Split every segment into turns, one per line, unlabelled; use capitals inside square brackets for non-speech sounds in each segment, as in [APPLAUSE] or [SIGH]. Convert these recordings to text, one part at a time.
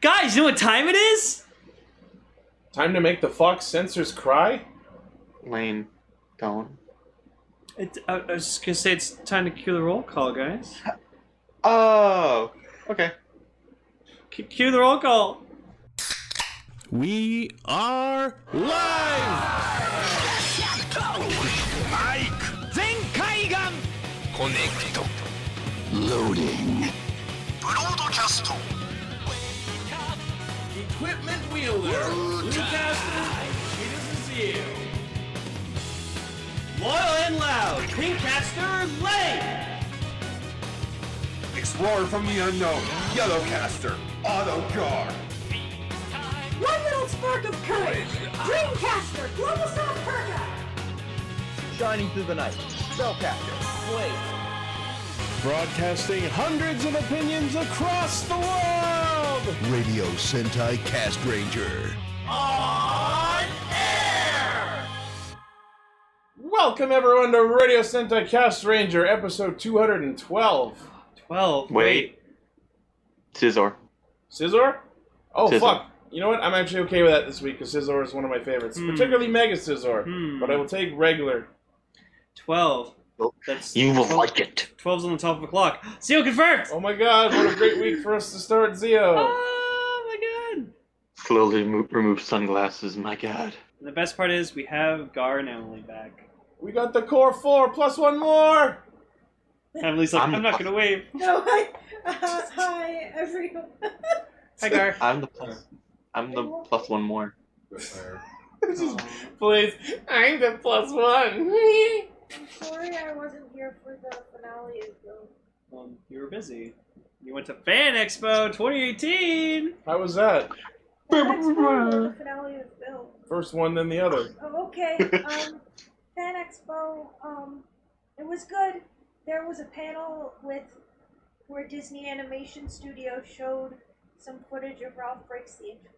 Guys, you know what time it is?
Time to make the Fox sensors cry?
Lane, Colin.
It, I, I was just gonna say it's time to cue the roll call, guys.
Oh, okay.
Cu- Cue the roll call.
We are live!
全海岸コネクト
Loading. ブロードキャスト
Equipment Wheeler Newcastle it is you Loyal and loud Pinkcaster Lane
Explorer from the unknown. Yellowcaster. Autogar.
One little spark of courage! Dreamcaster! Global South Perka!
shining through the night. Spellcaster, Blade,
Broadcasting hundreds of opinions across the world!
Radio Sentai Cast Ranger.
Welcome everyone to Radio Sentai Cast Ranger, episode 212.
Twelve.
Wait. Scizor.
Scizor? Oh
Scizor.
fuck. You know what? I'm actually okay with that this week because Scizor is one of my favorites, particularly Mega Scizor. But I will take regular.
Twelve. That's
You will
12
like it.
Twelve's on the top of the clock. Seal confirmed.
Oh my god, what a great week for us to start, Zio.
Oh my god.
Slowly mo- remove sunglasses, my god.
And the best part is we have Gar and Emily back.
We got the core four plus one more.
Emily's like, I'm,
I'm- [LAUGHS]
not gonna wave.
No, hi, uh, hi, everyone.
Hi, Gar.
I'm the plus. I'm the plus one more.
[LAUGHS] Just please. I'm the plus one. [LAUGHS]
I'm sorry I wasn't here for the finale of the
Um, you were busy. You went to Fan Expo 2018.
How was that?
That's not the finale of the film.
First one, then the other.
Oh, okay. Um, Fan Expo, um, it was good. There was a panel with where Disney Animation Studio showed some footage of Ralph Breaks the Internet.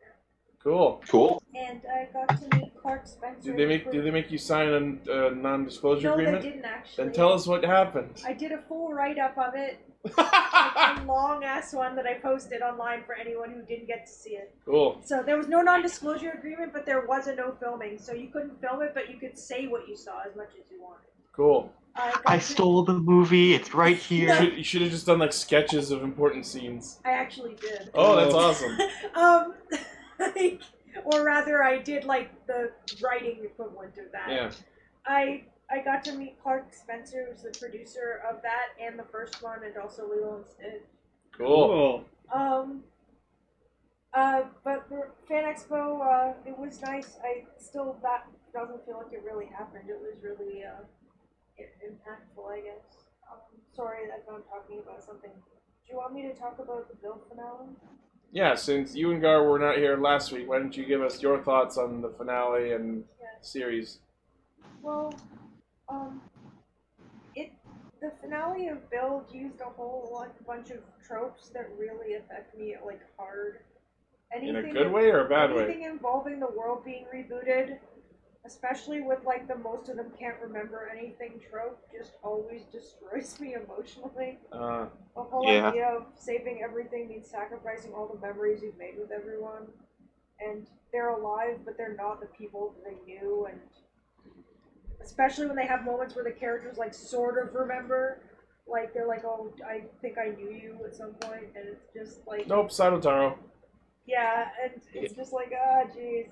Cool.
Cool.
And I got to meet Clark Spencer.
Did they make Did they make you sign a uh, non-disclosure
no,
agreement?
they didn't actually.
Then tell us what happened.
I did a full write up of it, [LAUGHS]
Ah!
a long ass one that I posted online for anyone who didn't get to see it.
[LAUGHS] cool.
So there was no non disclosure agreement, but there was a no filming. So you couldn't film it, but you could say what you saw as much as you wanted.
Cool.
I, got
I
to-
stole the movie. It's right
You
here.
should, you should have just done like sketches of important scenes.
I actually did.
Oh, that's [LAUGHS] awesome.
Um, [LAUGHS] like, or rather, I did like the writing equivalent of that.
Yeah.
I I got to meet Clark Spencer, who's the producer of that and the first one, and also Lilo and Stitch.
Cool.
Um. Uh, but for Fan Expo, uh, it was nice. I still that doesn't feel like it really happened. It was really uh, i- impactful, I guess. Um, sorry that I'm talking about something. Do you want me to talk about the Bill finale?
Yeah. Since you and Gar were not here last week, why don't you give us your thoughts on the finale and series?
Well, um, it the finale of Build used a whole lot, bunch of tropes that really affect me like hard.
In
Anything
a good way or a bad way?
anything involving the world being rebooted, especially with like the most of them can't remember anything trope, just always destroys me emotionally.
Uh,
The whole
Yeah.
idea of saving everything means sacrificing all the memories you've made with everyone, and they're alive, but they're not the people that they knew, and especially when they have moments where the characters like sort of remember. Like they're like, oh, I think I knew you at some point, and it's just like
nope. Sadotaro.
yeah, and it's just like, ah, jeez.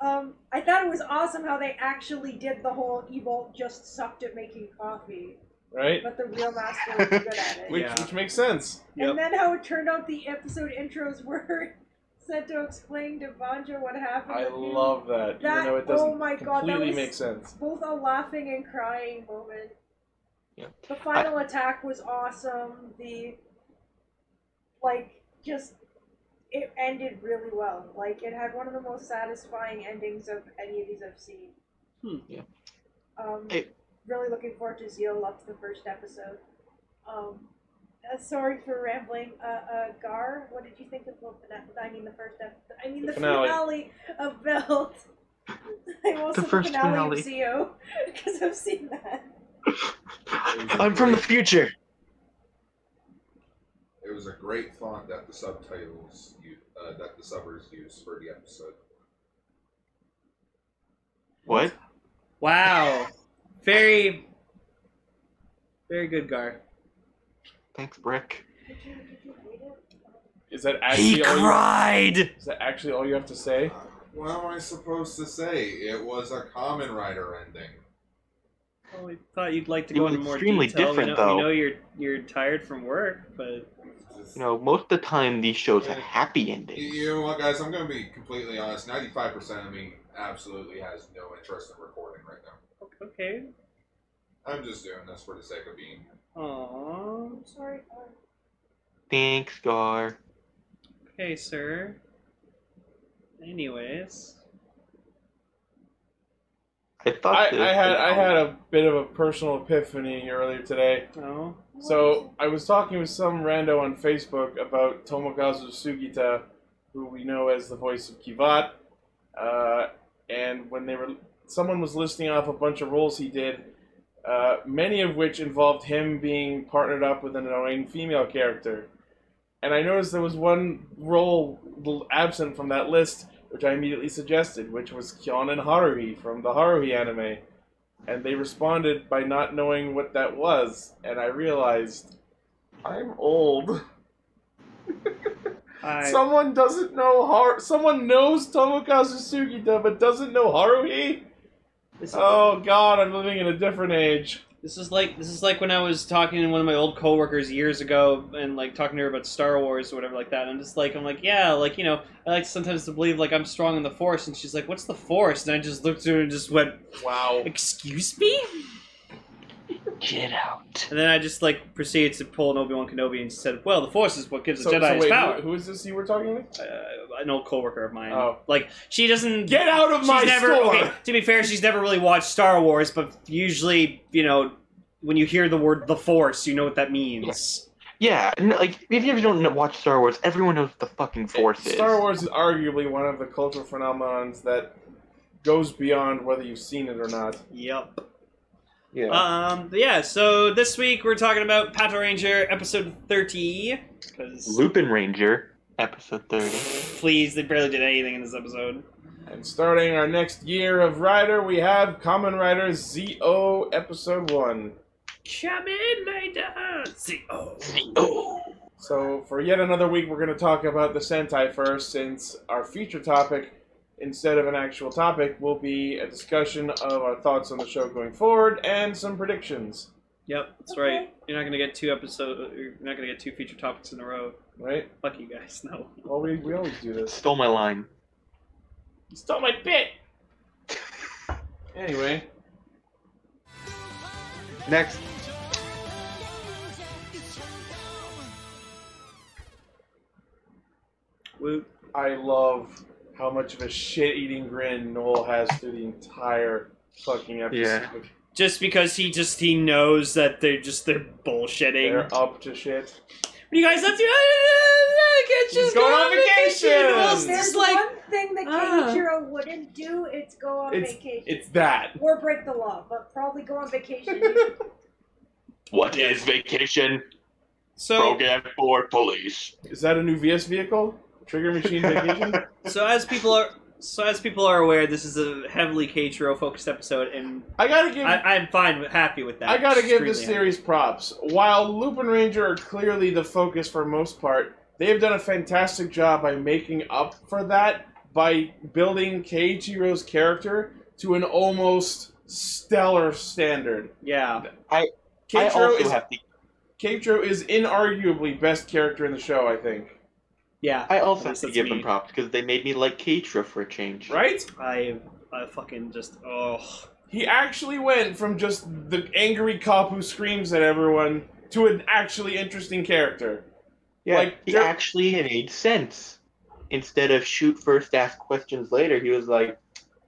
Um, I thought it was awesome how they actually did the whole Evolt just sucked at making coffee,
Right.
but the real master was good
[LAUGHS]
at it.
Which
Yeah.
Which makes sense.
Yep.
And then how it turned out the episode intros [LAUGHS] were sent to explain to Vanja what happened.
I
with him.
love that, even
That-
though it
oh
doesn't
my God, that
completely
was-
make sense.
both a laughing and crying moment.
Yeah.
The final attack was awesome. The like just it ended really well. Like it had one of the most satisfying endings of any of these I've seen.
Hmm.
Yeah.
Um,
It-
really looking forward to Zio Lux the first episode. Um, uh, sorry for rambling. Uh, uh, Gar, what did you think of the fina- I mean the first episode? I mean
The
the,
finale.
finale. of Belt. [LAUGHS] I also the
first
finale,
finale.
of Zio [LAUGHS] because I've seen that.
[GASPS] I'm from the future.
It
It was a great font that the subtitles u uh, that the subbers used for the episode.
What?
Wow. Very, very good, Gar.
Thanks, Brick.
Is that actually all you,
cried.
is that actually all you have to say?
What am I supposed to say? It was a Common Rider ending.
Well, we thought you'd like to
It
go
was
into more
extremely
detail.
different,
we know,
though.
We know you're you're tired from work, but
Just-
You know, most of the time these shows have happy endings.
You know what, guys? I'm going to be completely honest. 95% of me absolutely has no interest in recording right now.
okay.
I'm just doing this for the sake of being here.
Aww.
I'm sorry. uh,
Thanks, Gar.
Okay, sir. Anyways,
I thought
I,
that-
I had I had a bit of a personal epiphany earlier today.
oh,
So I was talking with some rando on Facebook about Tomokazu Sugita, who we know as the voice of Kivat. Uh, and when they were, someone was listing off a bunch of roles he did, uh, many of which involved him being partnered up with an annoying female character. And I noticed there was one role l- absent from that list, which I immediately suggested, which was Kyon and Haruhi from the Haruhi anime and they responded by not knowing what that was and i realized i'm old
I
someone doesn't know Har- someone knows tomokazu sugita but doesn't know haruhi
this,
oh god i'm living in a different age
this is like this is like when I was talking to one of my old coworkers years ago, and like talking to her about Star Wars or whatever like that. And I'm just like, I'm like, yeah, like you know, I like sometimes to believe like I'm strong in the Force, and she's like, what's the Force? And I just looked at her and just went,
wow
excuse me.
Get out.
And then I just like proceeded to pull an Obi Wan Kenobi and said, well, the Force is what gives
so,
a
so
Jedi
wait,
his
who-
power.
who is this you were talking with
uh, an old coworker of mine.
Oh.
Like she doesn't
get out of
she's
my
never
store
okay, to be fair, she's never really watched Star Wars, but usually, you know, when you hear the word the Force, you know what that means.
Yeah, and, like if you ever don't kn- watch Star Wars, everyone knows what the fucking Force is.
star wars is arguably one of the cultural phenomenons that goes beyond whether you've seen it or not
Yep.
Yeah.
Um but yeah, so this week we're talking about Patrol Ranger episode 30 cuz
Lupin Ranger, episode thirty.
please they barely did anything in this episode.
And starting our next year of Rider, we have Common Rider ZO Episode 1.
Come in, my dance. Oh.
So, for yet another week, we're going to talk about the Sentai first, since our feature topic, instead of an actual topic, will be a discussion of our thoughts on the show going forward and some predictions.
Yep, that's right. You're not going to get two episode uh, you're not going to get two feature topics in a row.
Right?
Fuck you guys. [LAUGHS] No.
Well, we, we always do this.
Stole my line.
You stole my bit! Anyway,
Next.
Woot.
I love how much of a shit eating grin Noel has through the entire fucking episode.
Yeah.
just because he just he knows that they're just they're bullshitting.
They're up to shit.
You guys have to. [LAUGHS] I can't
He's
just
going
go
on
on vacation.
vacation.
Will's
There's
just
There's
like
one thing that
ah.
Kenichiro wouldn't do, it's go on
It's-
vacation.
It's that.
or break the law, but probably go on
[LAUGHS]
vacation. [LAUGHS]
What is vacation
so.
program for police?
Is that a new VS vehicle? Trigger Machine Vacation?
So as people are. So as people are aware, this is a heavily Keiichiro focused episode, and
I gotta give I,
I, I'm fine, with, happy with that.
gotta give
Extremely
this
happy.
series props. While Loop and Ranger are clearly the focus for most part, they have done a fantastic job by making up for that by building Keiichiro's character to an almost stellar standard.
Yeah,
I
Keiichiro
also
is
have to.
Keiichiro is inarguably best character in the show, I think.
yeah.
I also have
That's-
to
that's
give
me.
them props because they made me like Keitra for a change.
Right?
I I fucking just oh
He actually went from just the angry cop who screams at everyone to an actually interesting character.
Yeah,
Like,
he
there-
actually made sense. Instead of shoot first, ask questions later, he was like,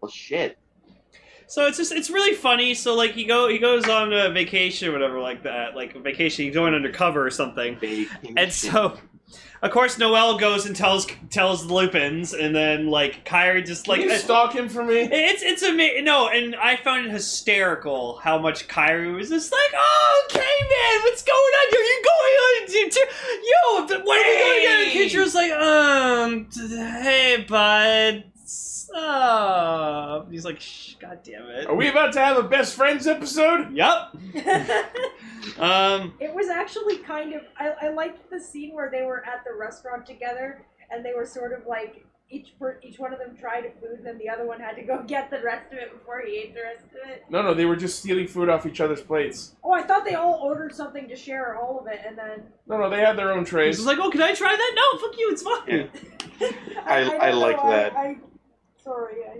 "Well, shit."
So it's just it's really funny. So like he go he goes on a vacation or whatever like that, like a vacation. He's going undercover or something.
Vacation.
And so Of course, Noel goes and tells tells the Lupins, and then like Kyrie just like
Like, you
uh,
stalk him for
[LAUGHS]
me?
it's it's amazing. No, and I found it hysterical how much Kyrie was just like, "Oh, okay, man, what's going on? Are you going on? to- to- Yo, th- what are you doing?" Hey. And the teacher was like, "Um, t- hey, bud." Sup? He's like, Shh, God damn it.
Are we about to have a best friends episode?
Yep. Um,
It was actually kind of I, I liked the scene where they were at the restaurant together and they were sort of like each per, each one of them tried a food and then the other one had to go [LAUGHS] get the rest of it before he ate the rest of it.
No, no, they were just stealing food off each other's plates.
Oh, I thought they all ordered something to share all of it and then
No, no, they had their own
he's
trays.
just like, oh, can I try that? No, fuck you, it's fine.
Yeah. I-
don't
I like
know, I-
that.
I, sorry, I,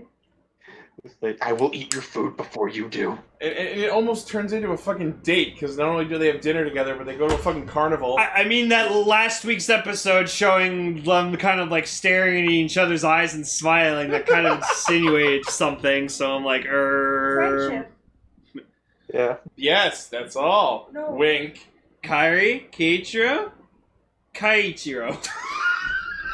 It's like, I will eat your food before you do.
And, and it almost turns into a fucking date because not only do they have dinner together, but they go to a fucking carnival.
I, I mean that last week's episode showing them kind of like staring at each other's eyes and smiling that kind of insinuated something. So I'm like, er,
friendship.
Yeah.
yes, that's all.
No.
Wink.
Kairi, Keiichiro, Kaichiro.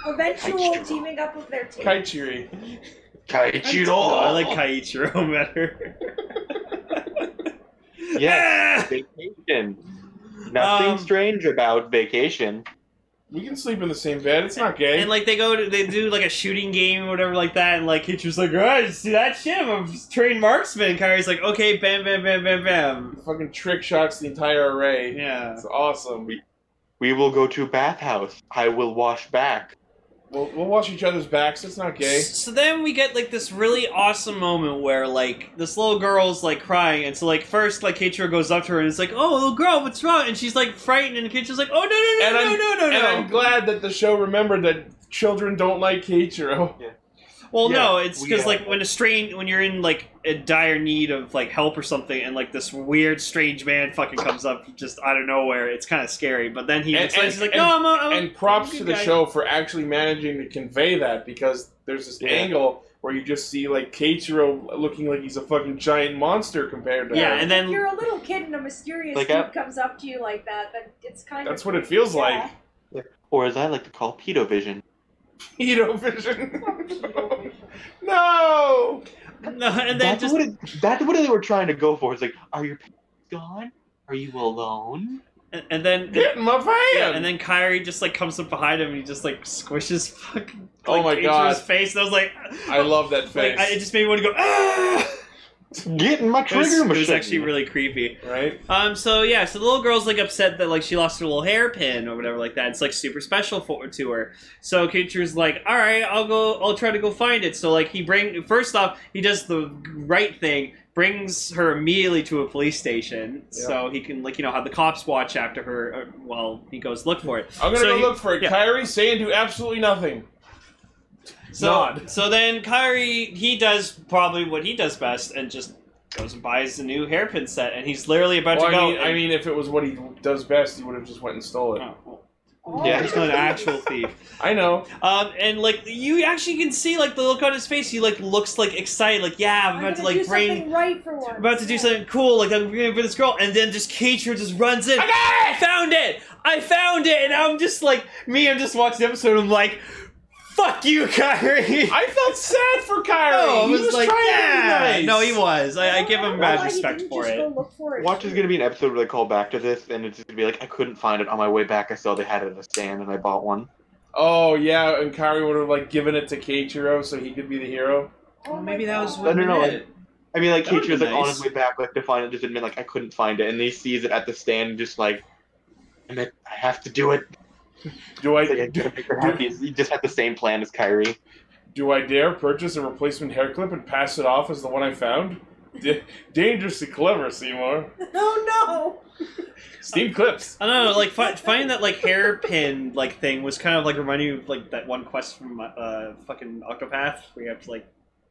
Eventual
Kaichiro.
teaming up of their team.
Kaichiri.
Kaichiro!
I like Kaichiro [LAUGHS] better. [LAUGHS]
Yes. vacation. Nothing
Um,
strange about vacation.
We can sleep in the same bed. It's not gay.
And like they go to they do like a shooting game or whatever like that, and like Keiichiro's like, oh, you see that shit? I'm a trained marksman. Kairi's like, okay, bam, bam, bam, bam, bam.
fucking trick shots the entire array.
Yeah.
It's awesome.
We will go to bathhouse. I will wash back.
We'll, we'll wash each other's backs. It's not gay.
S- So then we get like this really awesome moment where like this little girl's like crying, and so like first like Keitra goes up to her and it's like, "Oh, little girl, what's wrong?" And she's like frightened, and Keitra's like, "Oh no,
And
no, no,
I'm-
no, no, no,
And
no."
I'm glad that the show remembered that children don't like Keiichiro.
well, no,
Yeah,
it's
we
because
are.
like when a strange when you're in like a dire need of like help or something, and like this weird strange man fucking comes up just out of nowhere. It's kind of scary, but then he
And-
looks like-
and-
he's like,
and-
"No, I'm, a, I'm a-
And props
good
to the
guy."
show for actually managing to convey that because there's this
Yeah.
angle where you just see like Keiichiro looking like he's a fucking giant monster compared to
Yeah,
her.
and
If
then
you're a little kid and a mysterious
Like,
dude
uh,
comes up to you like that, then it's kind
That's
of
what it feels
yeah.
[LAUGHS]
like.
Or as I like to call pedo vision.
[LAUGHS]
Pedo vision.
[LAUGHS]
no.
[LAUGHS] no, and then
That's,
just
what it, that's what they were trying to go for. It's like, are your parents gone? Are you alone?
and, and then
Get in my van.
Yeah, and then Kyrie just like comes up behind him and he just like squishes fucking
Oh
like,
my
into
God.
his face. And I was like,
I love that face.
like I, it just made me want to go. Ah!
Get in my
It
trigger
was, it
machine.
was actually really creepy.
right?
Um, so yeah, so the little girl's like upset that like she lost her little hairpin or whatever like that. It's like super special for to her. So Keiichiro's like, all right, I'll go. I'll try to go find it. So like he bring first off he does the right thing. Brings her immediately to a police station,
Yeah.
so he can like you know have the cops watch after her uh, while he goes look for
[LAUGHS]
it.
I'm gonna
So
go
he-
look for it.
yeah.
Kyrie say and do absolutely nothing.
So,
Nod.
so then Kyrie, he does probably what he does best and just goes and buys a new hairpin set, and he's literally about
Well,
to go.
I, mean, I
and-
mean, if it was what he does best, he would have just went and stole it.
Oh, well,
Oh,
Yeah.
he's not an actual thief.
I know.
Um, and like you actually can see like the look on his face. He like looks like excited, like yeah, I'm
I'm
about to
gonna
like
do
bring,
something right for once.
I'm about to do
Yeah.
something cool. Like I'm gonna bring this girl, and then just Keitra just runs in.
I got
I found it! I found it! And I'm just like me. I'm just watching the episode. I'm like, fuck you, [LAUGHS] Kyrie.
I felt sad for Kyrie.
No, I
he
was,
was,
like,
trying
yeah.
to be nice.
No, he was. I, I
don't
give
know
him
why
mad
he
respect
didn't
for
just
it.
Go look for it.
Watch is going to be an episode where they call back to this, and it's going to be like, I couldn't find it on my way back. I saw they had it at a stand, and I bought one.
Oh yeah, and Kyrie would have like given it to Keiichiro so he could be the hero.
Oh my
Maybe that was
God.
what
No, no, no,
it
like- I mean, like,
That would've
Keiichiro's
been
like on
nice.
his way back, like to find it, just admit like I couldn't find it, and he sees it at the stand, just like, and it, I have to do it.
Do I
Like, I
do,
gotta make her happy. He just had the same plan as Kyrie.
do I dare purchase a replacement hair clip and pass it off as the one I found? D- dangerously clever, Seymour.
[LAUGHS] Oh
Steam clips.
I don't know, like fi- finding that like hairpin like thing was kind of like reminding me of like that one quest from uh fucking Octopath where you have to like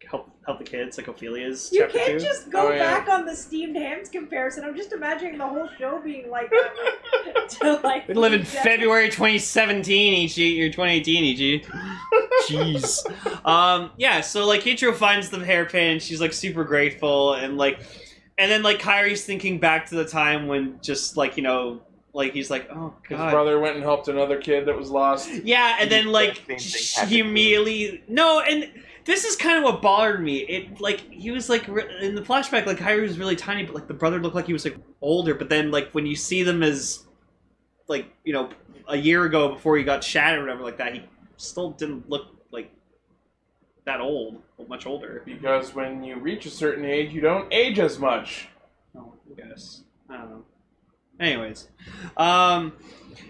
help help the kids like Ophelia's
no! You
chapter
can't
two.
just go
Oh, yeah.
back on the steamed hams comparison. I'm just imagining the whole show being like that. [LAUGHS] to, like,
We live in
reject-
February 2017, EG, or 2018, EG. Jeez. Um, yeah, so, like, Hitro finds the hairpin, and she's, like, super grateful, and, like, and then, like, Kyrie's thinking back to the time when just, like, you know, like he's like, oh
His
god.
brother went and helped another kid that was lost.
Yeah, and then like
Same thing
sh-
happened.
he immediately no, and this is kind of what bothered me. It like he was like re- in the flashback, like Hyru was really tiny, but like the brother looked like he was like older. But then like when you see them as like you know a year ago before he got shattered or whatever like that, he still didn't look like that old, much older.
Because when you reach a certain age, you don't age as much.
Oh, I guess. I don't know. Anyways, um,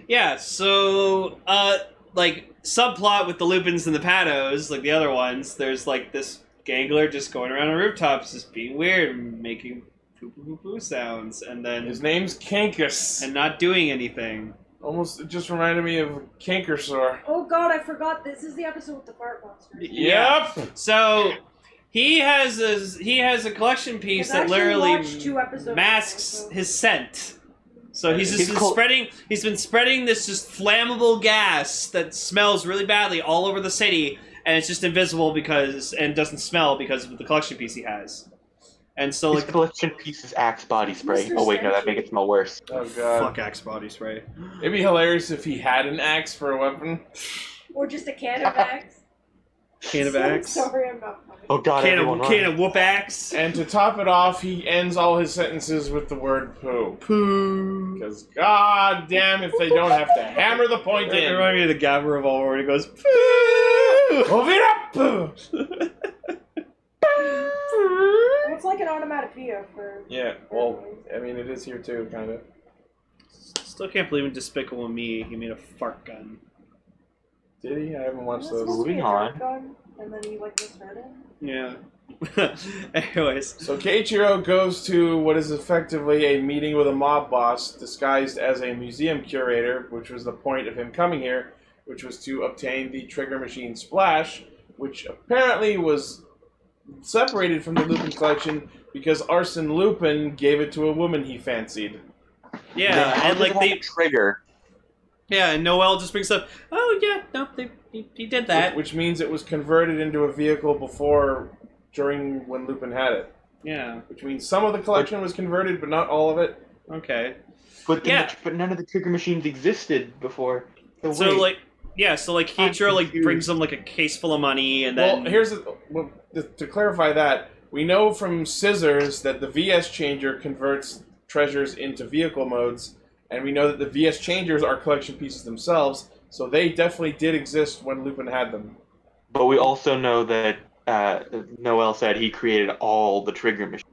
yeah. So, uh, like subplot with the Lupins and the Patos, like the other ones. There's like this gangler just going around on rooftops, just being weird, and making poo poo poo poo sounds, and then
His name's Kankus.
and not doing anything.
Almost, it just reminded me of Kankersaur.
Oh god, I forgot. This is the episode with the fart monster.
Yep.
So he has a he has a collection piece
I've
that
actually
literally
watched two episodes of
masks
it, so-
his scent. So he's just
He's
been
col-
spreading. He's been spreading this just flammable gas that smells really badly all over the city, and it's just invisible because and doesn't smell because of the collection piece he has. And so
His
like the
collection piece is Axe body spray.
Mr.
Oh wait, no, that
Sanchez.
makes it smell worse.
Oh god.
fuck axe body spray.
It'd be hilarious if he had an axe for a weapon.
Or just a can of axe.
Can of
So
axe.
[LAUGHS] Sorry, I'm not funny.
Oh god,
Can
everyone
of,
run.
can of whoop [LAUGHS] axe.
And to top it off, he ends all his sentences with the word poo.
Poo.
Because god damn if they don't have to hammer the point
It
in.
reminded me of the Gabber of all where he goes poo.
Ovira poo!
Well, It's like an onomatopoeia for.
Yeah, well, I mean, it is here too, kind of.
Still can't believe in Despicable Me he made a fart gun.
Did he? I haven't watched
Wasn't it
those.
supposed to be
Moving
a
on.
Gun, and then he like misheard it.
Yeah. [LAUGHS] Anyways,
So Keiichiro goes to what is effectively a meeting with a mob boss disguised as a museum curator, which was the point of him coming here, which was to obtain the Trigger Machine Splash, which apparently was separated from the Lupin collection because Arsene Lupin gave it to a woman he fancied.
yeah,
How
and
did
like
that
they,
trigger.
yeah, and Noel just brings up, oh yeah, no, they, he, he did that.
Which means it was converted into a vehicle before, during when Lupin had it.
Yeah,
Which means some of the collection was converted, but not all of it.
okay.
But then
Yeah.
the, but none of the trigger machines existed before. So,
So
wait.
like, yeah, so like
I'm
Hitro like
confused.
brings them like a case full of money, and then
well, here's the, well, th- to clarify that we know from Scissors that the VS changer converts treasures into vehicle modes, and we know that the VS changers are collection pieces themselves, so they definitely did exist when Lupin had them.
but we also know that uh, Noel said he created all the trigger machines.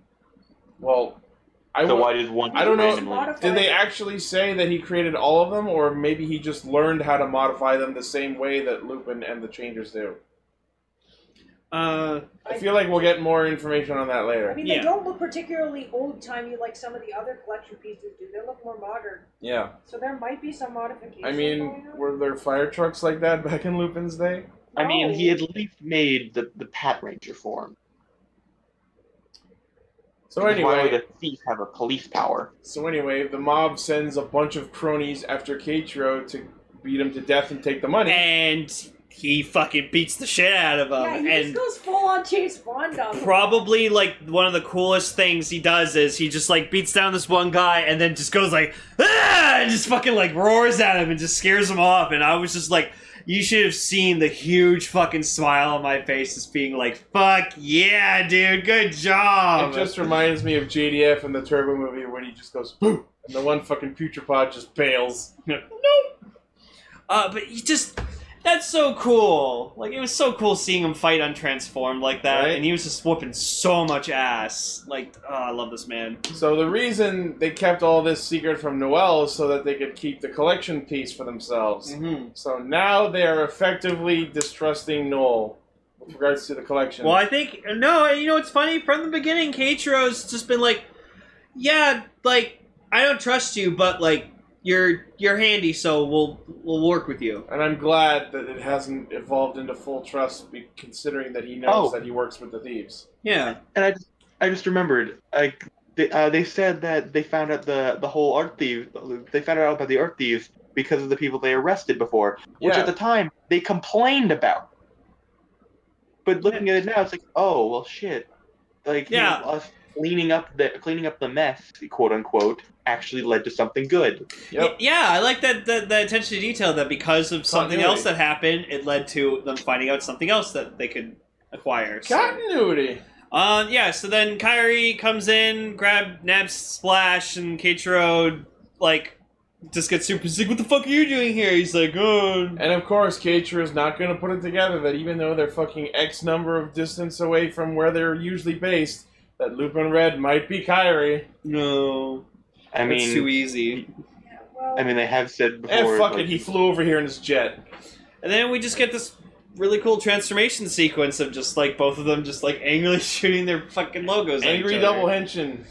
Well, I
So
wa-
why does one?
I don't know-
randomly-
Modified
did they
it.
actually say that he created all of them, or maybe he just learned how to modify them the same way that Lupin and the changers do?
uh,
I feel like we'll get more information on that
I
later.
mean,
Yeah.
they don't look particularly old timey like some of the other collection pieces do. They look more modern.
Yeah.
So there might be some modification.
I mean,
going on.
were there fire trucks like that back in Lupin's day?
I mean,
No.
he at least made the the Pat Ranger form.
So
why
anyway,
would a thief have a police power?
So anyway, the mob sends a bunch of cronies after Keiichiro to beat him to death and take the money.
and he fucking beats the shit out of
yeah,
them,
he
and
just goes full on Chase Bond on them.
probably like one of the coolest things he does is he just like beats down this one guy and then just goes like ah! and just fucking like roars at him and just scares him off and i was just like you should have seen the huge fucking smile on my face just being like fuck yeah dude good job
it just reminds me of JDF in the Turbo movie when he just goes boo, and the one fucking putrid just bails.
uh but he just that's so cool like it was so cool seeing him fight untransformed like that
Right?
and he was just whooping so much ass like oh, i love this man
So the reason they kept all this secret from Noel is so that they could keep the collection piece for themselves.
mm-hmm.
So now they are effectively distrusting Noel with regards to the collection.
Well, I think no. You know, it's funny from the beginning. Keiichiro's just been like, "Yeah, like I don't trust you, but like you're you're handy, so we'll we'll work with you."
And I'm glad that it hasn't evolved into full trust, be- considering that he knows
Oh.
that he works with the thieves.
Yeah,
And I just, I just remembered, like they, uh, they said that they found out the the whole art thief, they found out about the art thieves because of the people they arrested before, which
Yeah.
at the time they complained about. But looking at it now, it's like, oh well, shit, like you know,
Yeah.
us cleaning up the cleaning up the mess, quote unquote, actually led to something good.
Yep.
Yeah, I like that the, the attention to detail that because of something
Continuity.
else that happened, it led to them finding out something else that they could acquire. So.
Continuity.
Um, yeah, so then Kyrie comes in, grab Nab's splash, and Keitro, like, just gets super sick. What the fuck are you doing here? He's like, oh.
And of course, Katra is not going to put it together that even though they're fucking X number of distance away from where they're usually based, that Lupin Red might be Kyrie.
No.
I
it's too
mean,
easy.
Yeah, well,
I mean, they have said
And
before.
fuck
like,
it, he flew over here in his jet.
And then we just get this really cool transformation sequence of just, like, both of them just, like, angrily [LAUGHS] shooting their fucking logos. at
Angry
each other.
double henshin.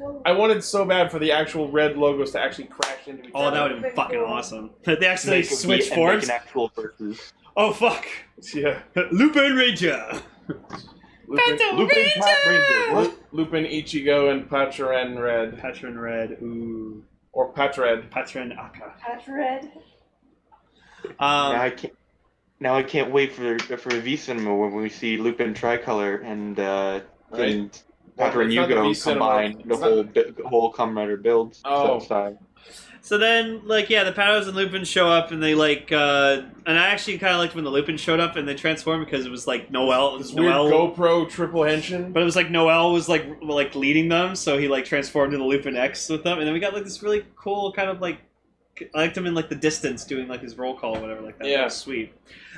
well,
I wanted so bad for the actual red logos to actually crash into each
Oh,
other.
that would have been fucking awesome. [LAUGHS] They actually
make a-
switch
and make
forms.
an actual versus.
Oh, fuck. [LAUGHS]
[LAUGHS] Yeah.
Lupin Ranger.
Lupin,
Phantom
Lupin,
Ranger!
Pat Ranger. Lu- Lupin Ichigo and Patren Red.
Patron Red. Ooh.
Or Patred.
Patron Akka.
Patch Red.
now
Um,
I can't. Now I can't wait for for a V cinema when we see Lupin Tricolor and uh,
Right.
and
Well,
Pepper and
it's not the V
Yugo
cinema.
combine the
It's not-
whole bi- whole Comrade builds.
Oh.
side.
so then, like, yeah, the Pados and Lupin show up, and they like, uh, and I actually kind of liked when the Lupin showed up and they transformed because it was like Noel,
This weird
Noel,
GoPro triple
[LAUGHS]
henshin. [LAUGHS]
but it was like Noel was like r- like leading them, so he like transformed into Lupin X with them, and then we got like this really cool kind of like. I liked him in like the distance doing like his roll call or whatever like that. That
Yeah.
was sweet.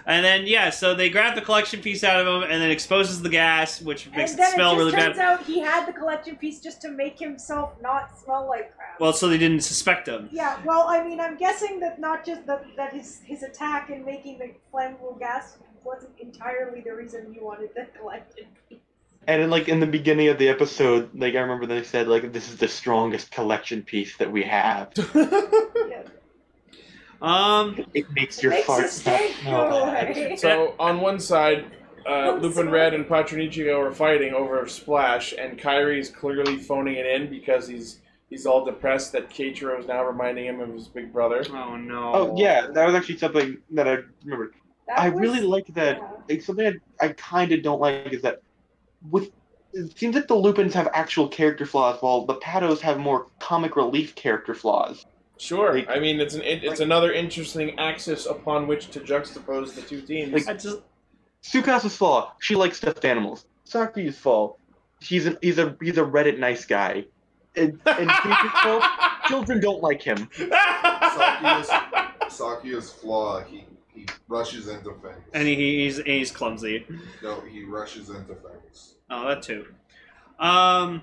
And then yeah, so they grab the collection piece out of him and then exposes the gas, which makes
and
it
then
smell
it just
really bad.
turns out he had the collection piece just to make himself not smell like crap.
Well, so they didn't suspect him.
yeah, well, I mean, I'm guessing that not just that, that his, his attack in making the flammable gas wasn't entirely the reason you wanted the collection piece.
And in, like in the beginning of the episode, like I remember they said like this is the strongest collection piece that
[LAUGHS]
we have.
Yeah.
Um,
It makes your
Makes a
farts not
steak
smell
go
[LAUGHS]
bad.
away.
So on one side, uh,
I'm
Lupin
sorry.
Red and Patronichigo are fighting over Splash, and Kyrie's clearly phoning it in because he's he's all depressed that Keichiro is now reminding him of his big brother.
oh no.
Oh yeah, that was actually something that I remembered.
That
I
was-
really liked that
yeah.
like something I, I kind of don't like is that with it seems like the Lupins have actual character flaws, while the Patos have more comic relief character flaws.
Sure,
Like-
I mean it's an it, it's another interesting axis upon which to juxtapose the two teams. [LAUGHS]
Like-
I just
Tsukasa's flaw: she likes stuffed animals. Sakuya's flaw: he's a he's a he's a Reddit nice guy. And, and Keisuke's flaw, children don't like him.
Sakuya's, Sakuya's flaw, he, he rushes into things.
and he, he's he's clumsy.
no, he rushes into things.
Oh, that too. Um,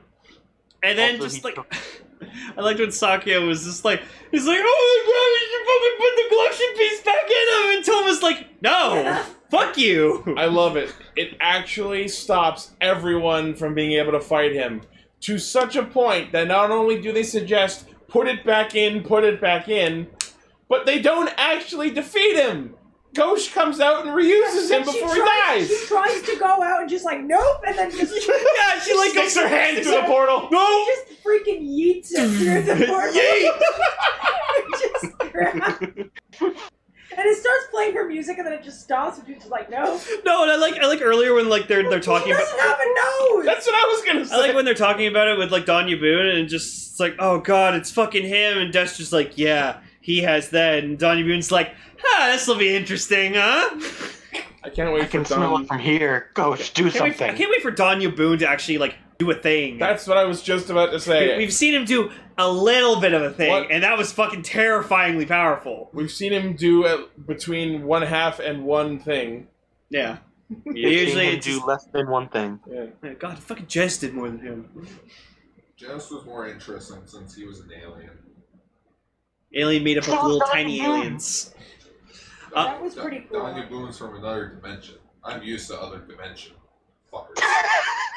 and then
Also,
just
he
like [LAUGHS] I liked when Sakia was just like he's like, oh my god, you fucking put the collection piece back in him, and Tom was like, no, fuck you. [LAUGHS]
I love it. It actually stops everyone from being able to fight him to such a point that not only do they suggest put it back in, put it back in, but they don't actually defeat him. Ghosh comes out and reuses him
And she
before
tries-
he
She
dies.
tries to go out and just like nope, and then just
yeah, she like
Sticks her hand through the portal.
No.
just freaking
[LAUGHS]
yeets him through the portal.
Yeet!
[LAUGHS] just crap. And it starts playing her music, and then it just stops, and she's just like, "No,
No, and I like I like earlier when like they're they're
she
talking about.
doesn't have a nose."
That's what I was gonna
I like
say.
when they're talking about it with like Don Yaboon and just it's like, oh god, it's fucking him, and Dutch just like, yeah, he has that, and Don Yaboon's like, huh, this will be interesting, huh?
I can't wait
I can
for
smell it
Don.
from here. Gosh, do
Can't wait, I
something.
can't wait for Don Yaboon to actually like do a thing.
That's what I was just about to
we,
say.
have seen him do a little bit of a thing,
What?
and that was fucking terrifyingly powerful.
We've seen him do uh, between one half and one thing.
Yeah.
You've seen
Usually
him
it's
do
just- oh,
less than one thing.
Yeah.
God, fucking Jess did more than him.
Janice was more interesting since he was an alien.
Alien made up of
Oh,
little
Don
tiny
Yaboon.
aliens. Uh,
That was pretty cool.
Danya Boone's from another dimension. I'm used to other dimension.
[LAUGHS]
Fuckers.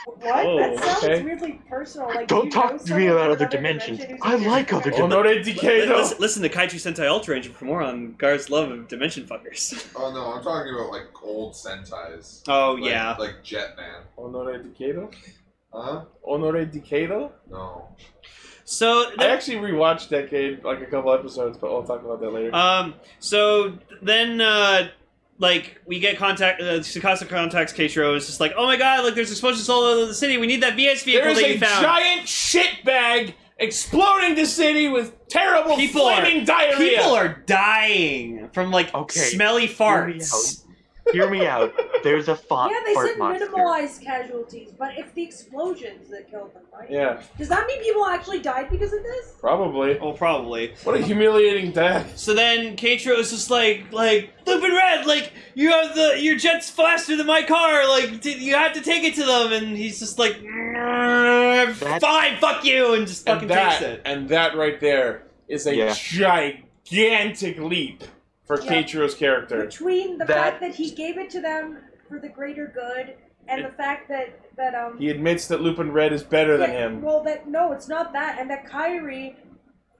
What?
Oh,
that sounds
okay.
weirdly personal. Like,
Don't
you
talk
know
to me
someone
about
from
other
another
dimensions.
dimension who's
I
in
like
your
other
dimension.
Onore
Li-
Decado.
Listen, listen to Kaiju Sentai Ultra Ranger for more on Gar's love of dimension
[LAUGHS]
fuckers.
oh no, I'm talking about like old Sentais.
Oh
Like-
yeah.
Like Jetman.
Onore Decado.
Huh?
Onore Decado.
No.
So
I
there-
actually rewatched Decade like a couple episodes, but I'll talk about that later.
Um. So then, uh, like, we get contact. Uh, Sakasa contacts Keitro. It's just like, oh my god, like, there's explosions all over the city. We need that VS
there
vehicle
is
that you
a
found.
giant shit bag exploding the city with terrible
People are-
flaming diarrhea.
People are dying from like
Okay,
smelly
hear me
farts.
Hear me out. There's a font.
yeah, they
fart
said
monster.
minimalized casualties, but it's the explosions that killed them, right?
Yeah,
Does that mean people actually died because of this?
probably.
Well, Oh, probably.
What a humiliating death.
So then Katro is just like, like Lupin Red, like you have the your jet's faster than my car, like t- you have to take it to them, and he's just like, "Mm, fine, fuck you, and just fucking
and that,
takes it.
And that right there is a
Yeah.
gigantic leap for
Yeah.
Keiichiro's character.
Between the
That-
fact that he gave it to them for the greater good, and the fact that that um
He admits that Lupin Red is better than
that-
him.
Well, that no, it's not that, and that Kyrie.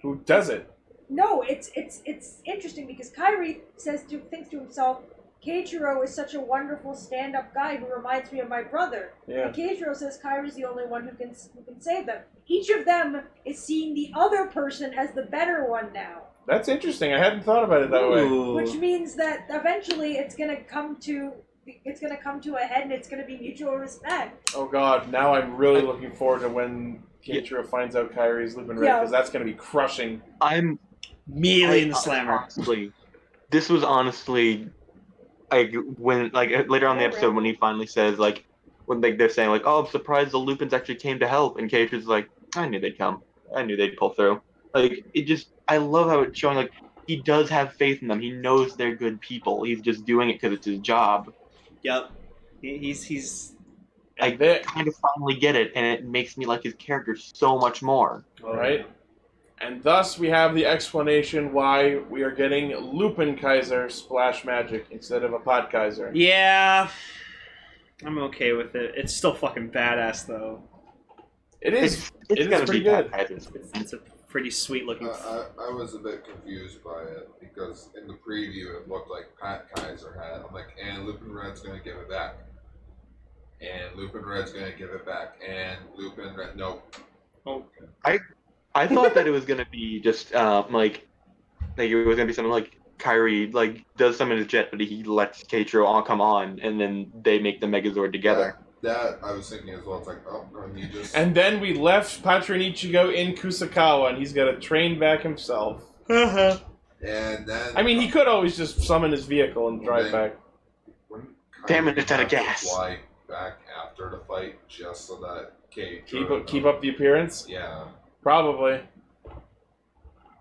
Who does it?
No, it's it's it's interesting because Kyrie says to thinks to himself, Keiichiro is such a wonderful stand-up guy who reminds me of my brother.
Yeah.
And Keiichiro says Kyrie's the only one who can who can save them. Each of them is seeing the other person as the better one now,
That's interesting. I hadn't thought about it that way.
Ooh.
which means that eventually it's gonna come to it's gonna come to a head and it's gonna be mutual respect.
Oh god, now I'm really looking forward to when Keiichiro finds out Kairi is Lupin Red
Yeah.
because that's going to be crushing.
I'm
Immediately
I-
in the
uh,
slammer.
Honestly, this was honestly like when like uh, later on in the episode when he finally says like when like they're saying like oh I'm surprised the Lupins actually came to help and Cage is like I knew they'd come I knew they'd pull through like it just I love how it's showing like he does have faith in them he knows they're good people he's just doing it because it's his job
Yep. He, he's he's
I-
There-
kind of finally get it and it makes me like his character so much more
All right. And thus we have the explanation why we are getting Lupin Kaiser splash magic instead of a pot Kaiser.
yeah. I'm okay with it. It's still fucking badass though.
It is.
it's, it's
it is
gonna
pretty
be
good.
baptizing.
It's, it's a pretty sweet looking. [LAUGHS]
Uh, I, I was a bit confused by it because in the preview it looked like Pat Kaiser had. it. I'm like, and Lupin Red's gonna give it back. And Lupin Red's gonna give it back. And Lupin Red, no.
I thought that it was gonna be just uh, like like it was gonna be something like Kyrie like does something to Jet, but he lets Katro all come on, and then they make the Megazord together.
That, that I was thinking as well. It's like, oh, and you just.
And then we left Patronichigo in Kusakawa, and he's got to train back himself.
Uh-huh.
and then.
I mean, he could always just summon his vehicle and drive back.
Wouldn't
Damn it,
Kyrie
it's out of
have to
gas.
Fly back after the fight just so that Kate.
Keep up, keep up the appearance.
Yeah.
Probably.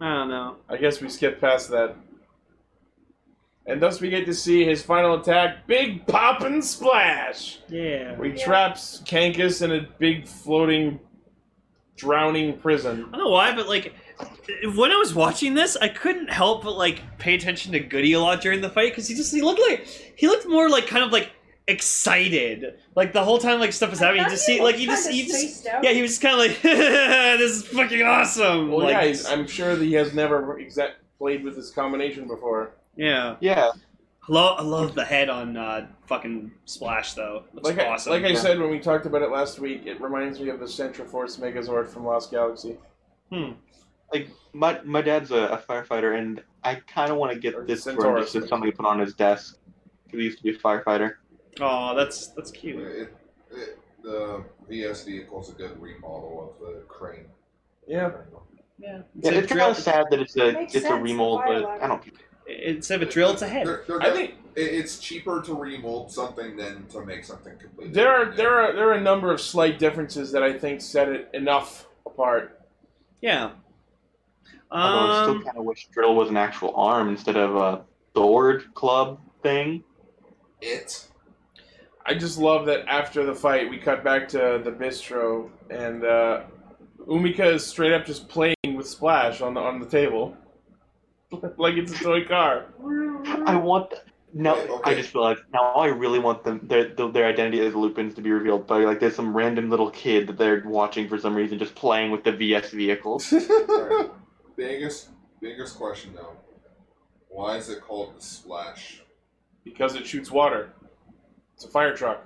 I don't know.
I guess we skipped past that. And thus we get to see his final attack, Big Pop and Splash.
Yeah.
We
Yeah.
traps Kankus in a big floating, drowning prison.
I don't know why, but like when I was watching this, I couldn't help but like pay attention to Goody a lot during the fight because he just he looked like he looked more like kind of like excited, like the whole time like stuff is happening. You just see like you just you just yeah, he was just kind of like [LAUGHS] this is fucking awesome.
Well,
like,
yeah, he's, I'm sure that he has never exact played with this combination before.
yeah.
Yeah,
I love, I love the head on uh, fucking Splash though. Looks
Like
awesome.
I, like I
yeah.
said when we talked about it last week, it reminds me of the Centroforce Megazord from Lost Galaxy.
my my dad's a, a firefighter, and I kind of want to
Or
get this for him
Centaurus.
just as something to put on his desk. 'cause He used to be a firefighter.
oh, that's that's cute.
It, it, the VSD equals a good remodel of the crane.
Yeah.
Yeah,
Yeah, it's kind of sad that it's a
Makes
it's a
sense,
remold, but
firefighter.
I don't.
instead of a drill, it's a head.
They're- they're
I
def-
think
it- it's cheaper to remold something than to make something completely.
there are
new.
there are there are a number of slight differences that I think set it enough apart.
Yeah.
Although I still
Um,
kind of wish Drill was an actual arm instead of a sword club thing.
It.
I just love that after the fight, we cut back to the bistro, and uh, Umika is straight up just playing with Splash on the on the table, [LAUGHS] like it's a toy car.
I want th- now.
Wait,
I
okay.
just realized now. I really want them their their identity as Lupins to be revealed. But like, there's some random little kid that they're watching for some reason, just playing with the VS vehicles.
Alright. biggest biggest question though. Why is it called the splash?
because it shoots water. It's a fire truck.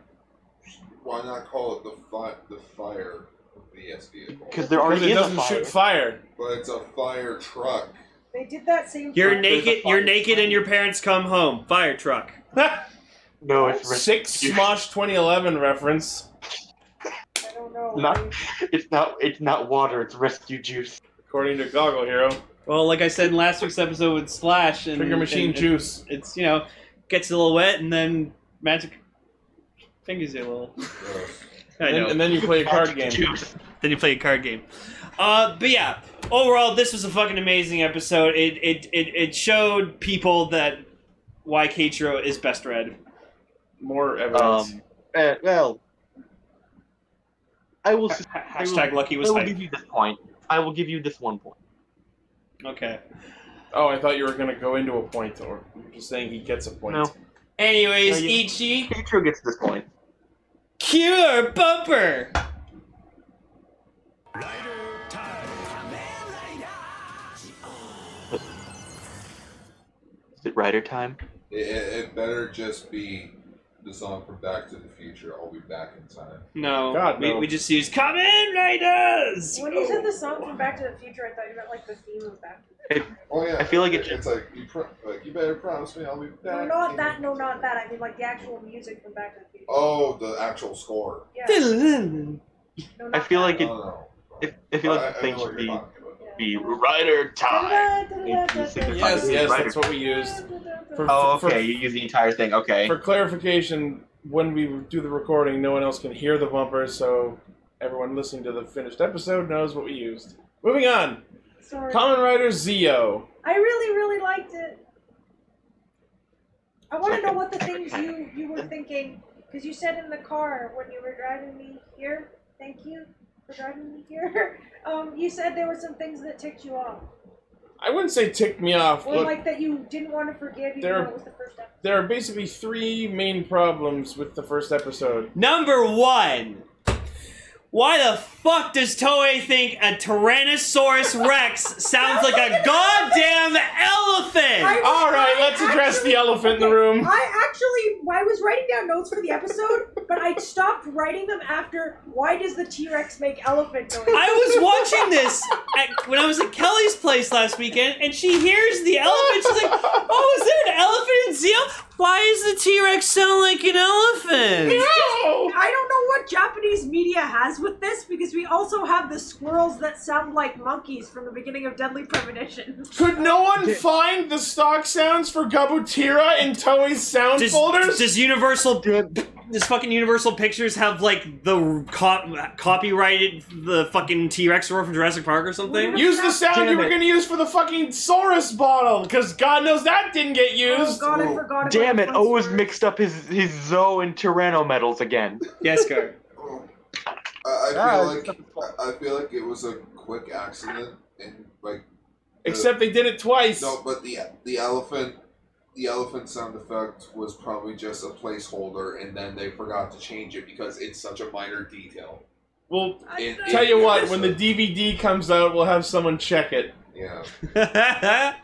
Why not call it the fi- the fire VSD vehicle?
Because there
Because
already
it
is a
doesn't
fire.
shoot fire.
But it's a fire truck.
They did that same.
you're
thing.
naked.
fire
You're naked,
truck.
and your parents come home. Fire truck.
no, it's
Six
You-
Smosh 2011 reference.
I don't don't know.
Not-
I-
It's not. It's not water. It's rescue juice.
According to Goggle Hero,
[LAUGHS] Well, like I said in last week's episode with Splash and
Finger Machine
and- and
Juice.
it's you know gets a little wet and then magic fingers you a little.
Gross.
I
And,
know.
and then you
[LAUGHS]
play a card game.
Juice.
then you play a card game. Uh, but yeah, overall, this was a fucking amazing episode. It it it, it showed people that why Keichiro is best read.
More evidence.
Um. eh, well, I will. s- I will-
Hashtag Lucky was
I will
hype.
give you this point. I will give you this one point.
Okay.
oh, I thought you were gonna go into a point, or you're just saying he gets a point.
No.
Anyways,
No, you-
Ichi,
Keichiro gets this point.
cure bumper.
Is it rider time?
It, it, it better just be the song from Back to the Future. I'll be back in time.
No,
God,
we,
no.
we just use Kamen Riders.
When you said the song from Back to the Future, I thought you meant like the theme of Back to the
Oh yeah,
I feel like it
it's like you pro- like you better promise me I'll be
Future. No,
back.
not
in-
that, no, not that. I mean like the actual music from Back to the Future.
Oh, the actual score.
Yeah. No,
I
not
feel
that.
like it.
No, no.
If, Uh, I feel like
I-
the
I
thing
know what
should
you're
be
talking about.
be rider time.
Yes, yes,
Rider.
that's what we used. For,
Oh,
for-
okay. You use the entire thing. Okay.
For clarification, when we do the recording, no one else can hear the bumper, so everyone listening to the finished episode knows what we used. Moving on,
Sorry.
Common Rider Zio.
I really, really liked it. I want to know
Second.
what the things you you were thinking because you said in the car when you were driving me here. Thank you for driving me here. [LAUGHS] Um, you said there were some things that ticked you off,
I wouldn't say ticked me off,
or
but
like that you didn't want to forgive, even
There-
though it was the first time.
there are basically three main problems with the first episode.
Number one. Why the fuck does Toei think a Tyrannosaurus
[LAUGHS]
Rex sounds like a goddamn elephant?
All right, let's address the elephant in the room.
I actually, I was writing down notes for the episode, but I stopped writing them after. Why does the T Rex make elephant noise?
I was watching this at, when I was at Kelly's place last weekend, and she hears the elephant. She's like, "Oh, is there an elephant in Zeo? Why does the T Rex sound like an elephant?"
I don't know what Japanese media has with this because we also have the squirrels that sound like monkeys from the beginning of Deadly Premonition.
Could no one find the stock sounds for Gabutira in Toei's sound
Does,
folders?
does Universal does fucking Universal Pictures have like the co- copyrighted the fucking T Rex roar from Jurassic Park or something? [LAUGHS]
Use the sound you
Damn
were
it.
gonna use for the fucking Saurus bottle, because God knows that didn't get
Oh
used.
god, I forgot about
Damn it!
the
O has
squirrels.
mixed up his his Zo and Tyranno medals again.
Yes, Gar.
Oh. I, I
Ah,
feel
it's
like I I feel like it was a quick accident, and like
Except they did it twice.
no, but the the elephant the elephant sound effect was probably just a placeholder, and then they forgot to change it because it's such a minor detail.
Well,
I
It-
know.
tell you what,
it's
when
a-
the DVD comes out, we'll have someone check it.
yeah,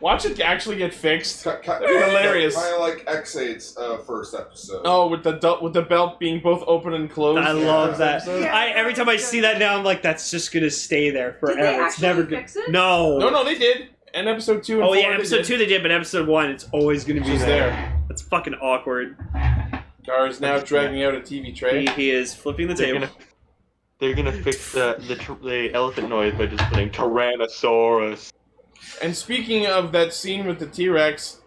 Watch it actually get fixed.
kind of
be hilarious.
Kind of like X8's uh, first episode.
Oh, with the du- with the belt being both open and closed.
I love that.
Yeah.
I every time I see that now, I'm like, that's just gonna stay there
Did
forever.
they
it's
actually
never good.
fix it?
No.
No, no, they did. And episode two. And
Oh yeah,
four, they
episode
did.
two they did, but episode one, it's always gonna be
She's
there.
there.
That's fucking awkward.
Gar is now dragging out a TV tray.
He, he is flipping the
They're
table.
gonna they're gonna fix the the, tr- the elephant noise by just putting Tyrannosaurus.
And speaking of that scene with the T Rex,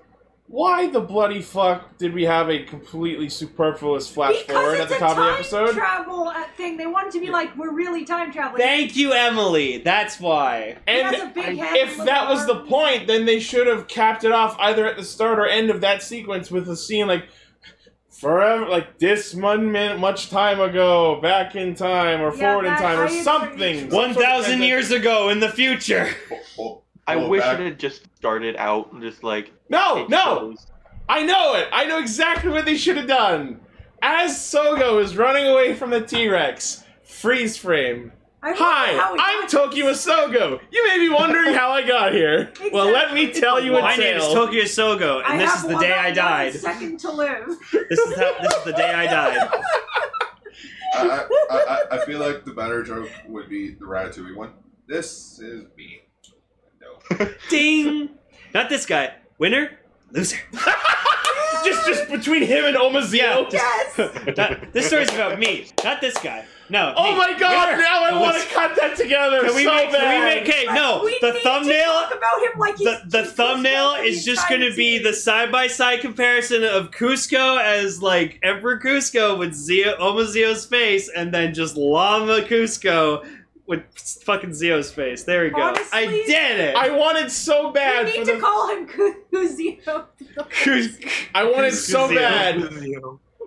why the bloody fuck did we have a completely superfluous flash
Because
forward
it's
at the
a
top of
time
the episode?
travel uh, thing. They wanted to be like, we're really time traveling.
Thank you, Emily. That's why.
and
has a big head
if
with
that was the
arms.
point, then they should have capped it off either at the start or end of that sequence with a scene like forever, like this one minute, much time ago, back in time, or
Yeah,
forward in
that-
time,
I
or
agree.
something.
One
Some sort of
thousand
sentence.
years ago in the future.
Oh,
I
oh,
wish
back-
it had just started out just like
No,
it
Oh, no,
shows.
I know it. I know exactly what they should have done. As Sogo is running away from the T Rex, freeze frame.
I don't know how
Hi,
we
I'm
got-
Tokyo Sogo. You may be
[LAUGHS]
wondering how I got here. Well, let me tell you a
My name
tale.
is Tokyo Sogo,
I
and this
have
is the
one-
day I
one
died.
Second to [LAUGHS] live.
This is how, this is the day I
[LAUGHS]
died.
[LAUGHS]
I, I, I- I, I feel like the better joke would be the Ratatouille one. This is me. No.
[LAUGHS]
Ding. Not this guy. Winner, loser.
just, just, just between him and Oma's.
Oh.
Yeah. just-
[LAUGHS] Yes!
that- this story's about me, not this guy. No.
Oh
me.
my God!
Winner.
Now I
But
want to
let's-
cut that together
Can we
so
make? Can we
bad.
make? Okay, no.
We
the
need to
thumbnail.
talk about him like he's
The, the
Jesus
thumbnail
Christ,
is just
he's
going to be the side by side comparison of Cusco as like Emperor Cusco with Zio, Oma Zio's face, and then just Llama Cusco with fucking Zio's face. There we go. I
Honestly,
did it.
I wanted so
We
bad
need
for
to
the.
call him [LAUGHS] Guzio.
I wanted so
Zero.
bad.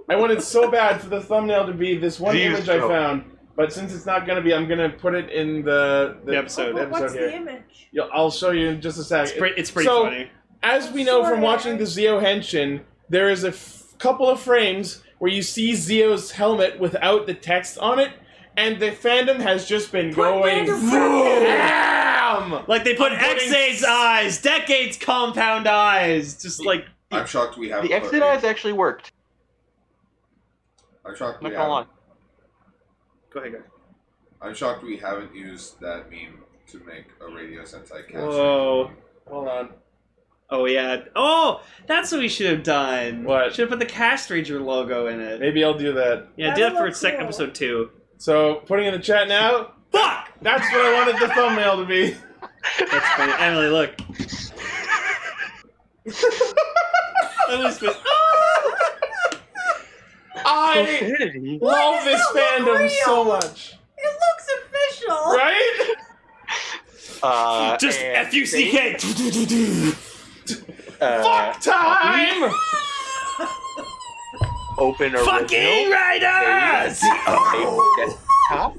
I wanted so bad for the thumbnail to be this one
These
image I
jokes.
found, but since it's not going to be, I'm going to put it in the, the
The episode.
episode
What's
here.
the image?
You'll- I'll show you in just a sec.
it's, pre- it's pretty
So,
funny.
As we know
Sorry,
from watching
I-
the Zeo Henshin, there is a f- couple of frames where you see Zeo's helmet without the text on it, and the fandom has just been
Put
going
random text in.
ham.
Like they put
I'm putting-
X-Aid's eyes, Decade's compound eyes, just like
I'm shocked we haven't.
The
put
exit
it-
eyes actually worked.
I'm shocked
I'm
we
not gonna lie.
haven't.
go ahead. Go ahead.
I'm shocked we haven't used that meme to make a Radio Sentai cast.
Whoa.
Hold on.
Oh yeah. Oh, that's what we should have done.
What?
Should have put the Cast Ranger logo in it.
Maybe I'll do that.
Yeah,
That
do
would
that for
look
second
cool.
episode two.
So, putting in the chat now.
Fuck!
That's what I wanted the thumbnail to be.
That's funny. Emily, look. Emily's been-
I
Profanity?
[LAUGHS] love this
does that look
fandom so
real?
much.
It looks official.
Right?
Uh,
just
and
F U C
they-
K.
uh,
Fuck time!
Open
[LAUGHS]
original.
Fucking Riders!
Top.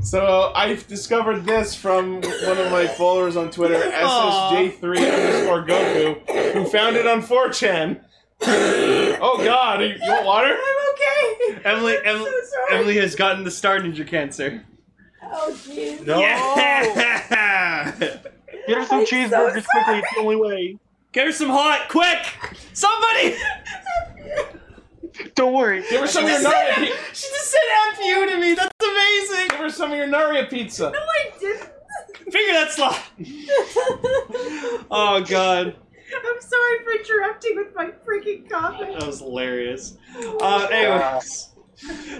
So I've discovered this from one of my followers on Twitter,
Aw.
SSJ3 underscore Goku, who found it on 4chan. oh god, you, you want water?
I'm okay.
Emily,
I'm
Emily,
so sorry.
Emily has gotten the Star Ninja cancer.
Oh jeez.
No.
Yeah! [LAUGHS]
Get her some
I'm so
cheeseburgers quickly. It's the only way.
Get her some hot, quick! Somebody!
Don't worry.
Give her some
[LAUGHS]
of your Naria. pi-
She just said F you to me. That's amazing.
Give her some of your Naria pizza.
No, [LAUGHS] I didn't.
Figure that slot. Oh god,
I'm sorry for interrupting with my freaking comment.
that was hilarious. Uh, anyways.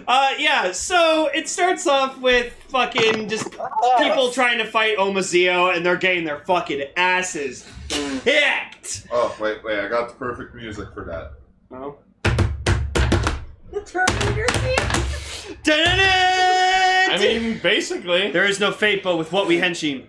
Uh, yeah, so it starts off with fucking just people trying to fight Omazeo and they're getting their fucking asses kicked.
Oh wait, wait! I got the perfect music for that.
Oh.
The Terminator scene.
I mean, basically.
there is no fate but with what we henshin.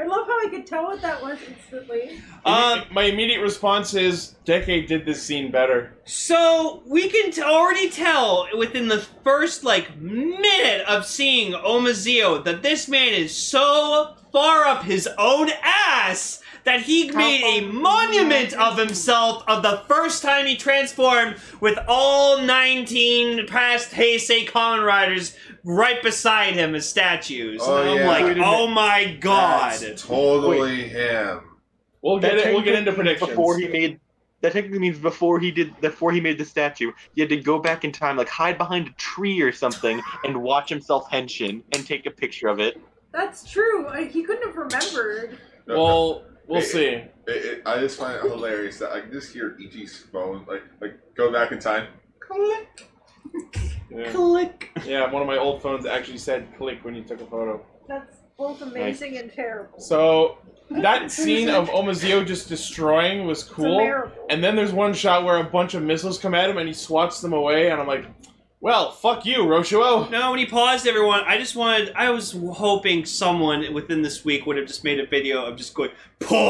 I love how I could tell what that was instantly.
Um,
Uh, my immediate response is Decade did this scene better.
So we can t- already tell within the first like minute of seeing Omazeo that this man is so far up his own ass that he made a monument of himself of the first time he transformed with all 19 past Heisei Common Riders right beside him as statues.
Oh,
and I'm
yeah.
like,
Wait a
oh my god.
That's totally him.
We'll get,
That
it, we'll get into
technically means
predictions.
Before he made that technically means before he did before he made the statue, he had to go back in time, like hide behind a tree
[LAUGHS]
or something, and watch himself henshin and take a picture of it.
That's true. I, he couldn't have remembered.
[LAUGHS] Well, we'll see.
It, it, I just find it hilarious that I can just hear E.T.'s phone, like, like go back in time. Click.
Yeah.
Click.
yeah, one of my old phones actually said click when you took a photo.
That's both amazing and terrible.
So that scene of Omazeo just destroying was
It's
cool.
unbearable.
And then there's one shot where a bunch of missiles come at him and he swats them away, and I'm like, well, fuck you, Roshuo.
No, when he paused everyone, I just wanted, I was hoping someone within this week would have just made a video of just going,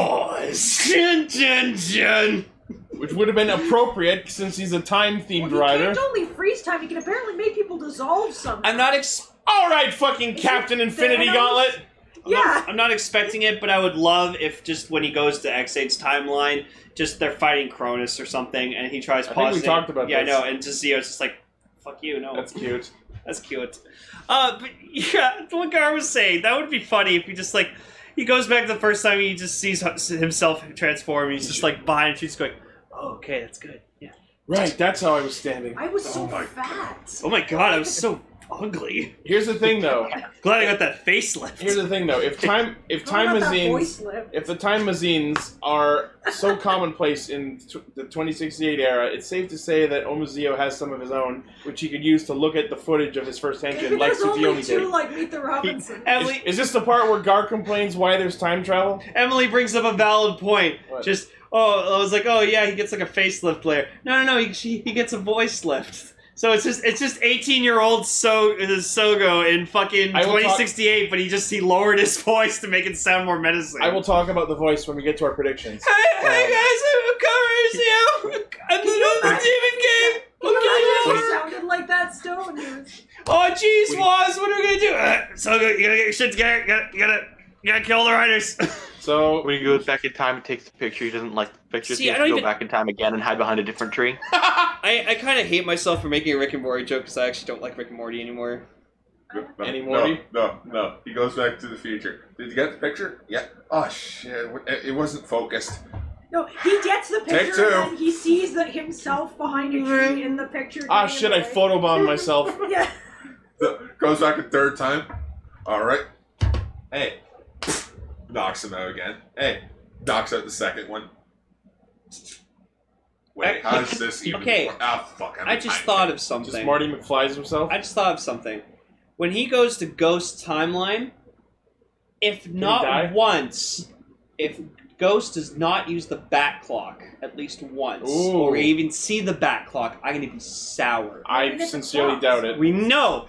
pause! Jin, jin, jin.
Which would have been appropriate since he's a time themed
Well, you
rider.
can't only freeze time. You can apparently make people dissolve something.
I'm not ex-
Alright, fucking Captain Infinity
Thanos?
Gauntlet.
I'm not-
Yeah.
I'm not expecting it, but I would love if just when he goes to X8's timeline, just they're fighting Cronus or something, and he tries
I think
pausing.
we talked about
Yeah,
this.
I know, and just Zio's just like, fuck you, no.
That's cute.
That's cute. Uh, but [LAUGHS] yeah, like I was saying, that would be funny if he just like he goes back the first time he just sees himself transform. He's just like behind. She's going, oh, "Okay, that's good." Yeah.
Oh Right, that's how I was standing.
I was so fat.
Oh my god, I was so ugly.
Here's the thing, though.
Glad I got that facelift.
Here's the thing, though. If time, if
How about
time
that
machines,
voice lift?
if the time machines are so commonplace in t- the 2068 era, it's safe to say that Omazeo has some of his own, which he could use to look at the footage of his first
Maybe
engine, like
there's only
Tsukiyomi
two
did.
like Meet the Robinson.
Is,
Emily,
is this the part where Gar complains why there's time travel?
Emily brings up a valid point.
What?
Just oh, I was like, oh yeah, he gets like a facelift layer. No, no, no, he, she, he gets a voice lift. So it's just it's just eighteen year old so uh, Sogo in fucking
I will talk-
twenty sixty eight, but he just he lowered his [LAUGHS] voice to make it sound more menacing.
I will Um, talk about the voice when we get to our predictions.
Hey, hey guys, I'm Okarazio. I'm the, I'm the demon game.
Even if
Look
I
at
never
you.
sounded like that still when he was
Oh jeez, Waz, what are we gonna do? Uh, Sogo, you gotta get your shit together. You gotta you gotta you gotta kill all the [LAUGHS] writers.
So
[LAUGHS]
When he goes back in time and takes the picture, he doesn't like the picture.
See,
he has
I
to
don't
go
even-
back in time again and hide behind a different tree.
I, I kind of hate myself for making a Rick and Morty joke because I actually don't like Rick and Morty anymore.
No, no,
Any more?
no, no, no. He goes back to the future. Did you get the picture? Yeah. Oh shit! It, it wasn't focused.
No, he gets the
Take
picture
two.
and then he sees that himself behind a tree in the picture.
ah
getting
shit, I
in the way.
photobombed myself.
Yeah.
So, goes back a third time. All right. Hey. Knocks him out again. Hey. Knocks out the second one. Wait,
I-
how's this even?
Okay.
work? Ah, fuck. I'm
I just thought of
Just
something.
Marty McFly's himself.
I just thought of something. When he goes to Ghost Timeline, if
die?
not once, if Ghost does not use the back clock at least once,
Ooh.
or we even see the back clock, I'm gonna be sour.
I
Even if it
sincerely
flops.
doubt it.
We know.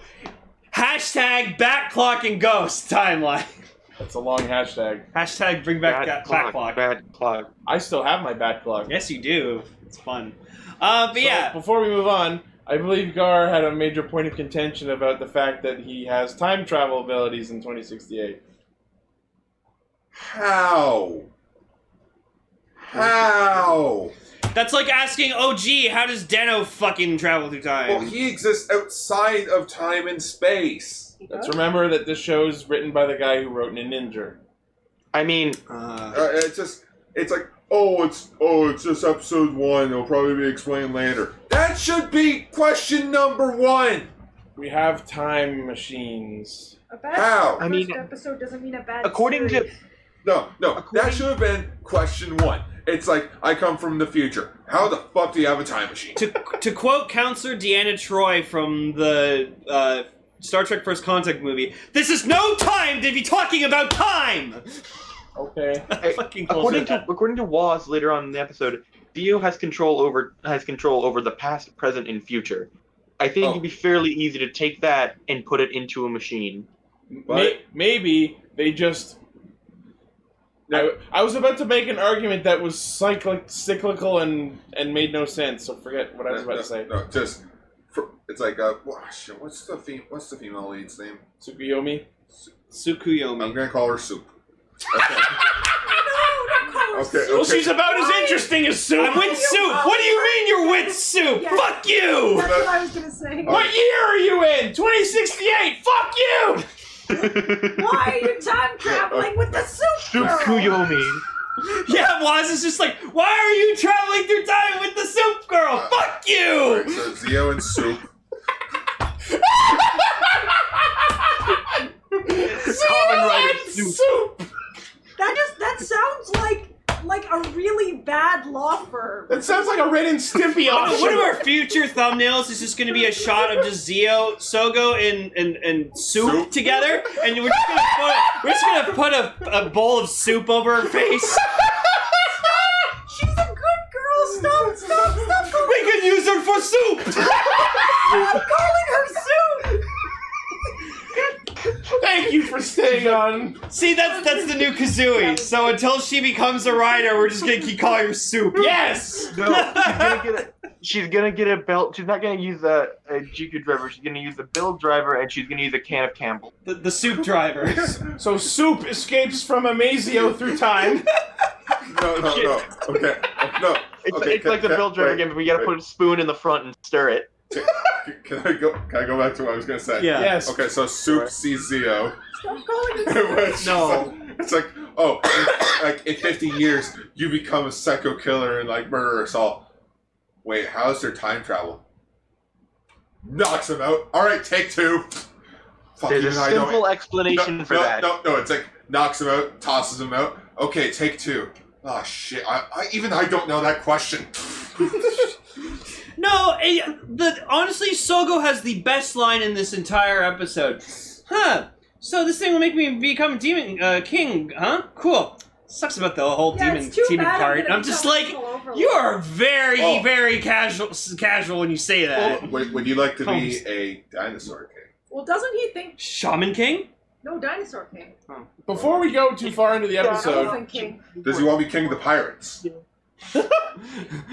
Hashtag back clock and Ghost Timeline. [LAUGHS]
That's a long hashtag.
Hashtag bring back that back clock.
Bad clock.
I still have my backlog.
Yes, you do. It's fun. Uh, but
So,
yeah.
Before we move on, I believe Gar had a major point of contention about the fact that he has time travel abilities in 2068.
How? How?
That's like asking, oh gee, how does Deno fucking travel through time?
Well, he exists outside of time and space.
He
Let's
does.
remember that this show is written by the guy who wrote Ninja.
I mean,
Uh,
Uh, it's just, it's like, oh, it's, oh, it's just episode one. It'll probably be explained later. That should be question number one.
We have time machines.
A bad
How?
first
I mean,
episode doesn't mean a bad.
according to
series.
No, no,
According-
that should have been question one. It's like, I come from the future. How the fuck do you have a time
[LAUGHS]
machine?
to, to quote Counselor Deanna Troy from the uh, Star Trek First Contact movie, this is no time to be talking about time! [LAUGHS]
Okay.
I fucking close
according
with
to
that.
according to Waz later on in the episode, Dio has control over has control over the past, present, and future. I think
Oh.
it'd be fairly easy to take that and put it into a
[LAUGHS]
machine.
May- maybe they just. I, I was about to make an argument that was cyclic, cyclical and, and made no sense, so forget what I was about to say.
No, just, fr it's like, uh, wha- shit, what's the fem- what's the female lead's name?
Tsukuyomi?
I'm
Sukuyomi.
gonna call her Soup.
No, not color.
Okay, oh,
Well,
okay.
she's about as
Why?
interesting as Sue!
I'm with Soup! What do you mean you're with Soup?
Yeah.
Fuck you!
That's what I was gonna say.
Oh.
What year are you in? 2068! Fuck you!
Why are you time traveling with the soup girl?
Tsukuyomi.
[LAUGHS] Yeah, Waz is just like, why are you traveling through time with the Soup Girl? Fuck you!
Alright, so Zio and
[LAUGHS]
Soup.
Oh,
Common writer Soup.
Soup!
That just that sounds like like a really bad law firm.
[LAUGHS] That sounds like a Ren
[LAUGHS]
and Stimpy option.
Uh, One of our future thumbnails is just going to be a shot of just Zio, Sogo, and and, and soup,
Soup.
together, and we're just gonna put, we're just gonna put a, a bowl of soup over her face.
She's a good girl. Stop! Stop! Stop! calling-
We could use her for soup.
[LAUGHS] Stop calling her soup.
Thank you for
[LAUGHS]
staying on.
See, that's that's the new Kazooie. So until she becomes a rider, we're just gonna keep calling her soup.
Yes!
No, she's gonna get a, she's gonna get a belt. She's not gonna use a, a GQ driver. She's gonna use a bill driver, and she's gonna use a can of Campbell.
The, the soup driver.
So Soup escapes from Amazio through time.
No, no, no. Okay, no.
It's,
okay,
it's like the
can-
bill driver
wait,
game, but we gotta
wait.
put a spoon in the front and stir it.
Can I go? Can I go back to what I was gonna say?
Yeah.
Yes.
Okay, so Soup sees Zio. [LAUGHS]
Stop calling her.
Which
No.
It's like, oh, [COUGHS] in- like in 50 years, you become a psycho killer and like murder us all. Wait, how's their time travel? knocks him out. All right, take two. Fuck
There's a
Oh, you, and I don't
simple explanation
no,
for
no,
that.
No, no, it's like knocks him out, tosses him out. Okay, take two. Oh shit! I, I even I don't know that question. [LAUGHS]
No, eh, the honestly, Sogo has the best line in this entire episode. Huh? So this thing will make me become demon uh, king, huh? Cool. Sucks about the whole
Yeah,
demon
it's too
demon
bad
part.
I'm,
I'm,
gonna
just
become
like,
Michael Overlord.
you are very,
Oh.
very casual s- casual when you say that.
would, would you like to
Holmes.
be a dinosaur king?
Well, doesn't he think
Shaman king?
no dinosaur king?
Before we go too far into the episode,
Elephant king.
Does he want to be king of the pirates?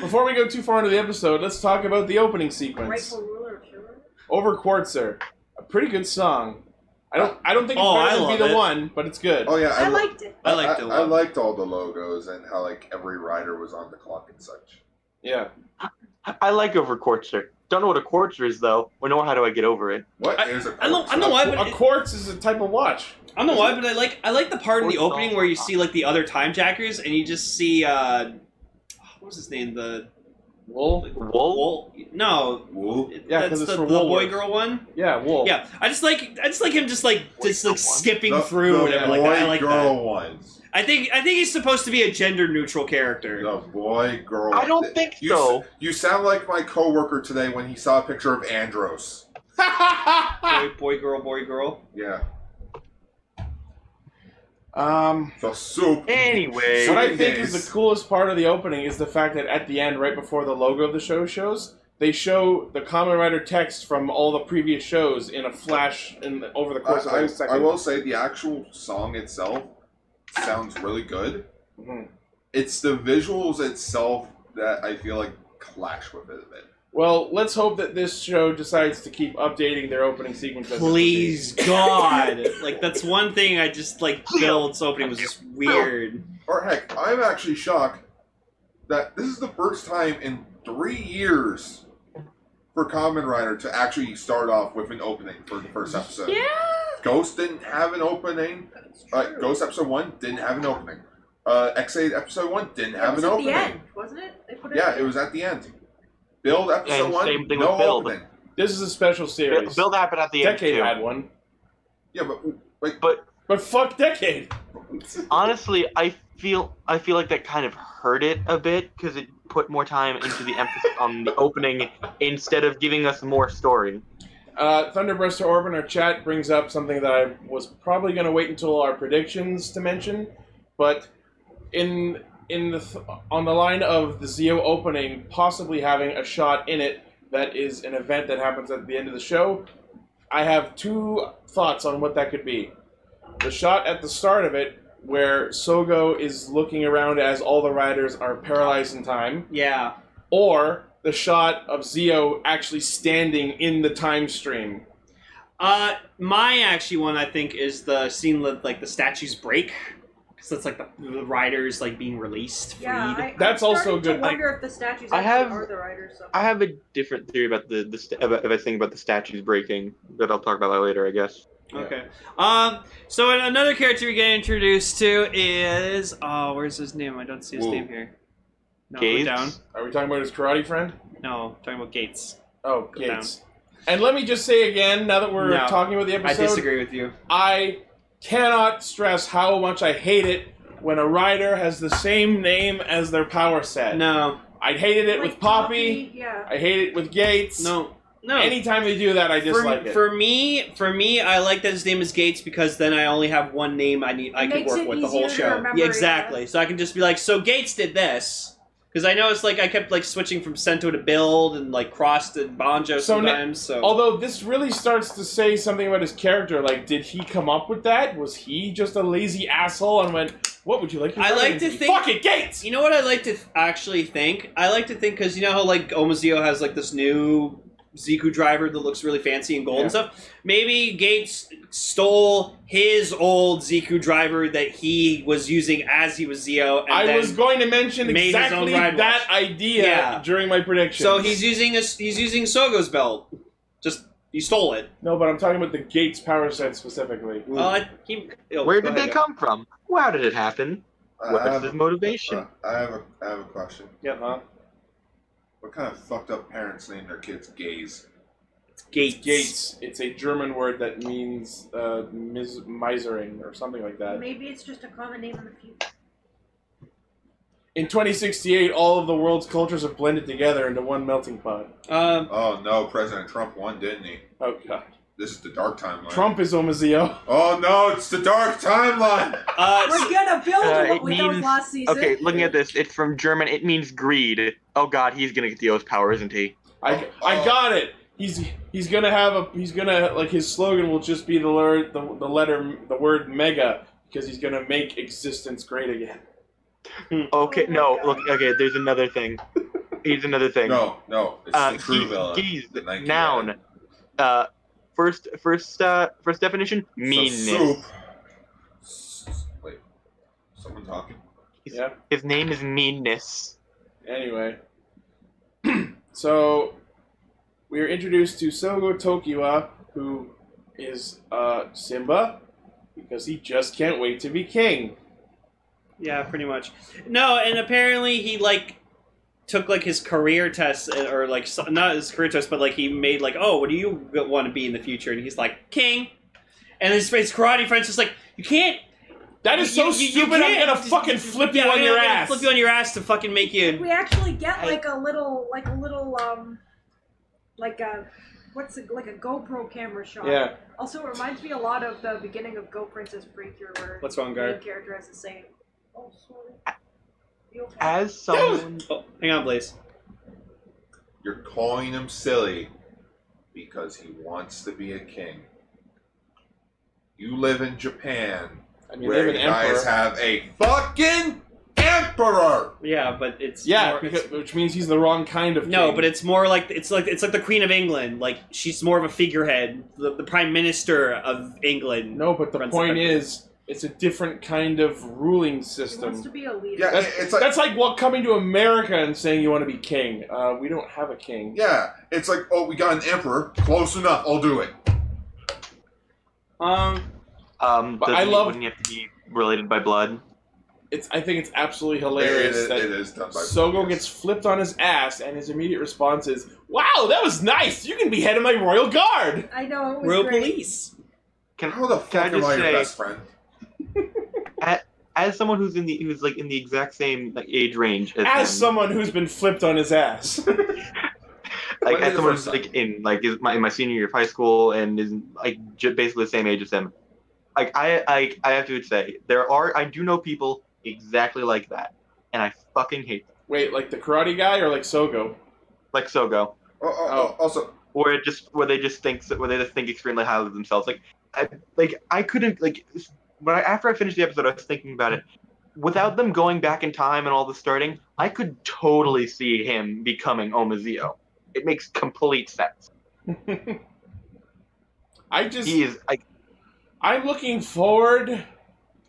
before we go too far into the episode, let's talk about the opening sequence.
Rightful ruler of Shura.
Over Quartzer, a pretty good song. I don't, I don't think it's
Oh,
better
I
than
love
be the
it.
one, but it's good.
Oh yeah,
I
lo-
liked it.
I liked it a
I,
lot.
liked all the logos and how like every rider was on the clock and such.
Yeah,
I like over quartzer. Don't know what a quartzer is though. Or know how do I get over it?
What?
I-
There's a
I don't, I don't know
quartz.
why, but
a
it-
quartz is a type of watch.
I don't know why, but I like I like the part in the
Quartz
opening
off.
where you see like the other time jackers and you just see uh, what was his name? The
Wool.
Wool?
Wol- no,
Whoa.
Yeah, 'cause
that's
it's
the,
for
the
Woolworth.
boy girl one.
Yeah,
Oh.
wool.
Yeah, I just like I just like him just like just like
Wait, someone?
skipping
The-
through
the
whatever like
boy
that. I like
girl
that.
ones.
I think I think he's supposed to be a gender neutral character.
The boy girl.
I don't
ones.
think
you,
so.
You sound like my coworker today when he saw a picture of Andros.
Ah.
Boy, boy girl boy girl.
Yeah,
Um,
the soup.
Anyway.
what I
Soup
think
days.
is the coolest part of the opening is the fact that at the end, right before the logo of the show shows, they show the Common Rider text from all the previous shows in a flash in the, over the course of
I,
like
I-
a second.
I will say the actual song itself sounds really good.
Mm-hmm.
Mhm.
It's the visuals itself that I feel like clash with it a bit.
Well, let's hope that this show decides to keep updating their opening sequence. as it
[LAUGHS]
Please God, like that's one thing I just like. Bill's opening was just weird.
Or heck, I'm actually shocked that this is the first time in three years for Common Rider to actually start off with an opening for the first episode.
Yeah,
Ghost didn't have an opening.
that's true.
Uh, Ghost episode one didn't have an opening. Uh, X8 episode one didn't
It
have
was
an
at
opening.
the end, wasn't it? They put it
Yeah, it was at the end. Build episode
And
one,
same thing
no
with Build.
opening.
This is a special
Bill
series.
Bill happened at the
Decade
end
had one,
Yeah, but like
but fuck Decade.
too. Honestly, I feel I feel like that kind of hurt it a bit because it put more time into the emphasis on the opening instead of giving us more story.
Uh, Thunderbreast to Orban, our chat brings up something that I was probably going to wait until our predictions to mention, but in in the th- on the line of the Zio opening possibly having a shot in it that is an event that happens at the end of the show, I have two thoughts on what that could be. The shot at the start of it where Sogo is looking around as all the riders are paralyzed in time
Yeah,
or the shot of Zio actually standing in the time stream.
uh, my actually one I think is the scene with like the statues break because that's like the, the riders like being released. Freed.
Yeah, I,
That's
I'm
also
starting
good.
To wonder if the statues
I
actually
have-
are the writers. Of
I have a different theory about the the st- about, about thing about the statues breaking that I'll talk about that later, I guess.
Okay. Um. So an- another character we get introduced to is oh, where's his name? I don't see his
Whoa.
name here. No, go
Gates?
down.
Are we talking about his karate friend?
No, talking about Gates.
Oh,
Go
Gates. And let me just say again, now that we're
No.
talking about the
I
episode,
disagree with you.
I cannot stress how much I hate it when a rider has the same name as their power set.
No,
I hated it
Like
with Poppy.
Yeah.
I hate it with Gates.
no, no.
Anytime they do that, I
for,
dislike it.
for me, for me, I like that his name is Gates because then I only have one name I need. I
It
can
makes
work
it
with the whole
easier to
show.
remember,
yeah,
yeah.
exactly. So I can just be like, so Gates did this. Because I know it's like I kept like switching from Sento to Build and like Cross to Banjo
So na-
sometimes. so
Although this really starts to say something about his character. Like, did he come up with that? Was he just a lazy asshole and went, "What would you like?" Your
I like
brother
to
be?"
think-
Fuck it, Gates.
You know what I like to th- actually think? I like to think because you know how like Omazeo has like this new Ziku driver that looks really fancy and gold
Yeah.
and stuff. Maybe Gates stole his old Ziku driver that he was using as he was Zio, and
I
then
was going to mention
made his own
exactly
ride
that idea
Yeah.
during my prediction.
so he's using a, he's using Sogo's belt. Just he stole it.
no, but I'm talking about the Gates power set specifically.
Uh, he, oh,
Where
go
did they
ahead.
come from? How did it happen?
I- I
What's
have,
his
a-
motivation?
uh, I have a I have a question.
Yeah, huh?
What kind of fucked up parents name their kids gays?
Gates.
Gates. It's a German word that means uh, mis- misering or something like
Uh,
that.
Maybe it's just a common name in the future.
In 2068, all of the world's cultures have blended together into one melting pot.
Uh,
Oh no, President Trump won, didn't he?
Oh god.
This is the dark timeline.
Trump is Omazeo.
Oh no, it's the dark timeline.
uh,
We're gonna build
Uh,
on what
it
we done
means-
last season.
Okay, looking at this, it's from German. It means greed. Oh god, he's gonna get the O's power, isn't he?
I,
Oh,
I
oh.
got it. He's he's gonna have a he's gonna like his slogan will just be the letter the, the letter the word mega because he's gonna make existence great again.
Okay,
Oh my
no.
God.
Look, okay, there's another thing. Here's another thing.
No, no, it's
uh,
the true
geese-
villain.
geese,
the Nike
noun.
ad.
Uh, first, first, uh, first definition:
So
meanness.
soup. S- Wait, someone talking?
Yeah.
His name is meanness.
Anyway, [CLEARS THROAT] so we are introduced to Sogo Tokiwa, who is uh, Simba, because he just can't wait to be king.
yeah, pretty much. No, and apparently he like took like his career test and- or like so- not his career test, but like he made like, oh, what do you want to be in the future? And he's like, king. And his his karate friend's just like, you can't.
That is so
you- you- you
stupid. I'm
can't-
gonna fucking flip
yeah,
you on
I'm
your
gonna
ass.
Flip you on your ass to fucking make you.
We actually get
I-
like a little, like a little, um, like a, what's it, like a GoPro camera shot.
yeah.
Also, it reminds me a lot of the beginning of Go Princess Precure, where
What's wrong,
the main
guard?
character has the same. Oh, sorry. You okay?
As someone,
Oh, hang on, Blaze.
You're calling him silly because he wants to be a king. You live in Japan,
I mean, they
where
have an
you guys
emperor.
have a fucking emperor.
Yeah, but it's
yeah,
more-
because, which means he's the wrong kind of.
No,
king.
but it's more like it's like it's like the Queen of England. Like she's more of a figurehead, the, the Prime Minister of England.
No, but the
runs
point
the country.
is, it's a different kind of ruling
He wants to
system.
be a leader.
Yeah,
That's-
it's like
That's like what coming to America and saying you want to be king. Uh, we don't have a king.
yeah, it's like oh, we got an emperor, close enough. I'll do it.
Um,
um,
But
doesn't
I
he-
love-
wouldn't he have to be related by blood.
It's. I think it's absolutely
It
hilarious
is-
that
it is done by
Sogo
yes.
gets flipped on his ass, and his immediate response is, "Wow, that was nice. You can be head of my royal guard."
I know. It was
royal
great.
police.
Can
How the
can I
fuck am
just
I your
say-
best friend?
as someone who's in the who's like in the exact same like age range as,
As
him,
someone who's been flipped on his ass, [LAUGHS]
like
When did
as
the
someone
first
who's like in like is my, in my senior year of high school and is like j- basically the same age as him. Like I I I have to say there are I do know people exactly like that, and I fucking hate them.
wait, like the karate guy or like Sogo?
Like Sogo,
Oh, oh, oh, also,
where it just where they just think where they just think extremely highly of themselves. Like I like I couldn't like when I, after I finished the episode, I was thinking about it. Without them going back in time and all the starting, I could totally see him becoming Omazeo. It makes complete sense.
I just
he is like
I'm looking forward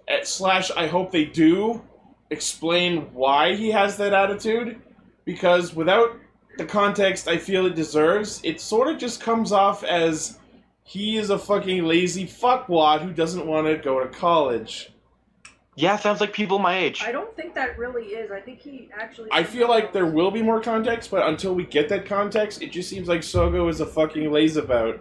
at slash I hope they do explain why he has that attitude because without the context I feel it deserves, it sort of just comes off as he is a fucking lazy fuckwad who doesn't want to go to college.
yeah sounds like people my age
I don't think that really is. I think he actually.
I feel like there will be more context, but until we get that context, it just seems like Sogo is a fucking lazeabout.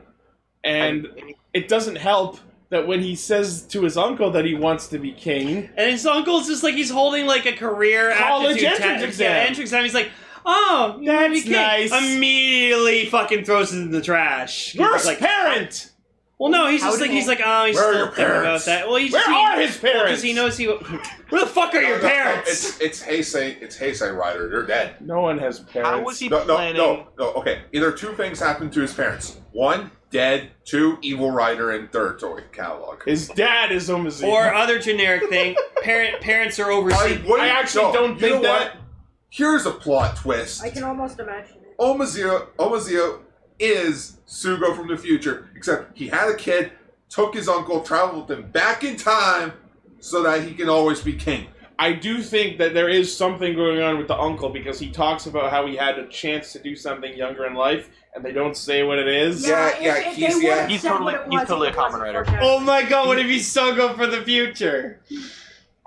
And it doesn't help that when he says to his uncle that he wants to be king,
And his uncle's just like he's holding like a career
College
aptitude
entrance
te-
exam.
Yeah, entrance exam. He's like, oh, you wanna be
That's
king.
nice.
Immediately fucking throws it in the trash. He's
Worst
like,
parent!
well, no, he's
How
just
do
like
you-
he's like, oh, he's
Where are
still
your
thinking about
parents?
that. Well, he's
Where
he,
are his parents?
Because he knows he. [LAUGHS] Where the fuck are
No,
your
no, no,
parents?
[LAUGHS] It's it's Heisei, it's Heisei Rider. They're dead.
No one has parents.
how was he
No, no,
planning
no, no. Okay, either two things happened to his parents: one, dead; two, evil rider; and third, toy catalog.
His dad is Omazi.
Or other generic thing. Parent parents are overseas.
wouldn't-
I actually don't
you
think
know
that-
What? Here's a plot twist:
I can almost imagine it.
Omazeo, Omazeo is Sugo from the future, except he had a kid, took his uncle, traveled them back in time, so that he can always be king.
I do think that there is something going on with the uncle because he talks about how he had a chance to do something younger in life, and they don't say what it is.
Yeah,
if-
yeah,
if they
he's-
would've
yeah.
He's
said
totally-
what it
he's
was,
totally
it
a common
wasn't
writer.
for him.
Oh my god, what if he's so good for the future?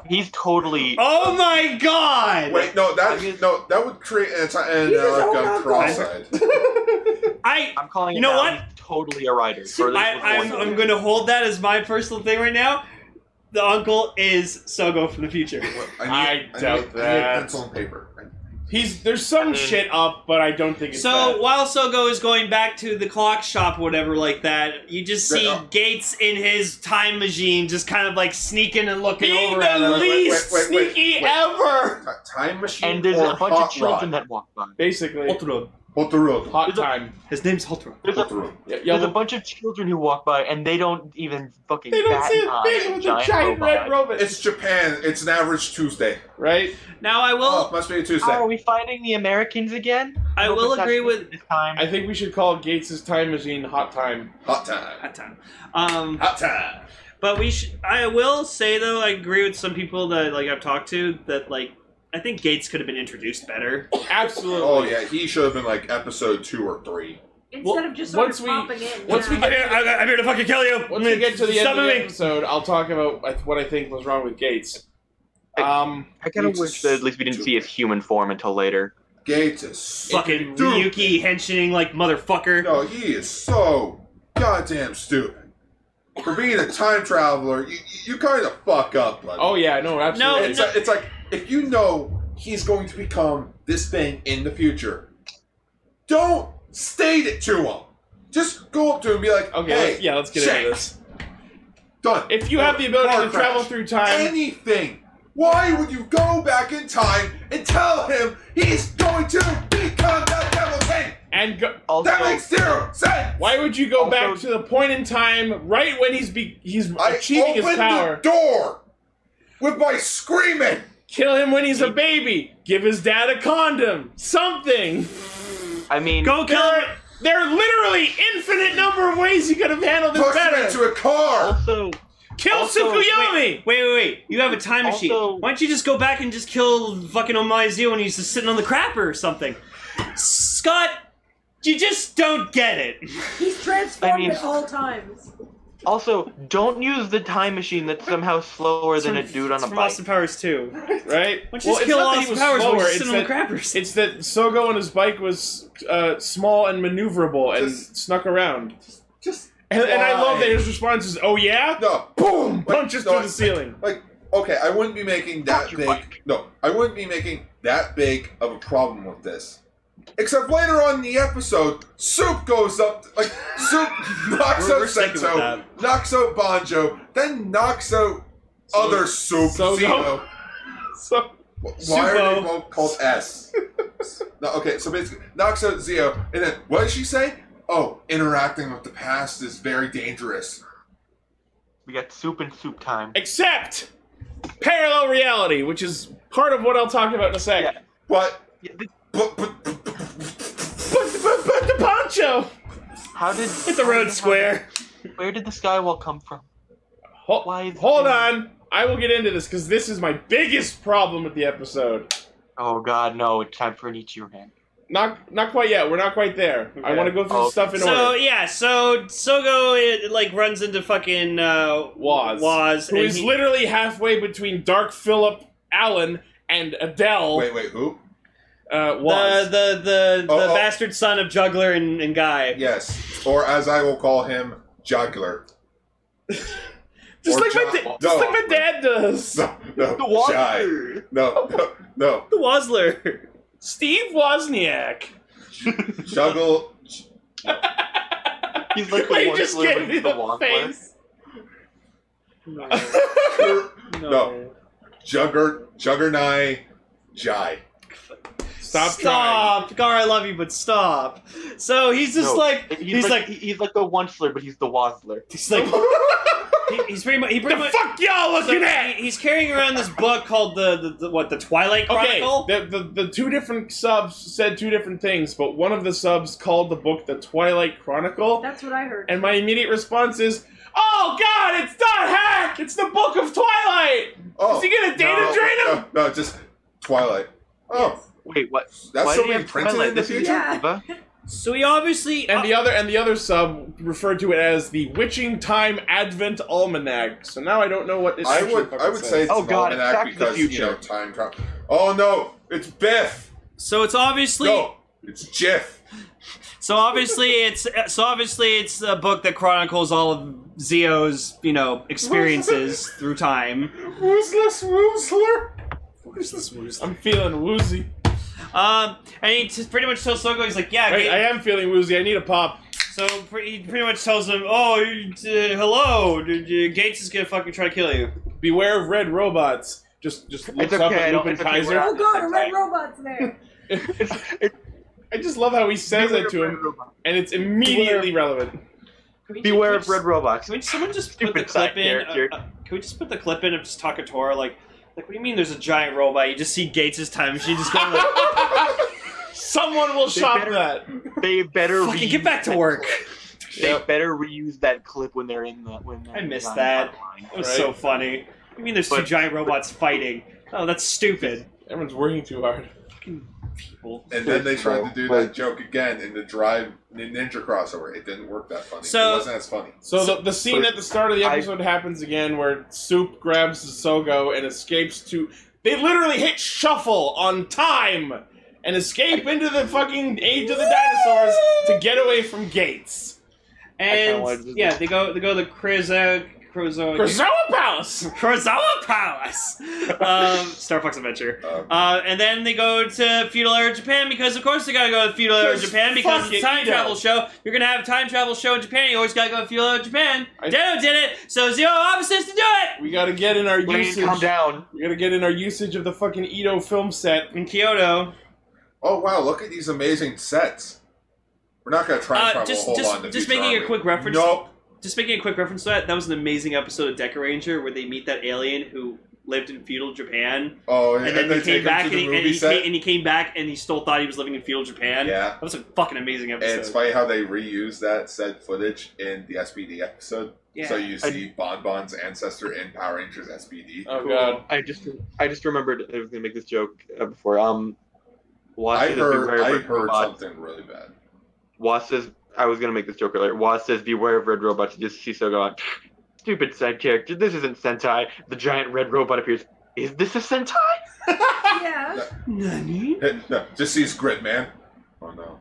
he's totally
Oh my god!
Wait, no, that
I mean-
no, that would create an, anti- an
He's his
uh,
own
like a
uncle.
cross-eyed.
I
i'm calling
You
it
know
now,
what?
he's totally a writer. Or at least
I,
was
I'm,
going
I'm
to.
going to hold that as my personal thing right now. The uncle is Sogo from the future.
What-
I
need,
doubt
I need, I
that.
need pencil and paper.
He's there's some shit up, but I don't think it's
So while Sogo is going back to the clock shop, whatever, like that, you just see
Right, uh,
Gates in his time machine, just kind of like sneaking and looking
Being
over at
the
him.
least
wait, wait, wait,
sneaky
wait.
ever.
Ti- Time machine
And there's
or
a bunch of
hot
children
rod?
that walk by.
basically
Ultron.
Both the road.
hot time.
His name's Ultron.
There's
Both the
a,
road.
Yeah,
there's
yeah,
a bunch of children who walk by and they don't even fucking
they don't
bat
see
an
a
eye at
thing with a giant red robot,
It's Japan. It's an average Tuesday.
right?
Now I
Oh,
will,
it must be a Tuesday.
Are we fighting the Americans again?
I
hope
will
it's not
agree with
this time.
I think we should call Gates' time machine hot time.
Hot time.
that time. Um,
Hot time.
But we sh- I will say though, I agree with some people that like I've talked to that like I think Gates could have been introduced better.
Absolutely.
Oh yeah, he should have been like episode two or three.
Instead
Well,
of just sort
once
of
we-
popping in.
once we
yeah.
get-
I'm here, I'm here to fucking kill you.
Once we get to the end
Stop
of the
moving.
episode, I'll talk about I- what I think was wrong with Gates. Um,
I kind of
Gates
wish
is-
that at least we didn't see his human form until later.
Gates is
Fucking
Dude.
Ryuki henching like motherfucker.
No, he is so goddamn stupid. For being a time traveler, you, you kind of fuck up, buddy.
Oh yeah, no, absolutely.
it's, it's like if you know he's going to become this thing in the future, don't state it to him. Just go up to him and be like,
okay,
"Hey,
let's, yeah, let's get
Shanks,
into this.
Done.
If you have the ability
Car
to
crash.
travel through time,
anything, why would you go back in time and tell him he's going to become that devil thing?
and go,
Also,
That makes zero sense.
why would you go
Also-
back to the point in time right when he's be, he's
I
achieving his
opened
power?
the door with my screaming.
Kill him when he's a baby. Give his dad a condom. Something.
I mean,
Go
There
kill him.
are, there are literally infinite number of ways you could have handled this
Push him
better.
into a car.
also,
Kill
also-
Wait,
Tsukuyomi.
wait, wait. You have a time machine.
Also-
Why don't you just go back and just kill fucking Omaizio when he's just sitting on the crapper or something? Scott, you just don't get it.
He's transformed
I mean-
at all times.
also, don't use the time machine that's somehow slower than a
It's
dude on a
from
bike.
Austin Powers too. Why
Right?
don't you just
it's
kill
not that he
Austin
was
Powers when
slower,
he's
it's
sitting on the
that-
crappers?
[LAUGHS] It's that Sogo on his bike was uh, small and maneuverable and
Just-
snuck around.
Just
And, and I love
Why?
that his response is, "Oh yeah,
no.
boom!"
Like,
Punches
no, [LAUGHS]
through the ceiling.
Like, okay, I wouldn't be making that
Fuck your
big.
bike.
No, I wouldn't be making that big of a problem with this. Except later on in the episode, Soup goes up, like, Soup knocks
We're-
out
we're sticking with
Sento,
that.
knocks out Bonjo, then knocks out other Soup.
so-
Zeno.
So
Why are
Supo.
they both called S? no, okay, so basically, knocks out Zio, and then what does she say? Oh, interacting with the past is very dangerous.
We got soup and soup time.
except parallel reality, which is part of what I'll talk about in a second.
But,
Yeah, th-
but, but, but,
But, but, but the poncho.
How did
Hit the road square.
where did the skywall come from?
Hol-
Why is-
hold on, I will get into this because this is my biggest problem with the episode.
Oh God, no! It's time for an Ichiran.
Not not quite yet. We're not quite there. I
Okay.
want to go through
Oh,
the stuff in
So
order.
yeah, so Sogo it, like runs into fucking uh,
Waz.
Waz,
Who
and
is
he-
literally halfway between Dark Philip Allen and Adele
wait, wait, who?
uh,
the
was.
the the,
Oh,
the
oh.
bastard son of Juggler and, and Guy.
Yes, or as I will call him, Juggler. [LAUGHS]
just
or
like my
John-
da-
no,
just like my
wait.
[LAUGHS]
dad [LAUGHS] does.
No, no, Jai. No, no, no.
The Wazler.
Steve Wozniak.
Juggle.
He's like the
Wait,
one
just
that lives
gave me
with the
the
Wampler.
face.
No,
Jur-
no.
No. Jugger, Juggernai, Jai.
[LAUGHS] Stop, trying.
Stop, Gar. I love you, but stop. So he's just
No,
like
he's,
he's,
like,
like,
he- he's like the Onceler, but he's the Wazzler.
he's like
[LAUGHS]
Oh,
he- he's pretty much he pretty
The
much.
fuck y'all
so
looking
he,
at?
he's carrying around this book called the, the, the what the Twilight
Okay,
Chronicle.
the, the the two different subs said two different things, but one of the subs called the book the Twilight Chronicle,
That's what I heard.
and my immediate response is, "Oh God, it's not hack! It's the Book of Twilight.
Oh,
is he gonna data
no,
drain
[LAUGHS]
him?"
No, no, just Twilight. Oh,
Wait, what?
that's
Why do
so
you
many
have
printed
Twilight?
in the
This is-
future?
yeah.
Eva?
So he obviously uh,
And the other and the other sub referred to it as the Witching Time Advent Almanac. So now I don't know what it
I
actually
would,
fucking
I would
says.
say it's
Oh,
an
God, it's
almanac
Back to the
because you know
Future.
time travel. Oh no, it's Biff.
so it's obviously
No, It's Jeff.
So obviously it's so obviously it's a book that chronicles all of Zio's you know experiences through time.
Woozless Woozler.
Where's this Where's
I'm feeling woozy.
Um, and he t- pretty much tells Sogo he's like, yeah,
Wait,
get-
I am feeling woozy. I need a pop.
So pre- he pretty much tells him, "Oh, you- uh, hello, d- d- Gates is gonna fucking try to kill you."
Beware of red robots. Just just looks up
okay, I
at
don't
Lupin
think it's okay, we're
Kaiser.
not-
Oh god, a red robot's there.
It's, it's,
I just love how he says that to him, and it's immediately relevant.
Can we- can we
Beware of red
just-
robots.
Can we, someone just put the
Stupid
clip
side
in? Uh,
character.
uh, can we just put the clip in of just Takatora like, like what do you mean? There's a giant robot. You just see Gates' time machine just going like, [LAUGHS]
Someone will
They
shop
better-
that.
They better
"Fucking
reuse
get back to
that
work."
clip. They
Yeah.
better reuse that clip when they're in the when. They're
I miss
on-
that.
online.
It was so funny. What do You mean there's two
But-
giant robots fighting? Oh, that's stupid.
Everyone's working too hard.
Fucking people.
And then they tried to do that jojoke again in the Drive nin- Ninja crossover. It didn't work that funny.
So-
it wasn't as funny.
So, the, the scene at the start of the
I-
episode happens again where Soup grabs Sogo and escapes to. They literally hit shuffle on time and escape into the fucking age of the dinosaurs to get away from Gates.
kinda wanted
And
to-
yeah, they go they go to the Krizo Krizo
Krazoa Palace!
Krizawa
[LAUGHS]
Palace, um, Star Fox Adventure.
Um,
Uh, and then they go to feudal era Japan because, of course, they gotta go to feudal era
Because
Japan because it's a
fucking
time
Edo.
travel show. You're gonna have a time travel show in Japan. You always gotta go to feudal era Japan.
I-
Deno did it, so zero offices to do it
We gotta get in our
Wait, calm
usage.
down.
We gotta get in our usage of the fucking Edo film set.
in Kyoto.
oh wow, look at these amazing sets. We're not gonna try and
Uh,
travel
just
a whole lot
just
in the
just
future,
making
are
a
we?
quick reference.
Nope.
Just making a quick reference to that. That was an amazing episode of Decker Ranger where they meet that alien who lived in feudal Japan,
Oh, and,
and, then
they
he came
take
back
him
and
to the
he, and,
movie
he
set.
came, and he came back and he still thought he was living in feudal Japan.
yeah.
That was a fucking amazing
And it's
episode.
funny how they reuse that said footage in the SPD episode.
Yeah.
So you see Bon Bon's ancestor in Power Rangers SPD.
Oh
Cool.
god.
I just I just remembered I was gonna make this joke uh, before. Um, Waz
I
says
heard,
beware of
I
red
heard
robots.
something really bad. [LAUGHS]
Waz says I was gonna make this joke earlier. Waz says beware of red robots. You just see so gone. [SIGHS] Stupid side character. This isn't Sentai. The giant red robot appears. Is this a Sentai?
yeah.
Nani?
no, just sees grit, man. Oh no.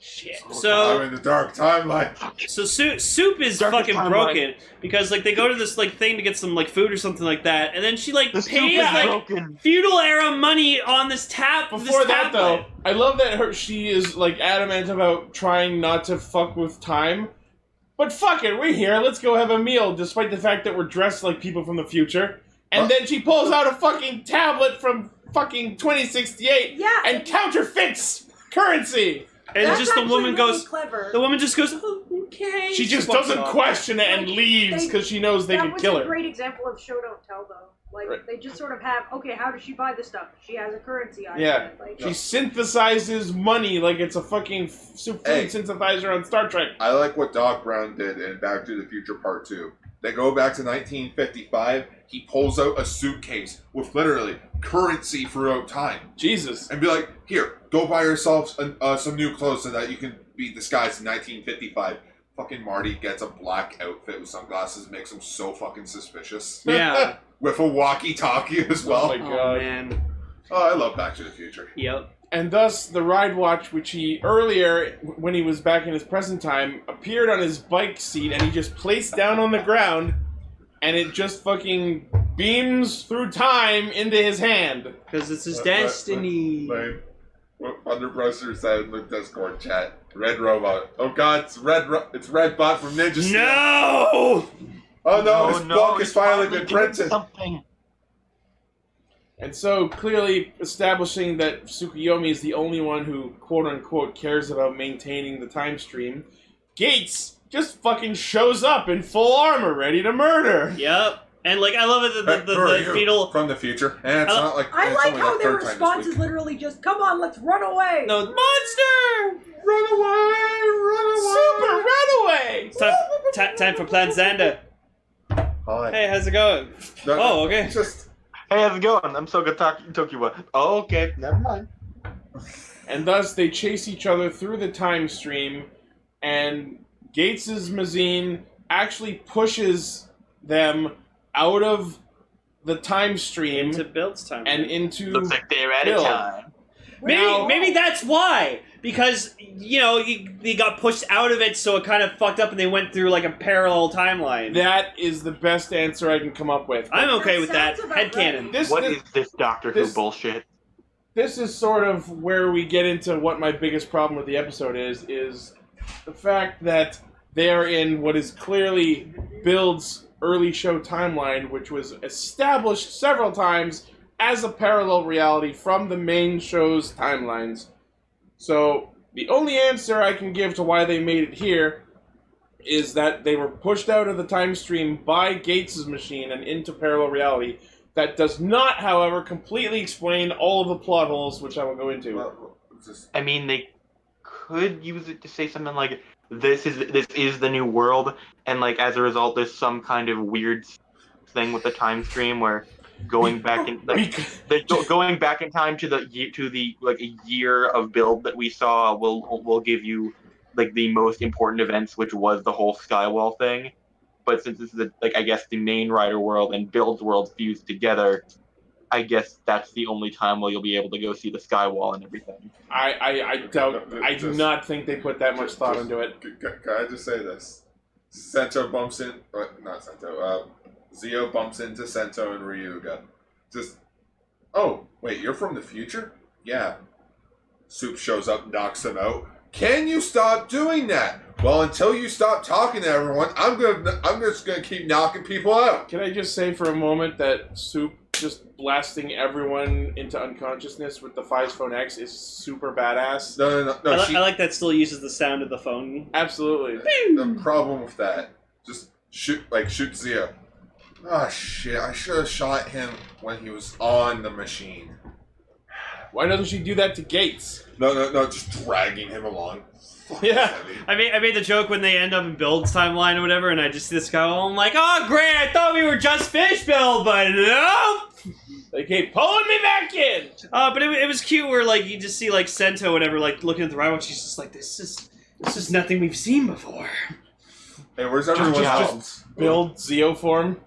Shit.
Oh,
So.
I'm in the dark timeline.
So soup, soup is
Darkest
fucking
timeline.
broken because like they go to this like thing to get some like food or something like that, and then she like
The soup
pays
is
like
broken.
feudal era money on this tap. this
Before
tablet.
that though, I love that her she is like adamant about trying not to fuck with time. But fuck it, we're here. Let's go have a meal, despite the fact that we're dressed like people from the future. And
Huh?
then she pulls out a fucking tablet from fucking 2068
Yeah.
and counterfeits currency.
and
that's
just the
actually
woman
really
goes,
Clever.
the woman just goes, oh, okay.
She just
walks
doesn't
off.
question it and leaves because she knows they
that
could
was
kill
a
her.
great example of show don't tell though. Like
Right.
they just sort of have okay, how does she buy this stuff? She has a currency on
Yeah.
it. Like,
She synthesizes money like it's a fucking f- superfood
Hey.
synthesizer on Star Trek.
I like what Doc Brown did in Back to the Future Part 2. They go back to 1955. He pulls out a suitcase with literally currency throughout time
Jesus.
and be like, here, go buy yourselves an, uh, some new clothes so that you can be disguised in 1955. Fucking Marty gets a black outfit with sunglasses, makes him so fucking suspicious.
Yeah.
[LAUGHS] with a walkie talkie as
Oh
well.
my
Oh,
Oh
god.
man.
I love Back to the Future.
Yep.
And thus, the ride watch, which he earlier, when he was back in his present time, appeared on his bike seat and he just placed down on the ground and it just fucking beams through time into his hand.
Because it's his
Uh, uh, uh,
destiny.
Like, what Thunder Browser said in the Discord chat. Red Robot. Oh god, it's Red Ro- It's Red Bot from Ninja Steel.
No.
Oh no, his book
it's
is finally
finally doing
been printed.
Something.
And so, clearly establishing that Tsukuyomi is the only one who, quote unquote, cares about maintaining the time stream, Gates just fucking shows up in full armor, ready to murder.
Yep. And like I love it that the,
Who are
the, the
you?
fetal.
from the future, and it's
I-
not like
I
it's
like
only
how
the
their
third time this
response
week.
is literally just, "Come on, let's run away."
No monster.
Run away, run away! Super run away!
It's time, ti- time for Plan Xander.
Hi.
Hey, how's it going?
Mm-hmm.
No, no,
Oh, okay.
Just
Hey, how's it going? I'm Soga Tak- Tokiwa. Oh, okay, never mind.
and thus they chase each other through the time stream and Gates's Mazine actually pushes them out of the time stream
Into Build's time.
and into
Looks like they're out
Bill.
of time.
Maybe
Now-
maybe that's why. because you know he, he got pushed out of it, so it kind of fucked up, and they went through like a parallel timeline.
That is the best answer I can come up with.
I'm okay
That
with that.
sounds about
Headcanon.
This
What
this-
is this Doctor
this-
Who bullshit?
this is sort of where we get into what my biggest problem with the episode is is the fact that they are in what is clearly Bill's early show timeline, which was established several times as a parallel reality from the main show's timelines. So the only answer I can give to why they made it here is that they were pushed out of the time stream by Gates' machine and into parallel reality. That does not, however, completely explain all of the plot holes, which I will go into. [LAUGHS]
Well, it's just,
I mean, they could use it to say something like, "This is this is the new world," and like as a result, there's some kind of weird thing with the time stream where going back [LAUGHS] in like
Bec-
they go, going back in time to the ye- to the like a year of build that we saw will will give you like the most important events, which was the whole Skywall thing. But since this is the, like I guess the main rider world and build's world fused together, I guess that's the only time where you'll be able to go see the Skywall and everything.
I, I, I doubt. I do
Just-
not think they put that much thought into it.
Can, can- can I just say this? Sento bumps in, or not Sento, uh, Zio bumps into Sento and Ryuga. Just, oh, wait, you're from the future? Yeah. Soup shows up, knocks him out. Can you stop doing that? Well, until you stop talking to everyone, I'm gonna, I'm just gonna keep knocking people out.
Can I just say for a moment that Soup just blasting everyone into unconsciousness with the Fives Phone X is super badass?
No, no, no,
I,
no.
li-
She,
I like that. Still uses the sound of the phone.
Absolutely.
the problem with that, just shoot, like shoot Zio. Ah, shit! I should have shot him when he was on the machine.
Why doesn't she do that to Gates?
No, no, no, just dragging him along. Fuck,
Yeah.
that's heavy.
I made I made the joke when they end up in Build's timeline or whatever, and I just see this guy. I'm like, oh great! I thought we were just fish Build, but nope.
They keep pulling me back in.
Uh, but it, wa- it was cute where like you just see like Sento whatever like looking at the rival. She's just like this is this is nothing we've seen before.
Hey, where's everyone
just-
else?
Build Zeo form.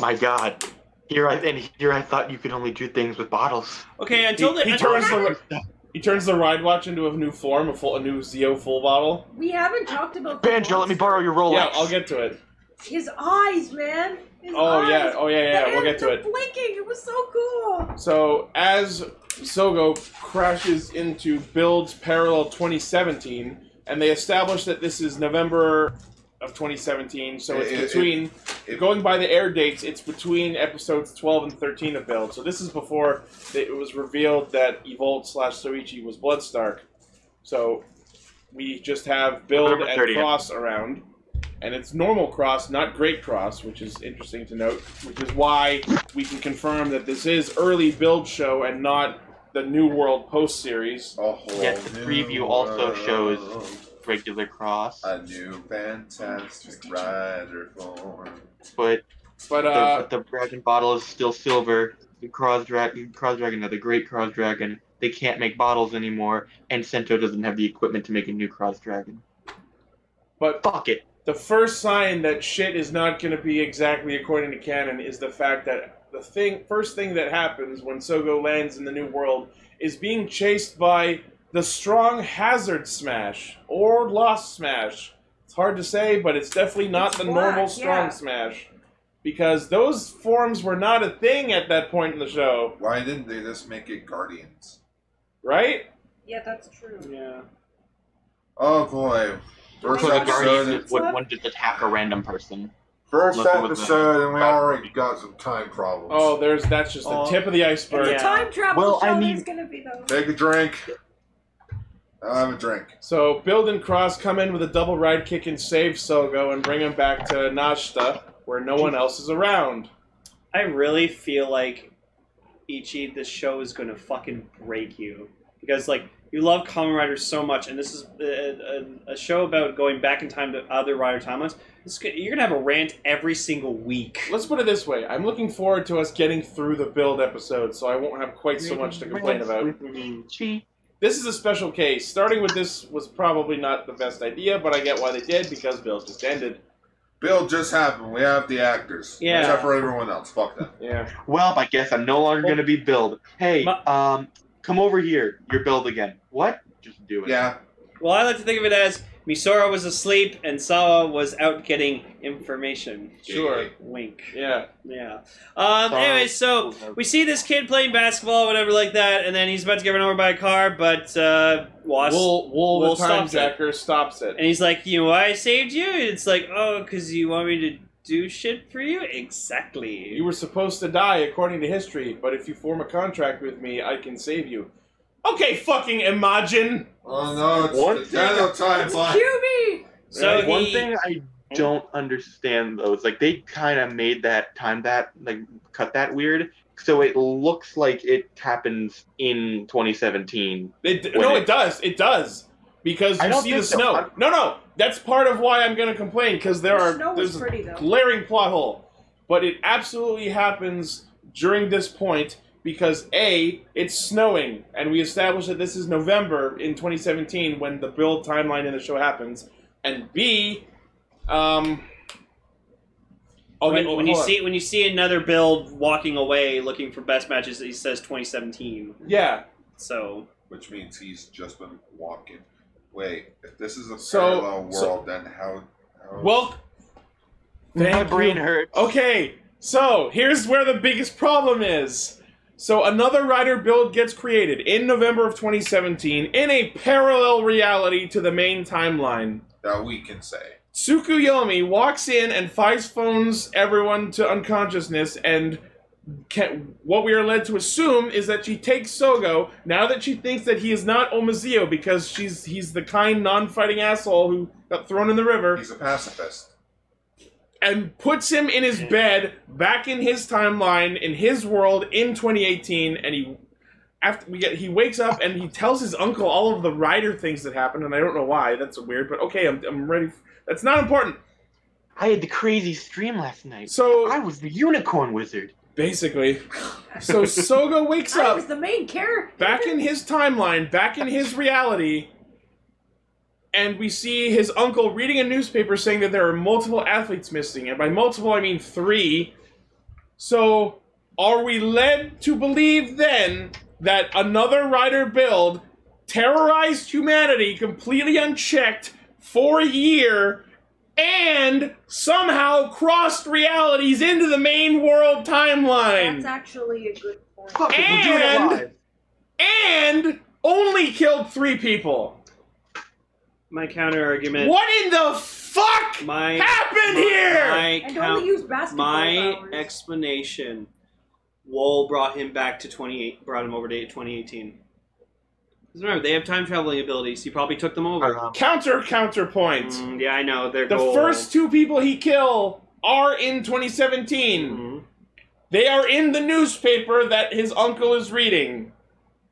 My God, here I and here I thought you could only do things with bottles.
Okay,
He,
until the
he
until-
turns the he turns the ride watch into a new form, a full a new Zeo full bottle.
We haven't talked about the
Banjo, let me
monster.
borrow your Rolex.
Yeah, I'll get to it.
his eyes, man. His
Oh
eyes.
yeah, oh yeah, yeah,
The
yeah. We'll get to
ants
it.
are Blinking. It was so cool.
So as Sogo crashes into Build's parallel 2017, and they establish that this is November of 2017, so it's
It- it-
between
it-
going by the air dates, it's between episodes 12 and 13 of Build. So this is before that it was revealed that Evolt slash Soichi was Bloodstark. So we just have Build
November
and
30th.
Cross around. And it's normal cross, not great cross, which is interesting to note, which is why we can confirm that this is early build show and not the New World post series.
A whole
Yes, the
new
preview also
world.
shows- regular cross,
a new fantastic rider form.
but
But
the,
uh,
but the dragon bottle is still silver. The cross dragon, cross dragon, no, the great cross dragon. They can't make bottles anymore, and Sento doesn't have the equipment to make a new cross dragon.
but
Fuck it.
the first sign that shit is not going to be exactly according to canon is the fact that the thing first thing that happens when Sogo lands in the New World is being chased by the strong Hazard Smash or Lost Smash. It's hard to say, but it's definitely not
It's
the
black,
normal strong
yeah.
smash because those forms were not a thing at that point in the show,
Why didn't they just make it Guardians?
right?
Yeah, that's true.
yeah.
Oh boy. First
So
Like,
the
I'm
episode,
guardians would want to just attack a random person.
first
Look what the-
episode, and we already got some time problems.
Oh, there's that's just the
Oh.
tip of the
It's
iceberg.
Yeah.
a time travel
Well,
show.
I mean-
There's gonna be though.
Take a drink. I'll have a drink.
So Build and Cross come in with a double ride kick and save Sogo and bring him back to Nashta, where no one else is around.
I really feel like Ichi, this show is gonna fucking break you because like you love Kamen Rider so much, and this is a, a, a show about going back in time to other Rider timelines. This, is gonna- you're gonna have a rant every single week.
Let's put it this way: I'm looking forward to us getting through the Build episode, so I won't have quite so much to complain about. This is a special case. Starting with this was probably not the best idea, but I get why they did because Build just ended.
Bill just happened. We have the actors.
Yeah.
[LAUGHS]
Except for everyone else. Fuck that.
Yeah.
Well, I guess I'm no longer gonna be billed. Hey,
Ma-
um, come over here. You're billed again. What? Just do it.
Yeah.
Well, I like to think of it as Misora was asleep and Sawa was out getting information.
Sure.
Wink.
Yeah.
Yeah. Um,
Sawa-
anyway, so we see this kid playing basketball, whatever, like that, and then he's about to get run over by a car, but uh, Wasp.
Wool, wool,
Wool
the time
stops it.
jacker stops it.
and he's like, you know, why I saved you. And it's like, oh, because you want me to do shit for you. Exactly.
You were supposed to die according to history, but if you form a contract with me, I can save you. Okay, fucking Imogen!
Oh no, it's
One
the Dano timeline.
QB!
so
One
he- Hmm?
thing I don't understand though is like they kind of made that time that like cut that weird, so it looks like it happens in 2017.
It,
When
no,
it-
it does. It does. Because
I
you
don't
see the
think so.
snow.
I'm-
No, no. That's part of why I'm going to complain, because there
the
are.
snow
there's
was pretty though.
a glaring plot hole. But it absolutely happens during this point because A, it's snowing, and we established that this is November in 2017 when the build timeline in the show happens, and B, um. oh,
when,
oh,
when you
hold on.
see when you see another build walking away looking for best matches, he says 2017.
Yeah.
So
Which means he's just been walking. Wait, if this is a
So-
parallel world,
so-
then how? how
Well,
My
thank
brain
you.
hurts.
Okay, so here's where the biggest problem is. So another rider build gets created in November of 2017 in a parallel reality to the main timeline.
that we can say.
Tsukuyomi walks in and five phones everyone to unconsciousness and can, what we are led to assume is that she takes Sogo now that she thinks that he is not Omazeo because she's he's the kind non-fighting asshole who got thrown in the river
He's a pacifist.
and puts him in his bed back in his timeline in his world in 2018 and he after we get he wakes up and he tells his uncle all of the rider things that happened and i don't know why that's weird but okay i'm, I'm ready that's not important
I had the craziest dream last night. I
so
was the unicorn wizard.
basically so soga wakes
I
up
was the main character.
back in his timeline, back in his reality, and we see his uncle reading a newspaper saying that there are multiple athletes missing, and by multiple I mean three. So, are we led to believe then that another rider build terrorized humanity completely unchecked for a year? And somehow crossed realities into the main world timeline.
That's actually a good point.
Fuck it, we're doing it
And-
live.
and only killed three people.
my counter argument.
What in the fuck
My
happened
my,
here?
My,
And
count-
only use basketball
my
powers.
explanation. Wool brought him back to 28. Brought him over to 2018. Because remember, they have time traveling abilities. He probably took them over.
Um,
Counter counterpoint.
Mm, yeah, I know. They're
The
goal.
first two people he kill are in 2017.
Mhm.
They are in the newspaper that his uncle is reading.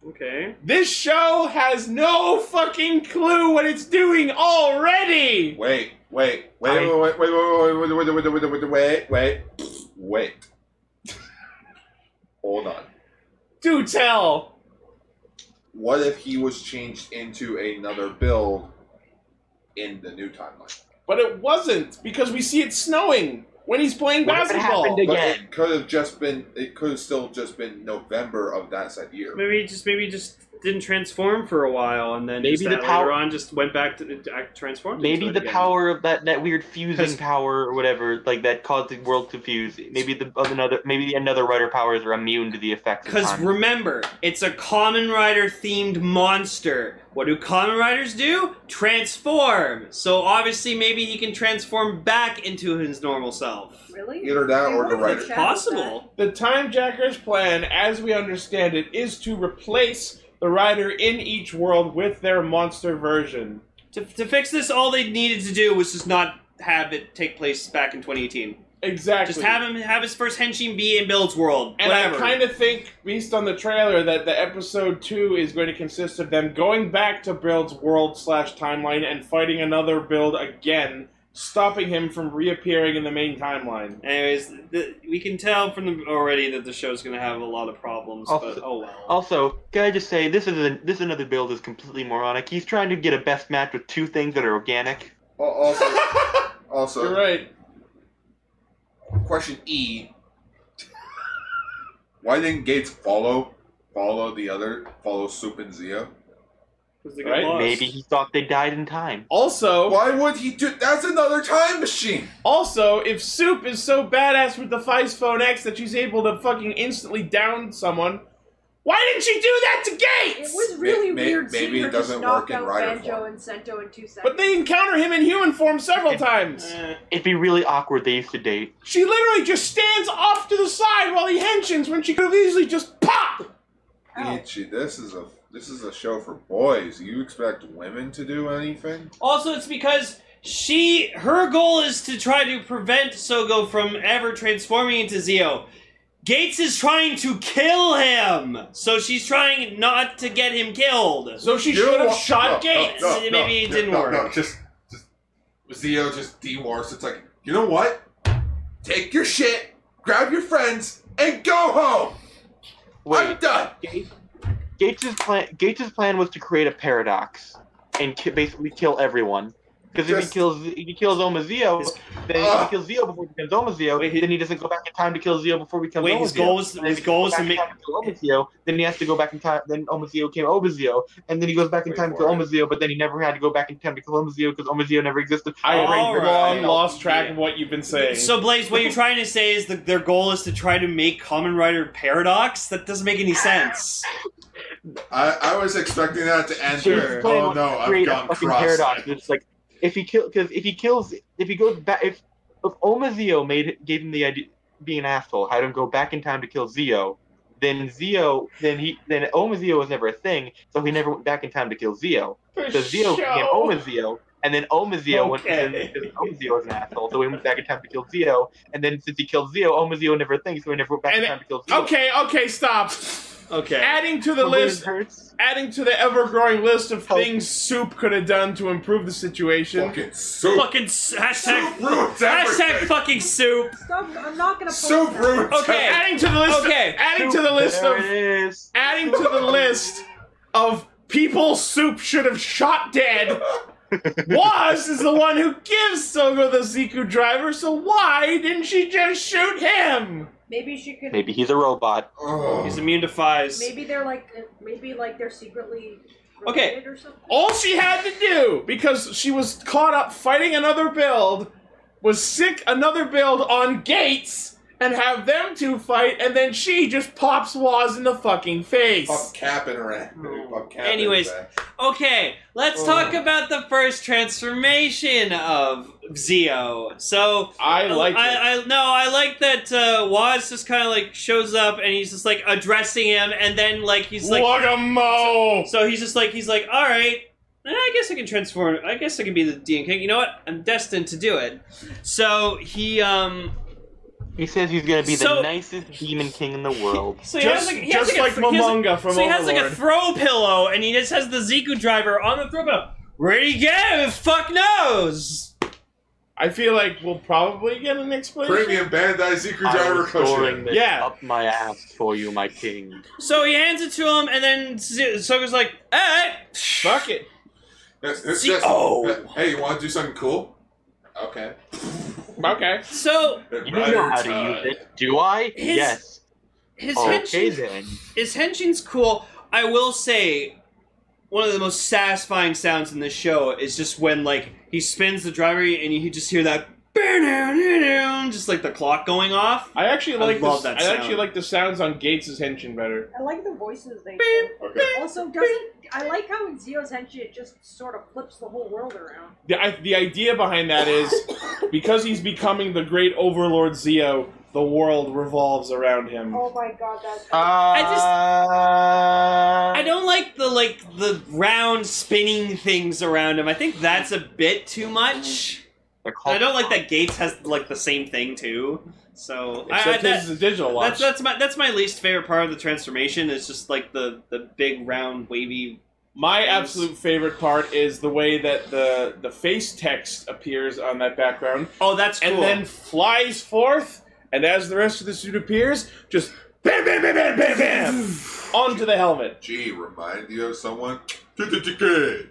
Okay.
This show has no fucking clue what it's doing already.
Wait, wait, wait,
I-
wait, wait, wait, wait, wait, wait, wait, wait, wait, wait, wait, wait, wait. Hold on.
Do tell.
What if he was changed into another build in the new timeline?
But it wasn't because we see it snowing when he's playing
What
basketball.
happened
But
again?
it could have just been. It could have still just been November of that said year.
Maybe he just maybe he just didn't transform for a while, and then
Maybe
just
the
that
power-
later on just went back to uh, transformed.
Maybe
into it
the
again.
power of that, that weird
'Cause-
fusing power or whatever, like that caused the world to fuse. Maybe the of another maybe another writer powers are immune to the effects. of
Because
time.
remember, it's a Common Rider themed monster. What do Common Riders do? Transform. So obviously, maybe he can transform back into his normal self.
Really?
Either that
They
or the
would've
writer.
checked.
Possible.
The Time Jacker's plan, as we understand it, is to replace the rider in each world with their monster version.
To, to fix this, all they needed to do was just not have it take place back in 2018.
Exactly.
Just have him have his first henshin be in Build's world.
and
Whatever.
I kind of think, based on the trailer, that the episode two is going to consist of them going back to Build's world slash timeline and fighting another Build again, stopping him from reappearing in the main timeline.
Anyways, the, we can tell from the, already that the show's going to have a lot of problems.
Also-
but oh well.
Also, can I just say this is a, this another build is completely moronic. He's trying to get a best match with two things that are organic.
Al-
[LAUGHS]
Also, also,
You're right.
question E. Why didn't Gates follow? follow the other, follow Soup and Zia.
Because they got
Right?
lost.
Maybe he thought they died in time.
Also,
Why would he do? That's another time machine.
also, if Soup is so badass with the Feist Phone X that she's able to fucking instantly down someone, why didn't she do that to
It
Gates?
was really
may-
weird seeing
maybe it
her
doesn't
just knock
work in
out
rider
Banjo
form.
and Sento in two seconds.
But they encounter him in human form several
It-
times.
Eh,
It'd be really awkward. They used to date.
She literally just stands off to the side while he henshins when she could have easily just pop.
Ow.
Ichi, this is a this is a show for boys. You expect women to do anything?
Also, it's because she her goal is to try to prevent Sogo from ever transforming into Zio. Gates is trying to kill him, so she's trying not to get him killed.
So she
You
should have
wa-
shot
no, no,
Gates.
no,
Maybe
no,
it
no,
didn't
no,
work.
No, just just Zio just dewars. It's like you know what? Take your shit, grab your friends, and go home. I'm
Wait,
done.
Gates's plan. Gates's plan was to create a paradox and ki- basically kill everyone. Because if he
Just-
kills, if he kills Omazeo, then
Ugh.
he kills Zio before he becomes Omazeo.
Wait, he-
then he doesn't go back in time to kill Zio before he becomes
Wait,
Omazeo.
his goal is
And if
his
he
goal
goes
is to
back in
make.
time to kill Omazeo. Then he has to go back in time. Then Omazeo came Omazeo, and then he goes back in
Wait
time to
for
kill
it.
Omazeo. But then he never had to go back in time to kill Omazeo because Omazeo never existed.
I
All
have
right.
long lost track of what you've been saying.
So Blaze, what you're trying to say is that their goal is to try to make Common Rider paradox. That doesn't make any sense.
I, I was expecting that to end
Sure.
with,
Plan
oh
was
no,
to
I've
create a
gone
fucking
cross.
paradox. It's like if he kill because if he kills if he goes back if if Omazeo made gave him the idea be an asshole had him go back in time to kill Zio, then Zio then he then Omazeo was never a thing, so he never went back in time to kill Zio. So Zio became Omazeo, and then Omazeo went and
Okay.
then Omazeo was an asshole, so he went back in time to kill Zio, and then since he killed Zio, Omazeo never a thing, so he never went back
And-
in time to kill Zio.
Okay, okay, stop.
Okay.
Adding to the
So when it
list,
hurts,
adding to the ever-growing list of things Soup could have done to improve the situation.
Fucking soup.
Fucking s- hashtag
Soup ruins
hashtag
everything.
fucking soup.
Oh, Stop! I'm not gonna. post
Soup
that.
ruins
Okay.
everything.
Adding to the list.
Okay.
Adding to the list
there
of
it is.
adding to the list of people Soup should have shot dead. Was is the one who gives Sogo the Ziku driver, so why didn't she just shoot him?
Maybe she could. Maybe,
Maybe he's a robot.
Oh.
He's immune to fives.
they're like. uh, Maybe like they're secretly.
Okay.
related Or something.
All she had to do, because she was caught up fighting another build, was sick another build on Gates and have them two fight, and then she just pops Waz in the fucking face.
Pop cap in her ass. Maybe pop cap in her
Anyways.
ass.
Okay, let's
Oh.
talk about the first transformation of Zio. So
I like it.
I, I no, I like that uh, Waz just kind of like shows up and he's just like addressing him, and then like he's like,
Wagamole!
so he's just like he's like, all right, eh, I guess I can transform. I guess I can be the Dean King. You know what? I'm destined to do it. So he um.
He says he's gonna be
So-
the nicest demon king in the
[LAUGHS]
world.
So he
Just,
has like he
just
has like,
like
a, fr- he has a-
Momonga from
so he has like a
Overlord.
throw pillow, and he just has the Ziku driver on the throw pillow. Ready to get him? Fuck knows.
I feel like we'll probably get an explanation.
Premium Bandai Ziku
I
driver
was storing
cushion.
this
Yeah.
up my ass for you, my king.
So he hands it to him, and then Z- Soga's like, "All right,
Fuck it.
That's- that's-
See-
that's-
oh.
that- Hey, you want to do something cool? Okay.
Okay.
So
You know how to use it, do I?
His-
yes.
his
Okay
henshin,
then.
his henshin's cool. I will say, one of the most satisfying sounds in this show is just when like he spins the driver and you just hear that, just like the clock going off.
I actually
I
like
love
this,
that
I
sound.
actually like the sounds on Gates' henshin better.
I like the voices they.
Beep.
Okay.
Also, doesn't I like how in Zeo's Henshi it just sort of flips the whole world around.
The, I, the idea behind
[COUGHS]
that is because he's becoming the great overlord Zeo, the world revolves around him.
Oh my god, that's
Uh, just-
I
I don't like the like the round spinning things around him. I think that's a bit too much. I don't like that Gates has like the same thing too. So I, I,
Except his
that,
is a digital watch.
that's that's my that's my least favorite part of the transformation. Is just like the the big round wavy.
My absolute favorite part is the way that the the face text appears on that background,
Oh, that's cool.
and then flies forth, and as the rest of the suit appears, just bam, bam, bam, bam, bam, bam, onto the helmet.
Gee, remind you of someone? When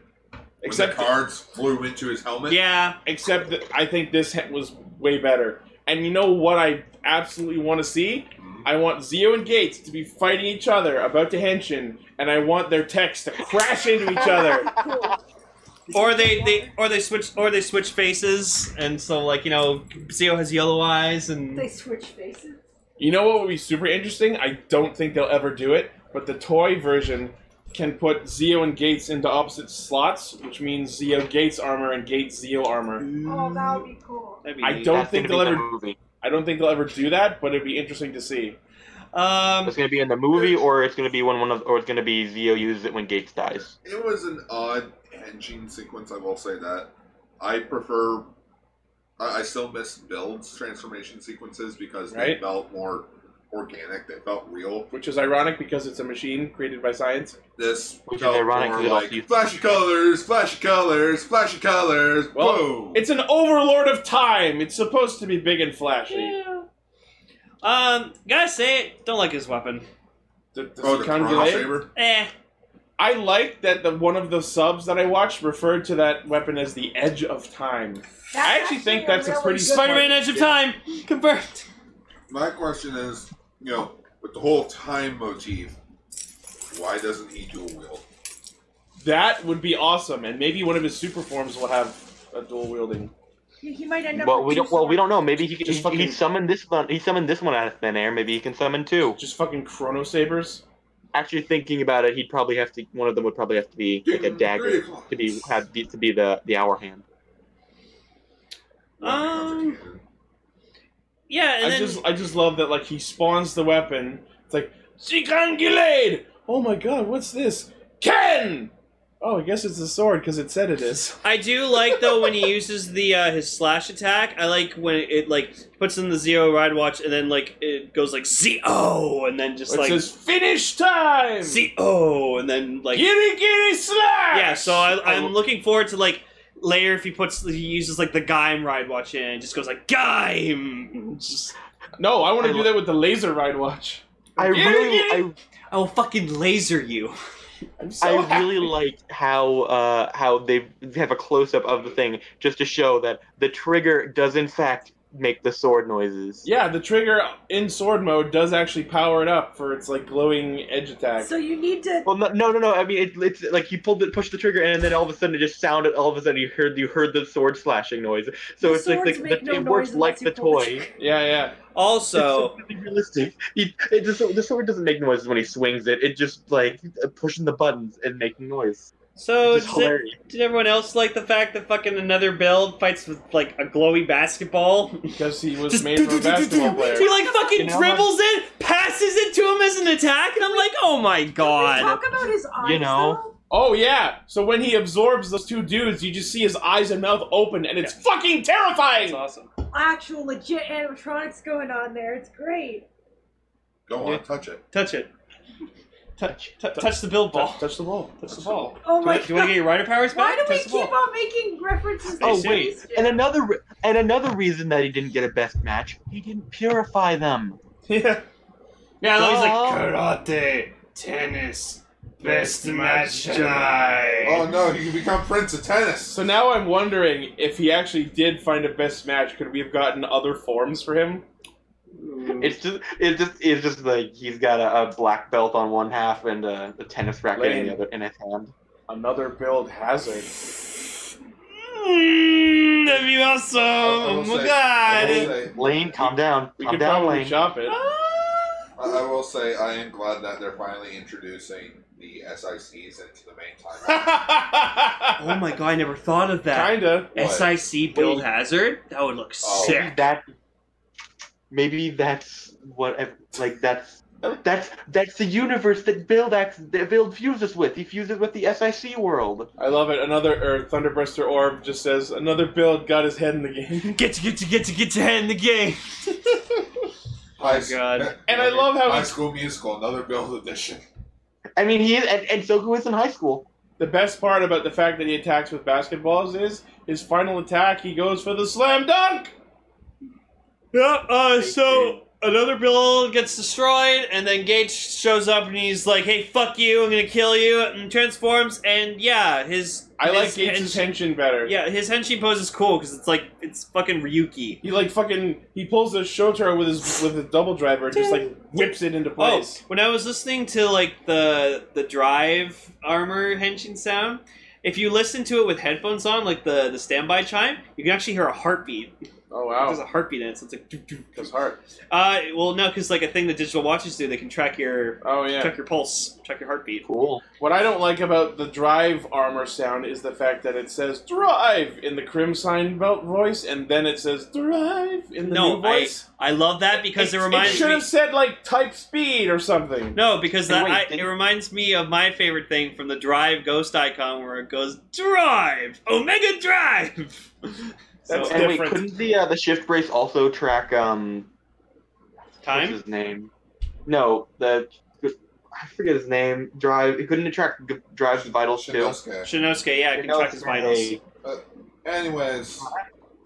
Except
the cards flew into his helmet.
yeah,
except that I think this he- was way better. And you know what I absolutely want to see?
Mhm.
Mm-hmm.
I want Zio and Gates to be fighting each other about to Henshin, and I want their texts to crash into each other.
Or they, they or they switch or they switch faces, and so like you know, Zio has yellow eyes,
[LAUGHS] They
and
switch faces.
You know what would be super interesting? I don't think they'll ever do it, but the toy version can put Zio and Gates into opposite slots, which means Zio Gates armor and Gates Zio armor.
Oh, that would be cool.
That'd be
I
neat.
don't
That's
think
gonna be
they'll
in the movie.
I don't think they'll ever do that, but it'd be interesting to see.
Um,
It's gonna be in the movie, or it's gonna be when one of, or it's gonna be Zio uses it when Gates dies.
It was an odd henshin sequence, I will say that. I prefer. I, I still miss Build's transformation sequences because they
Right.
felt more organic, they felt real.
Which is ironic because it's a machine created by science.
This
Which is
felt
ironic
more
'cause it also
like
used-
flashy colors, flashy colors, flashy colors.
Well,
whoa!
It's an overlord of time. It's supposed to be big and flashy.
um, gotta say it. Don't like his weapon.
D- does
oh,
he
the
come
Chrono
delayed?
Saber?
Eh.
I like that the one of the subs that I watched referred to that weapon as the Edge of Time.
That's
I actually think that's a
really
pretty
good
smart-
Spider-Man: Edge of Time confirmed.
My question is, you know, with the whole time motif, why doesn't he dual wield?
That would be awesome, and maybe one of his super forms will have a dual wielding.
He, he might end up.
Well,
with
we
two
don't. Well, we don't know.
swords.
Maybe he
Just
he,
fucking-
he summoned this one. He summoned this one out of thin air. Maybe he can summon two.
Just fucking chrono sabers.
Actually, thinking about it, he'd probably have to. One of them would probably have to be like a
Dude, three
dagger
o'clock.
to be have be- to be the the hour hand.
Um, Yeah, and
I
then
just I just love that like he spawns the weapon. It's like Shikangulade! Oh my god, what's this? Ken! Oh, I guess it's a sword because it said it is.
I do like though when he uses the uh, his slash attack. I like when it like puts in the zero ride watch and then like it goes like zo and then just
It
like
says finish time.
zo oh, and then like
Giri Giri Slash.
yeah. So I, I'm looking forward to like later if he puts he uses like the Gaim ride watch in and just goes like Gaim. Just
no, I want
I
to do
lo-
that with the laser ride watch.
I
Yeah, yeah.
really, I,
I will fucking laser you.
I'm so
I
happy.
really liked how uh, how they have a close up of the thing just to show that the trigger does in fact make the sword noises.
Yeah, the trigger in sword mode does actually power it up for its like glowing edge attack.
So you need to.
Well, no, no, no, no. I mean, it, it's like you pulled it, pushed the trigger, in, and then all of a sudden it just sounded. All of a sudden you heard you heard the sword slashing noise. So
The
it's like, like
swords make
the,
no
it works
noise
like
unless you
the
pull the
toy.
yeah, yeah.
[LAUGHS] Also,
it's so really realistic. It, it just, the sword doesn't make noises when he swings it. It just like pushing the buttons and making noise.
so does
it's just
it-
hilarious.
did everyone else like the fact that fucking another build fights with like a glowy [LAUGHS] basketball?
Because he was
Just
made from a basketball player.
He like fucking
You know,
dribbles it, passes it to him as an attack, and I'm like, oh my
Can we
god.
talk about his eyes.
You know.
Oh yeah. So when he absorbs those two dudes, you just see his eyes and mouth open, and it's fucking terrifying.
awesome.
though? Actual legit animatronics going on there. It's great.
Go
Yeah.
on, touch it.
Touch it. Touch, t- touch the build ball.
Touch, touch the ball.
Touch the ball.
Oh
Do I-
my [LAUGHS]
do I get
god.
your rider powers
Why
back?
do we
touch the ball.
keep on making references? to
Oh,
these
wait.
shit?
And another re- and another reason that he didn't get a best match, he didn't purify them.
[LAUGHS] Yeah.
Yeah, I was like,
Duh.
Karate, tennis, best match tonight.
Oh no, you can become Prince of Tennis.
So now I'm wondering if he actually did find a best match. Could we have gotten other forms for him?
It's just it's just it's just like he's got a, a black belt on one half and a, a tennis racket in
Lame.
the other in his hand.
Another build hazard.
Mm, that'd be awesome.
I
Oh
will
my
say-
god.
I will say-
Lane, calm down,
We
calm
could
down,
probably
Lane.
[LAUGHS]
shop it.
I I will say I am glad that they're finally introducing the SICs into the main
[LAUGHS]
timeline.
Oh my god, I never thought of that.
Kinda.
What?
SIC build hazard? That would look
Oh.
sick.
That maybe that's what ev- like that's that's that's the universe that Build acts that Build fuses with. He fuses with the SIC world.
I love it. Another or Thunderbuster Orb just says another build got his head in the game. [LAUGHS]
Get to get to get to get to head in the game.
High
my
[LAUGHS]
God.
And I love how
High
he-
School Musical, another build edition.
I mean, he is, and, and Soku is in high school.
the best part about the fact that he attacks with basketballs is his final attack. He goes for the slam dunk.
Yeah, uh, so another bill gets destroyed, and then Gage shows up and he's like, "Hey, fuck you! I'm gonna kill you!" and transforms. And yeah, his
I like
his
Gates'
hench-
tension better.
yeah, his henchy pose is cool because it's like it's fucking Ryuki.
He like fucking he pulls the Shotaro with his with his double driver and just
[LAUGHS]
like whips it into
Oh,
place.
when I was listening to like the the drive armor henshin sound, if you listen to it with headphones on, like the the standby chime, you can actually hear a heartbeat.
Oh,
There's
wow.
a heartbeat in it, so it's like. doo, doo, doo.
His heart.
Uh, well, no, because like a thing that digital watches do, they can track your
Oh yeah.
track your pulse, track your heartbeat.
Cool.
What I don't like about the drive armor sound is the fact that it says drive in the crim sign belt voice and then it says drive in the
No,
new voice.
I love that because it,
It- it
reminds
should
me.
have said like type speed or something.
No, because
Hey,
that
wait,
I, it
didn't-
reminds me of my favorite thing from the Drive Ghost icon, where it goes Drive Omega Drive. [LAUGHS]
That's
so,
and wait,
different.
couldn't the uh, the shift brace also track um
time.
What's his name? No, the I forget his name. Drive. It couldn't attract g- drive vitals too.
Shinosuke.
Shinosuke, yeah, it can track his vitals.
Hey,
Anyways,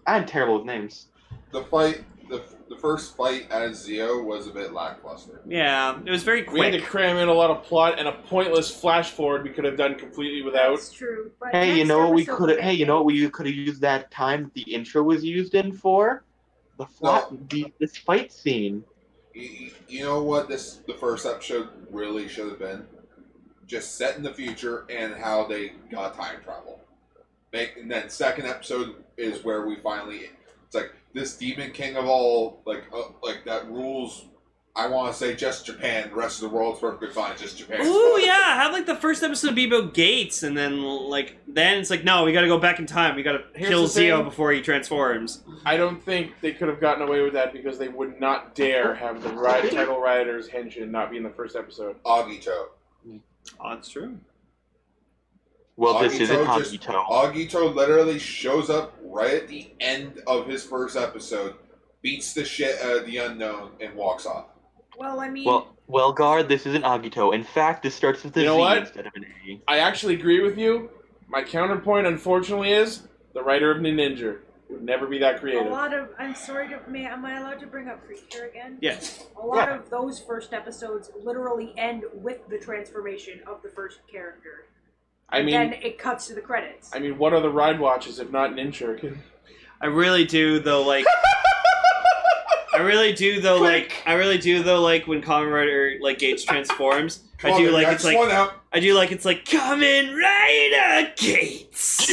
I'm terrible with names.
the fight, the, the first fight as Zio was a bit lackluster.
Yeah, it was very
We had to
quick.
cram in a lot of plot and a pointless flash forward we could have done completely without.
That's true. But
Hey, you
next
know what we
episode
could have?
may
Hey, you know what we could have used that time that the intro was used in for? The flat, the, this fight scene.
You, you- you know what this the first episode really should have been? Just set in the future and how they got time travel. Make, and then second episode is where we finally it's like this demon king of all like uh, like that rules. I want to say just Japan. The rest of the world's perfectly fine. Just Japan.
Ooh, yeah, have like the first episode be about Gates, and then like then it's like no, we got to go back in time. We got to
Here's
kill
the thing.
Zio before he transforms.
I don't think they could have gotten away with that because they would not dare have the ri- title rioters henshin not be in the first episode.
Agito.
Oh, that's true.
Well, this
Agito
isn't
just-
Agito.
Agito literally shows up right at the end of his first episode, beats the shit out of the unknown, and walks off.
be- Well, I mean,
Well, well, guard. This isn't Agito. In fact, this starts with a Z
You know what?
instead of an A.
I actually agree with you. My counterpoint, unfortunately, is the writer of Ninja would never be that
a
creative.
lot of. I'm sorry to. May, am I allowed to bring up Preacher again?
Yeah.
A lot of those first episodes literally end with the transformation of the first character.
I mean,
then it cuts to the credits.
I mean, what are the ride watches if not Ninja?
I really do though. Like, I really do
[LAUGHS]
though. Like, I really do though. Like when Kamen Rider like Gates transforms, I
Come
do
on,
like
guys,
it's like
one out.
I do like it's like Kamen Rider
[LAUGHS]
Gates.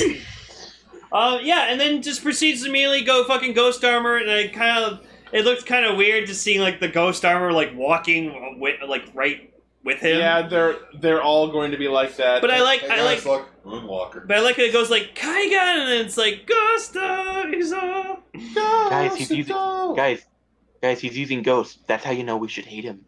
Um, yeah, and then just proceeds to immediately go fucking ghost armor, and I kind of it looked kind of weird to see like the ghost armor like walking with, like right with him.
Yeah, they're they're all going to be like that.
But I like
Hey,
I like
guys, look, Moonwalker.
but I like it goes like Kaigan, and then it's like Ghost Armor.
Guys, he's using guys, guys. He's using ghosts. That's how you know we should hate him.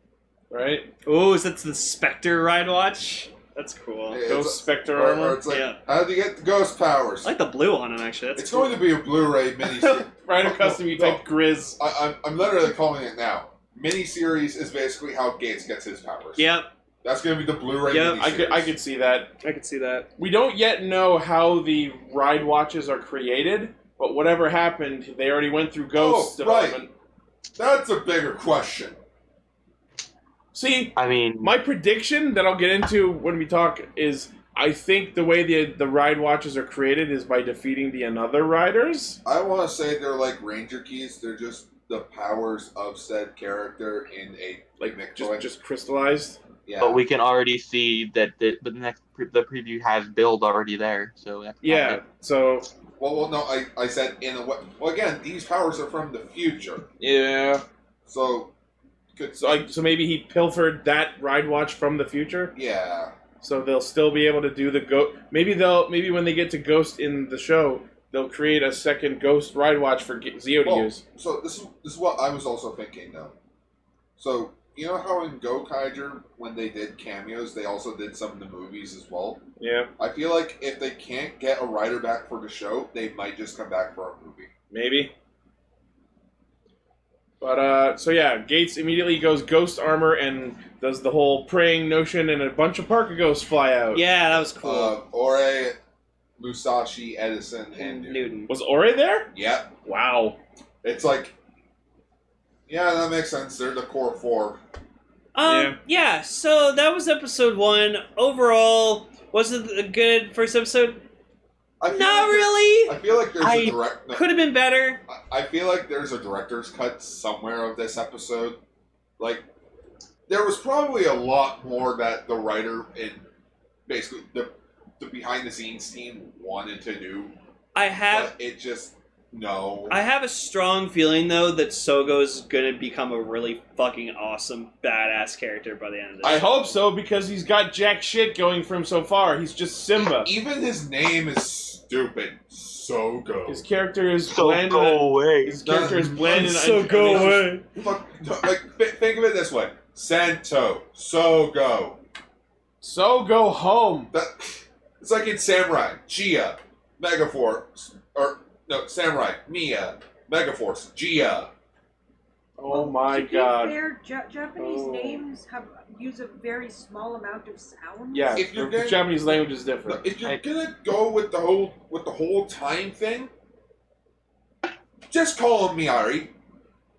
right?
Oh, is that the Spectre Ride Watch? That's cool.
It's-
Ghost Spectre
or- or
armor.
it's like,
Yeah.
how do you get the ghost powers?
I like the blue on it actually. That's
it's
cool.
going to be a Blu-ray
[LAUGHS]
mini.
Rider custom, E you
No.
type Grizz.
I, I'm, I'm literally calling it now. Miniseries is basically how Gates gets his powers.
Yep,
That's going to be the Blu-ray
Yeah,
miniseries.
I could I could see that.
I could see that.
We don't yet know how the ride watches are created, but whatever happened, they already went through Ghost
Oh, right.
development.
That's a bigger question.
See,
I mean,
my prediction that I'll get into when we talk is I think the way the the ride watches are created is by defeating the another riders.
I want to say they're like Ranger keys. They're just the powers of said character in a
Like
mech
just
toy.
just crystallized.
yeah.
but we can already see that the, the next pre- the preview has build already there. So that's kinda
Yeah. So
Well, well, no, I, I said in a way. Well, again, these powers are from the future,
yeah.
so could
So I, so maybe he pilfered that ride watch from the future.
yeah.
So they'll still be able to do the ghost. Maybe they'll maybe when they get to Ghost in the show, they'll create a second Ghost ride watch for G- Zio to
Well,
use.
So this is this is what I was also thinking though. So you know how in Gokaiger when they did cameos, they also did some of the movies as well.
Yeah,
I feel like if they can't get a writer back for the show, they might just come back for a movie.
maybe. But uh, so yeah, Gates immediately goes Ghost armor and does the whole praying notion, and a bunch of Parker ghosts fly
Oh.
out.
Yeah, that was cool.
Uh, Ore, Musashi, Uh, Edison, and Newton.
Newton.
Was Ore there?
Yep.
Wow.
It's like Yeah, that makes sense. They're the core four.
Um, yeah. so that was episode one. Overall, was it a good first episode?
I feel
Not
like
really.
I feel like there's
I
a direct. No,
Could have been better.
I- I feel like there's a director's cut somewhere of this episode. Like, there was probably a lot more that the writer and basically the the behind the scenes team wanted to do,
I have
but it just no.
I have a strong feeling though that Sogo's gonna become a really fucking awesome badass character by the end of this.
I hope so because he's got jack shit going for him so far. He's just Simba.
Even his name is stupid. So go.
His character is
So
bland.
go
and-
away.
His character uh, is bland. and
So go
and he's just-
away. Fuck, no, like th- think of it this way: Santo, so go.
So go home.
That it's like in Samurai, Gia, Megaforce, or no, Samurai, Mia, Megaforce, Gia.
Oh my
to Be
god.
fair, ja- Japanese
Oh.
names have use a very small amount of sound.
Yeah,
If you're
the
gonna-
Japanese language is
No,
different.
If you're
I-
gonna go with the whole with the whole time thing, just call him Miari.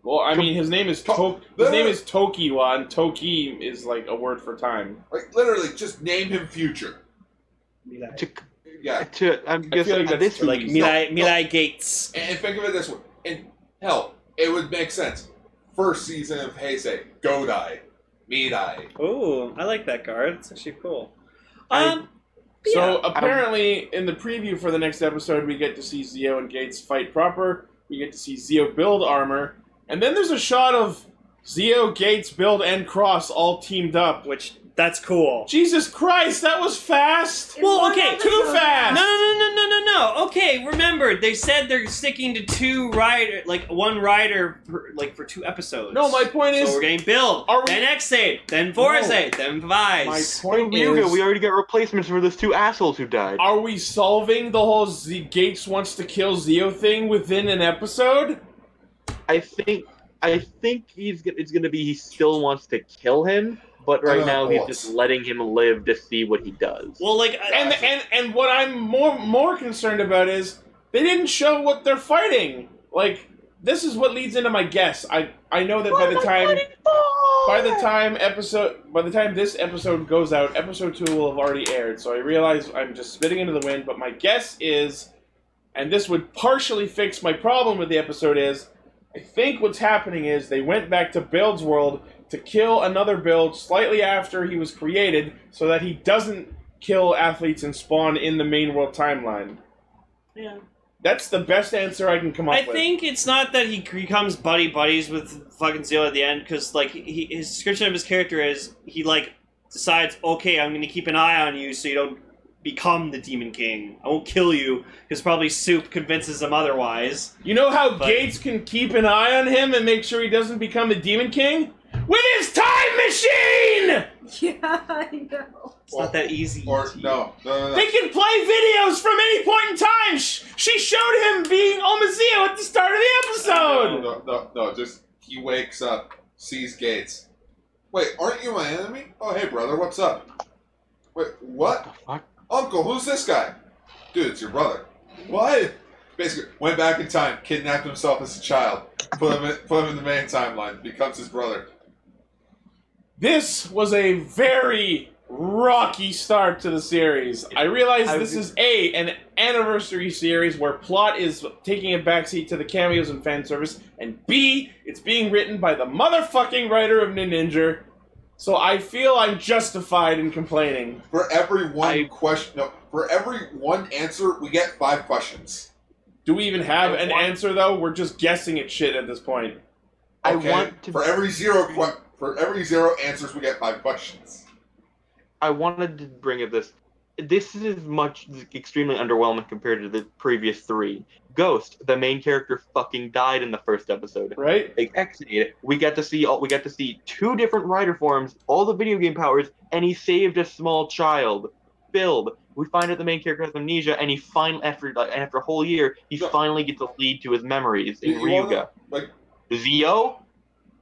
Well, I mean, his name is
To-
Tok. His name is Tokiwa, and Toki is like a word for time.
Like literally, just name him Future.
To, [LAUGHS]
Yeah,
to, I'm
I
guess
feel like that's
this
like
movie-
Mirai,
no.
Mirai Gates.
And, and think of it this way. And hell, it would make sense. First season of Heisei, Godai, Midai.
Oh, I like that card. It's actually cool.
I-
Um,
So apparently, in the preview for the next episode, we get to see Zio and Gates fight proper. We get to see Zio build armor, and then there's a shot of Zio, Gates, build, and Cross all teamed up.
which that's cool.
Jesus Christ, that was fast.
In
Well,
one
okay,
episode-
too fast!
No, no, no, no, no, no, no. Okay, remember they said they're sticking to two rider, like one rider, per, like for two episodes.
No, my point
So
is,
we're getting build,
Are we-
then Xade, then Forze,
No.
then
my
Vise.
point
Ryuga,
is,
we already got replacements for those two assholes who died.
are we solving the whole Z- Gates wants to kill Zio thing within an episode?
I think I think he's go- it's gonna be he still wants to kill him, but right
Uh,
now he's
what?
just letting him live to see what he does.
Well, like I-
And and and what I'm more more concerned about is they didn't show what they're fighting. Like this is what leads into my guess. I I know that by the time by the time episode by the time this episode goes out, episode two will have already aired. So I realize I'm just spitting into the wind. But my guess is, and this would partially fix my problem with the episode is, I think what's happening is they went back to Build's world to kill another build slightly after he was created, so that he doesn't kill athletes and spawn in the main world timeline.
Yeah.
That's the best answer I can come up
I
with.
think it's not that he becomes buddy buddies with fucking Zio at the end because like he, his description of his character is he like decides okay I'm gonna keep an eye on you so you don't become the demon king I won't kill you because probably Soup convinces him otherwise.
You know how
But-
Gates can keep an eye on him and make sure he doesn't become the Demon King? With his time machine!
[LAUGHS] Yeah, I know.
It's not that easy.
Or no, no, no,
They
no.
can play videos from any point in time! Sh- She showed him being Omazeo at the start of the
no,
episode!
no, no, no. Just he wakes up, sees Gates. Wait, aren't you my enemy? Oh, hey brother, what's up? Wait, what?
fuck?
Uncle, who's this guy? Dude, it's your brother. What? Basically, went back in time, kidnapped himself as a child, put him in, put him in the main timeline, becomes his brother.
This was a very rocky start to the series. I realize
I
this
was-
is a an anniversary series where plot is taking a backseat to the cameos and fan service, and B, it's being written by the motherfucking writer of Ninja. So I feel I'm justified in complaining.
For every one
I-
question, no, for every one answer, we get five questions.
Do we even have
I
an
want-
answer though? We're just guessing at shit at this point.
I want to
for every zero que- for every zero answers, we get five questions.
I wanted to bring up this. This is much extremely underwhelming compared to the previous three. Ghost, the main character, fucking died in the first episode.
Right?
They exited. We got to see all. We got to see two different rider forms, all the video game powers, and he saved a small child. Build. We find out the main character has amnesia, and he finally after like, after a whole year, he
No.
finally gets a lead to his memories in
You- you wanna-
Ryuga.
like-
Zio,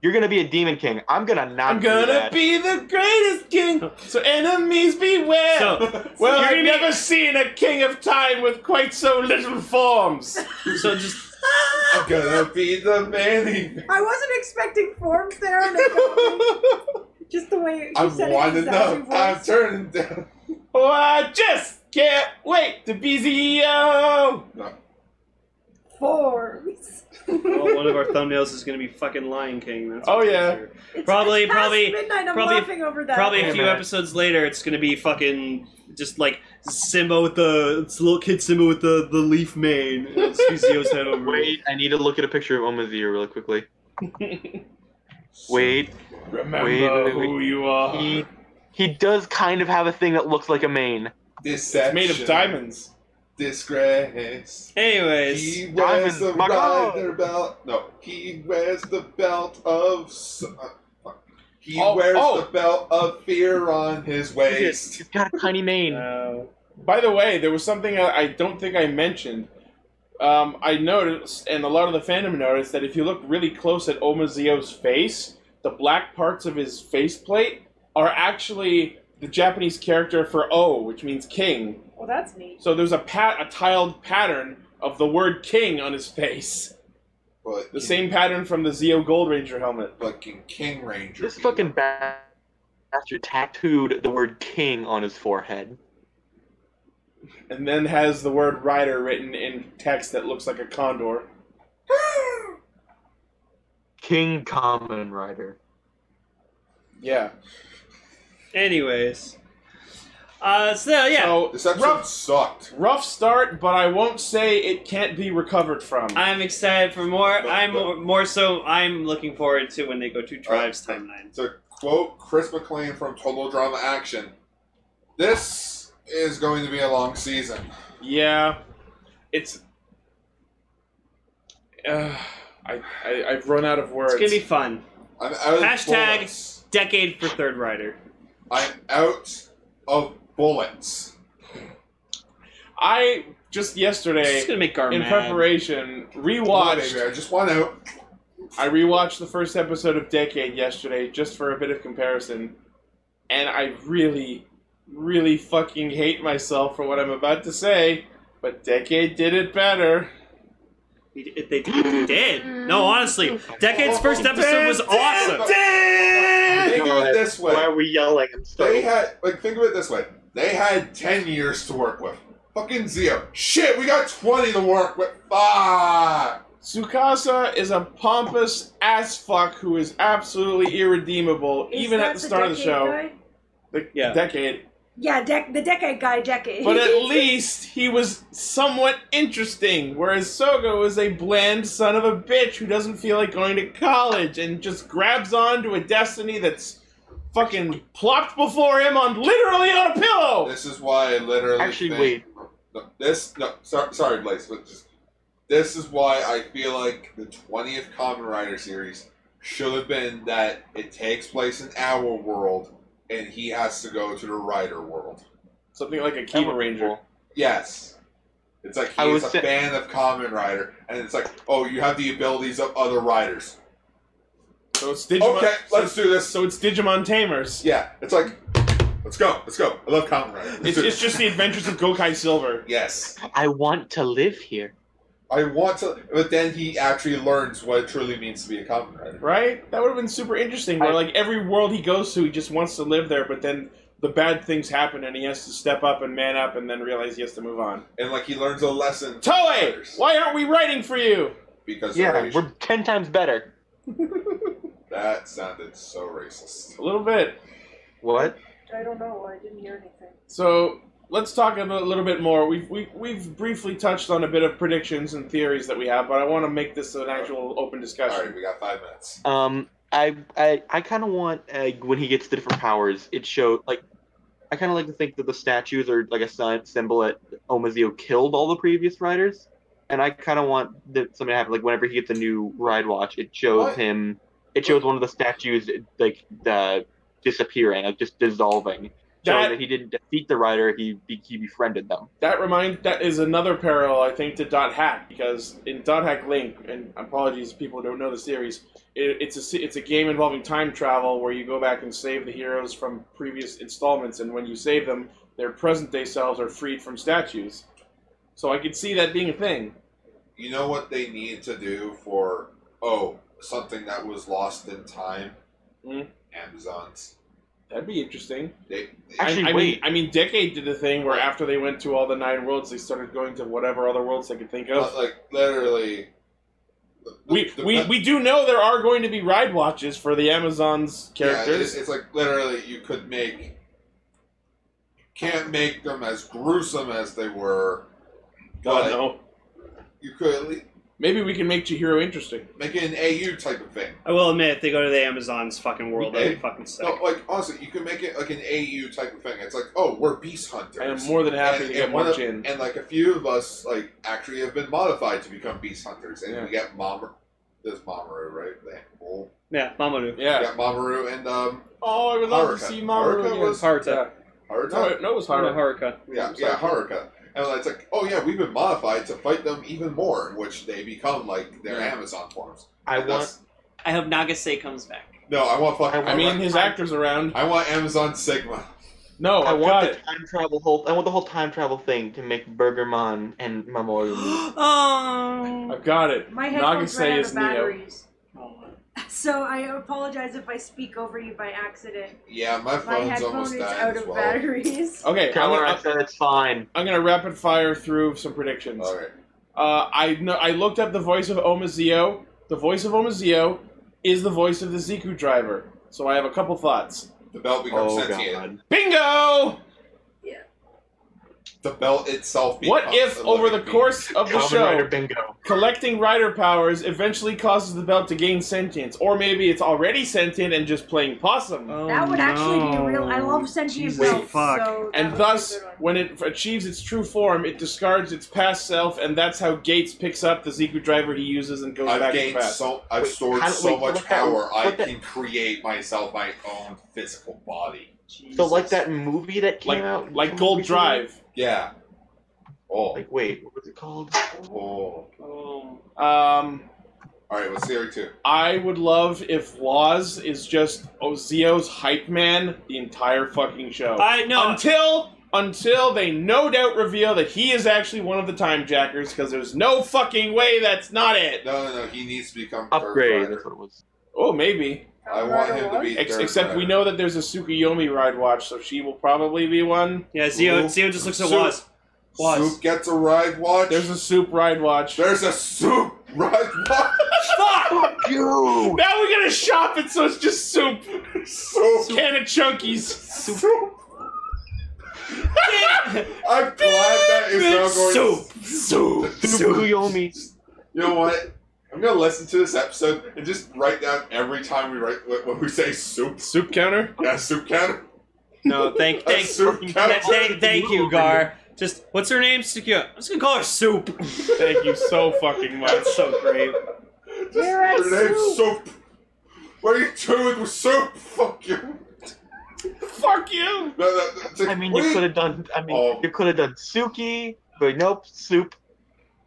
you're gonna be a demon king. I'm gonna not.
I'm
do
gonna
that.
be the greatest king, so enemies beware! [LAUGHS]
So,
well,
You're
I've
gonna be-
never seen a king of time with quite so little forms.
so just
gonna be the Manning.
I wasn't expecting forms there.
[LAUGHS]
And it got me. Just the way she
I
said
want
it
to
exactly
know.
voice.
[LAUGHS] I'm turning down.
[LAUGHS] Oh, I just can't wait to be E CEO.
No.
[LAUGHS]
forms.
Well, oh, one of our thumbnails is going to be fucking Lion King. That's
Oh,
for
yeah.
sure.
It's,
Probably-
it's past
probably-
midnight. I'm
probably-
laughing over that.
Probably
Hey,
a few
man.
episodes later, it's gonna be fucking just like Simba with the it's little kid Simba with the the leaf mane. It's Vizio's head over.
Wait, I need to look at a picture of Omazir really quickly. Wait,
Remember
Wait, wait, wait.
who you are.
he he does kind of have a thing that looks like a mane.
This
It's made of diamonds.
Disgrace.
Anyways,
He wears
Diamonds,
the
my God.
rider belt. No, he wears the belt of. s- uh, fuck. He
Oh,
wears
oh.
the belt of fear on his waist.
He's got a tiny mane.
uh,
By the way, there was something I, I don't think I mentioned. Um, I noticed, and a lot of the fandom noticed, that if you look really close at Omazio's face, the black parts of his faceplate are actually the Japanese character for O, which means king.
Well, that's neat.
So there's a pat a tiled pattern of the word king on his face.
But
The same pattern from the Zeo Gold Ranger helmet.
fucking King Ranger.
This
be
fucking
like,
ba- bastard tattooed the word king on his forehead.
And then has the word rider written in text that looks like a condor.
King Common Rider.
Yeah.
anyways, uh, so yeah,
So
This episode
rough
sucked.
Rough start, but I won't say it can't be recovered from.
I'm excited for more. I'm more- more so. I'm looking forward to when they go to Tribes timeline.
To quote Chris McLean from Total Drama Action, this is going to be a long season.
yeah, it's. Uh, I, I I've run out of words.
It's gonna be fun.
I'm out
Hashtag-
of bullets.
Decade for Third Rider.
I'm out of bullets.
I
It's
just
just
yesterday
gonna make our
in preparation rewatched.
Come on, baby, I just want out.
I rewatched the first episode of Decade yesterday just for a bit of comparison, and I really, really fucking hate myself for what I'm about to say. But Decade did it better.
If they did. No, honestly,
Oh,
Oh,
Decade's first episode was awesome.
Think of it this
oh, Why
way.
are we yelling? I'm
They
sorry.
had like think of it this way. They had ten years to work with. Fucking Zio. Shit, we got twenty to work with. Fuck.
Tsukasa is a pompous ass fuck who is absolutely irredeemable,
Is
even
that
at the start of the
decade
show.
guy?
The
Yeah.
decade.
Yeah, dec- the decade guy, decade.
But at least he was somewhat interesting, whereas Sogo is a bland son of a bitch who doesn't feel like going to college and just grabs on to a destiny that's fucking plopped before him on literally on a pillow!
This is why I literally
Actually,
think-
wait.
No, this no sorry, sorry Blaze, but just this is why I feel like the twentieth Common Rider series should have been that it takes place in our world and he has to go to the Rider world.
Something like a
That
Kiva
was
Ranger.
cool.
Yes. It's like
I
he's
was
a
sa-
fan of Common Rider, and it's like, oh, you have the abilities of other riders.
So it's Digimon.
Okay, let's do this.
So it's Digimon Tamers.
Yeah, it's like, let's go, let's go. I love Common Rider. Let's
It's,
do
it's
this.
just the adventures of Gokai Silver.
yes.
I want to live here.
I want to, but then he actually learns what it truly means to be a Common Rider.
Right? That would have been super interesting. Where
I-
like every world he goes to, he just wants to live there, but then the bad things happen, and he has to step up and man up, and then realize he has to move on.
And like he learns a lesson. from
Toei,
others
why aren't we writing for you?
Because they're
Yeah,
Asian.
we're ten times better.
that sounded so racist.
A little bit.
What?
[LAUGHS] I don't know. I didn't hear anything.
So let's talk a bit- little bit more. We've we, we've briefly touched on a bit of predictions and theories that we have, but I want to make this an actual open
All right,
discussion.
we got five minutes.
Um, I I I kind of want uh, when he gets the different powers, it showed like I kind of like to think that the statues are like a sign symbol that Omazeo killed all the previous riders, and I kind of want that something to happen like whenever he gets a new ride watch, it shows
What?
him, it shows one of the statues like uh, disappearing, like just dissolving. Showing
That-
that he didn't defeat the rider, he be- he befriended them.
That remind that is another parallel, I think, to Dot Hack because in Dot Hack Link, and apologies if people don't know the series, it, it's a se- it's a game involving time travel where you go back and save the heroes from previous installments, and when you save them, their present day selves are freed from statues. So I could see that being a thing.
you know what they need to do for oh something that was lost in time?
Mm.
Amazon's.
That'd be interesting.
They, they-
I-
Actually,
I,
wait.
Mean, I mean, Decade did a thing where after they went to all the nine worlds, they started going to whatever other worlds they could think
but,
of.
like literally. the- the-
We,
the-
we, we do know there are going to be ride watches for the Amazon's
Yeah, it's,
characters.
it's like literally you could make. Can't make them as gruesome as they were.
God,
but
Oh, no.
You could at least
Maybe we can make Chihiro interesting.
make it an AU type of thing.
I will admit, if they go to the Amazon's fucking world, that'd be fucking sick.
No, like honestly, you can make it like an AU type of thing. It's like, oh, we're beast hunters.
I am more than happy
And-
to get
and one
March
of-
in.
And like a few of us, like actually have been modified to become beast hunters, and
Yeah.
we got Mamoru. There's Mamoru, right? The animal.
Yeah, Mamoru.
Yeah.
We got Mamoru and um,
Oh, I would love to
Haruka.
see Maru.
Haruka
again.
was-
Haruka.
Yeah.
Haruka.
No, it, no, it was
Haruka.
Haruka.
Haruka.
yeah,
Sorry.
yeah, Haruka. And it's like, oh yeah, we've been modified to fight them even more, in which they become like their
Yeah.
Amazon forms.
I
And
want.
that's-
I hope Nagase comes back. [GASPS]
No, I want fucking.
I mean, his actor's around.
I want Amazon Sigma.
No,
I
I got
want the
it.
time travel whole. I want the whole time travel thing to make Burgermon
[GASPS]
and Mamoru.
oh.
I've got it.
My headphones
Nagase
ran out
is
of
Neo.
batteries, [LAUGHS]
Oh,
so I apologize if I speak over you by accident.
Yeah, my
My
phone's
headphone
almost
is
dying
out
as
of
well.
batteries.
Okay, I'm
Tell her I
gonna,
said it's fine.
I'm gonna rapid fire through some predictions.
All right.
Uh, I know, I looked up the voice of Omazeo. The voice of Omazeo is the voice of the Ziku driver. So I have a couple thoughts.
The belt becomes
Oh
sentient.
god.
Bingo!
The belt itself.
What
becomes
if
a
over the
living being.
course of the
Kamen
show,
Rider Bingo.
collecting rider powers eventually causes the belt to gain sentience, or maybe it's already sentient and just playing possum?
[LAUGHS]
Oh.
that would actually be real. I love sentient
Jesus
belts.
fuck.
So that
and
would be a
thus,
good one.
when it achieves its true form, it discards its past self, and that's how Gates picks up the Ziku driver he uses and goes
I've
back to the
gained
past.
so I've
Wait,
stored
how-
so
wait,
much
what the-
power I
what the-
can create myself my own physical body.
So like that movie that came
like,
out.
like Gold
recently?
Drive.
Yeah. Oh.
Like wait, what was it called?
Oh.
Oh.
Um,
All right. What's theory two?
I would love if Laws is just Ozeo's hype man the entire fucking show.
I know.
Um, Until until they no doubt reveal that he is actually one of the time jackers, because there's no fucking way that's not it.
No, no, no. He needs to become Third
Upgrade.
Rider.
That's what it was.
Oh, maybe.
I want him to be.
Ex-
Third
except we
Rider.
know that there's a Tsukuyomi ride watch, so she will probably be one.
yeah, Zio,
Ooh.
Zio just looks at
So-
Waz. Waz.
Soup gets a ride watch.
There's a Soup ride watch.
There's a soup ride watch.
[LAUGHS] Fuck!
You.
Now we're gonna shop it, so it's just Soup.
soup.
Can of Chunkies.
Soup. I'm glad that is now going.
Soup. Soup.
Tsukuyomi.
You know what? I'm gonna listen to this episode and just write down every time we write when we say soup.
Soup counter?
Yeah, soup counter.
No, thank,
A
thank,
soup
thank,
counter.
thank, thank you, Gar. Just what's her name? Secure. I'm just gonna call her Soup.
Thank you so fucking much.
That's so great.
Just your name's Soap. What are you doing with Soap? [LAUGHS] Fuck you.
Fuck you!
No, no, no, it's like,
I mean,
what
you
are
could have done. I mean,
Oh.
you could have done Suki, but nope, soup.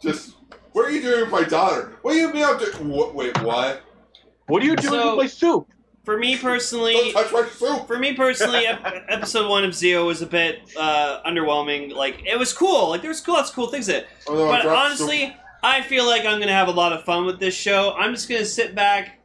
Just, what are you doing with my daughter? What do you mean I'm doing? What, wait, what?
What are you doing
So-
with my soup?
For me
Don't
personally,
touch my Soap.
for me personally, ep- episode one of Zio was a bit uh, underwhelming. Like it was cool. Like there was cool, lots of cool things in it.
Oh, no, I
but
dropped
honestly, I feel like I'm gonna have a lot of fun with this show. I'm just gonna sit back,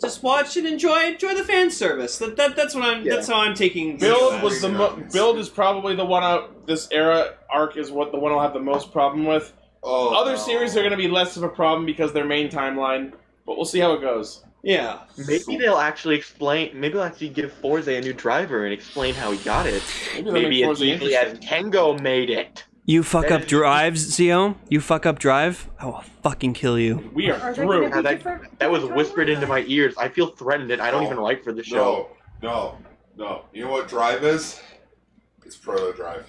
just watch and enjoy enjoy the fan service. That, that that's what I'm.
Yeah.
That's how I'm taking.
Build
Zeo.
was the mo- build is probably the one out this era arc is what the one I'll have the most problem with.
Soup. Oh,
Other
no.
series are going to be less of a problem because their main timeline, but we'll see how it goes.
yeah.
Maybe they'll actually explain. Maybe they'll actually give Forza a new driver and explain how he got it.
Maybe, they'll
Maybe
make
it's
Forza
easily as
interesting.
Kengo made it.
You fuck
That up is-
drives, Zio. You fuck up drive. I will fucking kill you.
We are
Are they
through.
gonna
Now
be
that-
different-
That was
different
whispered into
Oh,
my
timelines?
ears. I feel threatened, and I don't
No.
even like for the show.
No, no, no. You know what Drive is? It's Proto Drive.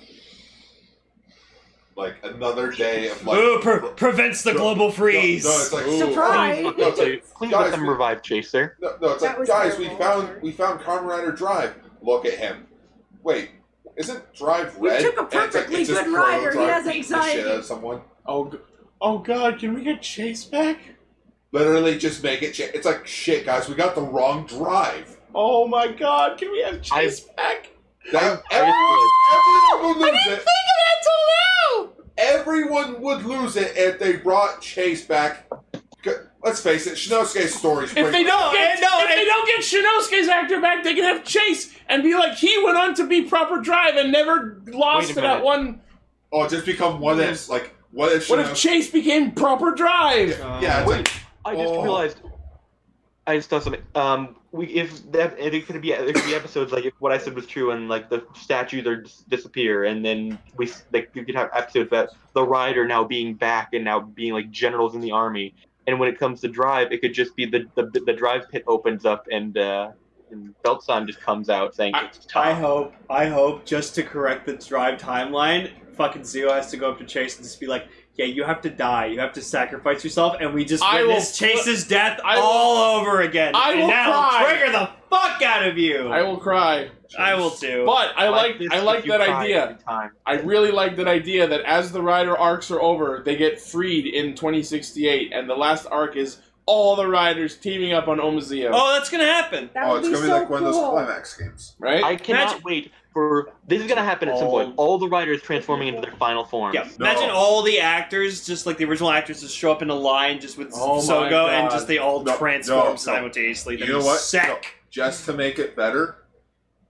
Like another day of like.
Ooh, pre- prevents the
No,
global freeze.
No, no, it's like.
Ooh.
Please,
Surprise!
look into- please
Guys,
let them
we-
revive Chaser.
No, no it's
That
like
was
guys,
terrible.
we found we found Kamen Rider Drive. Look at him. Wait, isn't Drive red?
took a
And it's like-
perfectly
it's just
good
Proto
rider. He
Drive
has
beating the
anxiety.
Shit out of someone.
Oh, g- oh God! Can we get Chase back?
Literally, just make it. Cha- it's like shit, guys. We got the wrong Drive.
Oh my God! Can we have Chase back?
That,
I
everyone, everyone knows it. Everyone would lose it if they brought Chase back. C- Let's face it, Shinosuke's story's
If they
pretty.
don't get,
and no,
if they
and-
don't get Shinosuke's actor back, they can have Chase and be like, he went on to be proper drive and never lost
Wait a
to that
minute.
one.
Oh, just become what ifs. Like, what if Shinosuke.
What if Chase became proper drive?
yeah, it's like,
I just
Oh.
realized. I just thought something. Um, we if that and it could be it could be episodes like if what I said was true and like the statues are dis- disappear and then we s- like you could have episodes that the rider now being back and now being like generals in the army and when it comes to drive it could just be the the, the drive pit opens up and uh and Beltson just comes out saying
I-
it's
I
time.
hope, I hope, just to correct the drive timeline, fucking Zero has to go up to Chase and just be like, yeah, you have to die. You have to sacrifice yourself, and we just
I will
witness
fl-
Chase's death
I will-
all over again.
I will
and that'll
cry.
trigger the fuck out of you.
I will cry.
I will too.
But I like
this,
I like
you
that
cry
idea.
every time.
I really like that idea that as the rider arcs are over, they get freed in 2068, and the last arc is all the riders teaming up on Omazeo.
oh, that's gonna happen.
That
oh,
would
it's
be
gonna
so
be like
cool.
one of those climax games.
Right?
I cannot
Imagine-
wait for this is gonna happen at some point.
Oh.
All the riders transforming into their final forms.
Yeah, imagine all the actors, just like the original actors, just show up in a line just with
Oh my
Sogo, and
God.
just they all
No,
transform
no, no.
simultaneously.
You
That'd
know
be
what?
Sick.
No, just to make it better,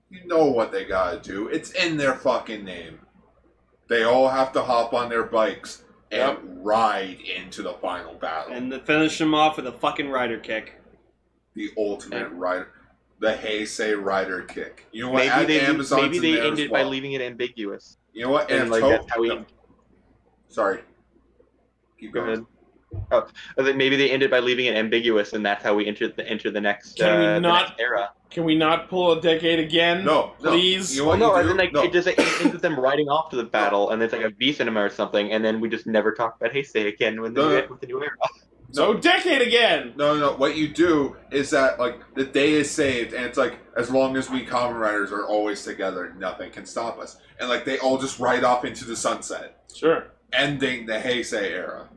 you know what they gotta do. It's in their fucking name. They all have to hop on their bikes and
Yep.
ride into the final battle.
And then finish him off with a fucking rider kick.
the ultimate rider, the Heisei rider kick. You know what?
Maybe
Add
they
Amazon's
maybe
in
they
there
ended
as
by
well.
leaving it ambiguous.
You know what?
And,
if
like,
Tol-
that's how we-
no, Sorry. Keep
Go
going.
ahead. Oh, I think maybe they ended by leaving it ambiguous, and that's how we enter the enter the next,
Can we
uh, the
not-
next era.
Can we not pull a decade again?
No, no.
Please?
You know
Well,
what
no,
you
and
do?
then like
no.
it just it ends with them riding off to the battle, and it's like a V cinema or something, and then we just never talk about Heisei again with the,
No,
new,
no.
with the new era.
So decade again.
No, no, no. What you do is that like the day is saved, and it's like as long as we common riders are always together, nothing can stop us. And like they all just ride off into the sunset,
Sure.
ending the Heisei era.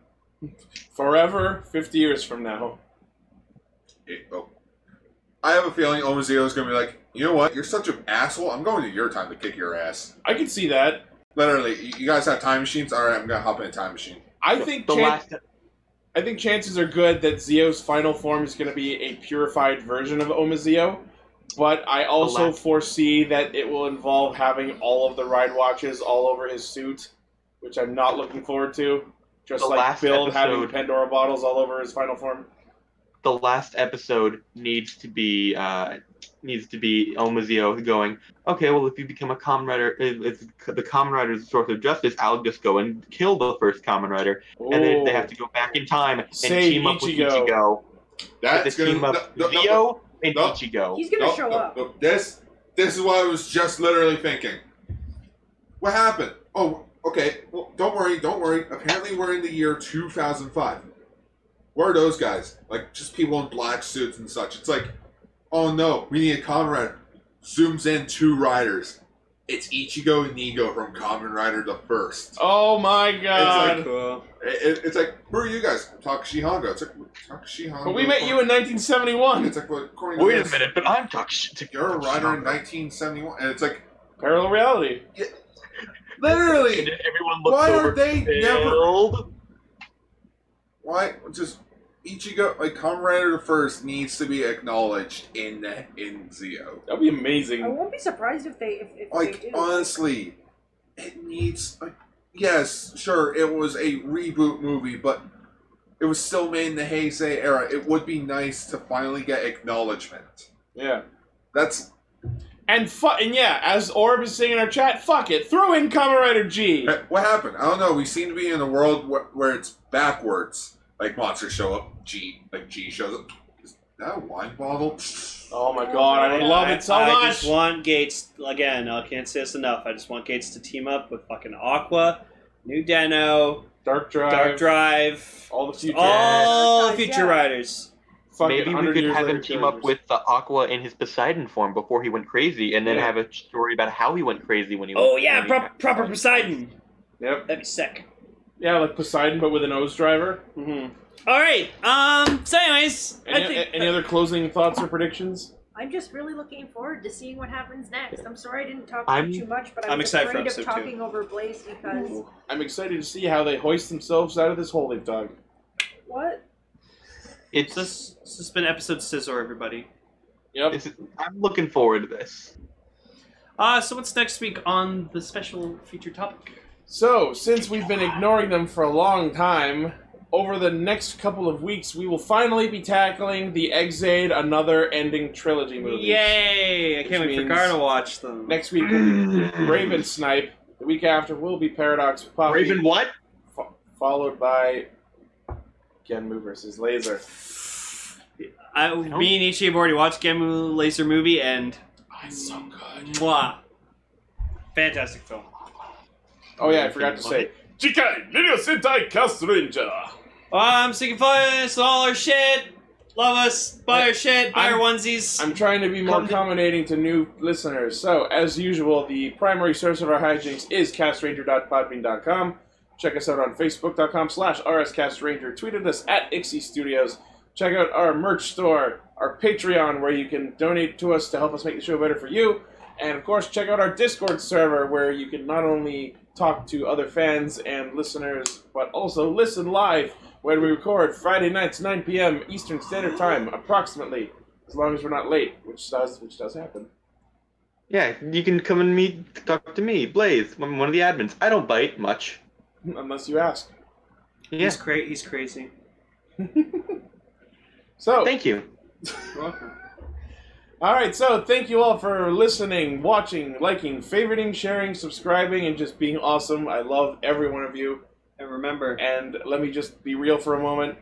Forever, 50 years from now.
It- oh. I have a feeling Omazeo is gonna be like, you know what? You're such an asshole. I'm going to your time to kick your ass.
I can see that.
Literally, you- you guys have time machines. All right, I'm gonna hop in a time machine.
I think
the
chan-
last
I think chances are good that Zeo's final form is going to be a purified version of Omazeo, but I also
last-
foresee that it will involve having all of the ride watches all over his suit, which I'm not looking forward to. Just
The
like
last
Bill having
episode-
Pandora bottles all over his final form.
the last episode needs to be uh, needs to be Omazeo going. Okay, well, if you become a common rider, if if the common rider is the source of justice, I'll just go and kill the first common rider, and then they have to go back in time and
Save
team up with
Ichigo.
Oh. Ichigo.
That's
With
gonna
the team up
no, no, no,
Zio and
no.
Ichigo.
He's gonna
Oh,
Nope,
show
nope,
up.
nope. This this is what I was just literally thinking. What happened? Oh, okay. Well, don't worry, don't worry. Apparently, we're in the year 2005. Where are those guys? Like just people in black suits and such. It's like, oh no, we need a comrade. Zooms in two riders. It's Ichigo and Nigo from Common Rider the First.
Oh my
like-
god.
Cool.
It, it- it's like, who are you guys? Takashihanga. It's like Takashihanga.
but we met you in
It's
1971.
like well, according to
Wait a
this,
minute, but I'm talking shit to
You're a rider in 1971, and it's like
Parallel reality.
And
Literally,
everyone looks
why
over.
are they never?
Failed.
Why just Ichigo like Comrade First needs to be acknowledged in the in Zio.
That'd be
I
amazing.
won't be surprised if they if, if
Like
they do.
honestly, it needs like yes, sure, it was a reboot movie, but it was still made in the Heisei era. It would be nice to finally get acknowledgement.
Yeah.
That's
And fu- and yeah, as Orb is saying in our chat, fuck it, throw in Kamen Rider G.
eh, what happened. I don't know. We seem to be in a world where, where it's backwards. Like monsters show up, G like G shows up. Is that a wine bottle?
Oh my god, I would love it so
I, I
much.
just want Gates again. I can't say this enough. I just want Gates to team up with fucking Aqua, New Deno,
Dark Drive.
Dark Drive,
All the future.
all the
Yeah.
future riders.
fucking
Oh, Maybe we
100
could
years
have him
later
team up
characters.
with the Aqua in his Poseidon form before he went crazy, and then
Yeah.
have a story about how he went crazy when he.
Oh
went
yeah,
when he
pro-
got-
proper Poseidon.
Yep.
That'd be sick.
Yeah, like Poseidon, but with an nose driver.
Mm-hmm. All right. Um. So, anyways,
Any,
I think
any other closing thoughts or predictions?
I'm just really looking forward to seeing what happens next. I'm sorry I didn't talk
I'm-
too much, but I'm,
I'm
just
excited for
afraid of
episode two.
talking over Blaze because
I'm excited to see how they hoist themselves out of this hole they've dug.
what?
It's
So this, this has been episode Scissor, everybody.
Yep.
it's I'm looking forward to this.
Uh, so what's next week on the special feature topic?
So, since we've been ignoring them for a long time, over the next couple of weeks, we will finally be tackling the Exade Another Ending Trilogy movies.
Yay! I
Which
can't wait for
means-
Gar to watch them.
Next week, Raven [CLEARS THROAT]
Raven
Snipe. The week after will be Paradox Puppy.
Raven what?
fo- followed by Genmu versus Laser.
I, me and Ichi have already watched Gemu Laser movie, and
It's so good.
mwah, fantastic film.
Oh yeah, I forgot to say. Jikai Ninja Sentai Cast Ranger.
Oh, I'm seeking fun, all our shit. Love us, buy our shit, buy our onesies.
I'm trying to be more accommodating to new listeners. So, as usual, the primary source of our hijinks is castranger.podbean.com. Check us out on facebook.com slash rscastranger. Tweet at us at Ixie Studios. Check out our merch store, our Patreon, where you can donate to us to help us make the show better for you. And, of course, check out our Discord server, where you can not only talk to other fans and listeners, but also listen live when we record Friday nights, 9 p.m. Eastern Standard Time, approximately as long as we're not late, which does which does happen. [LAUGHS]
Yeah, you can come and meet, talk to me, Blaze. I'm one of the admins. I don't bite much.
Unless you ask.
Yeah,
he's cra- He's crazy.
So
thank you.
all right, so thank you all for listening, watching, liking, favoriting, sharing, subscribing, and just being awesome. I love every one of you.
And remember,
And let me just be real for a moment.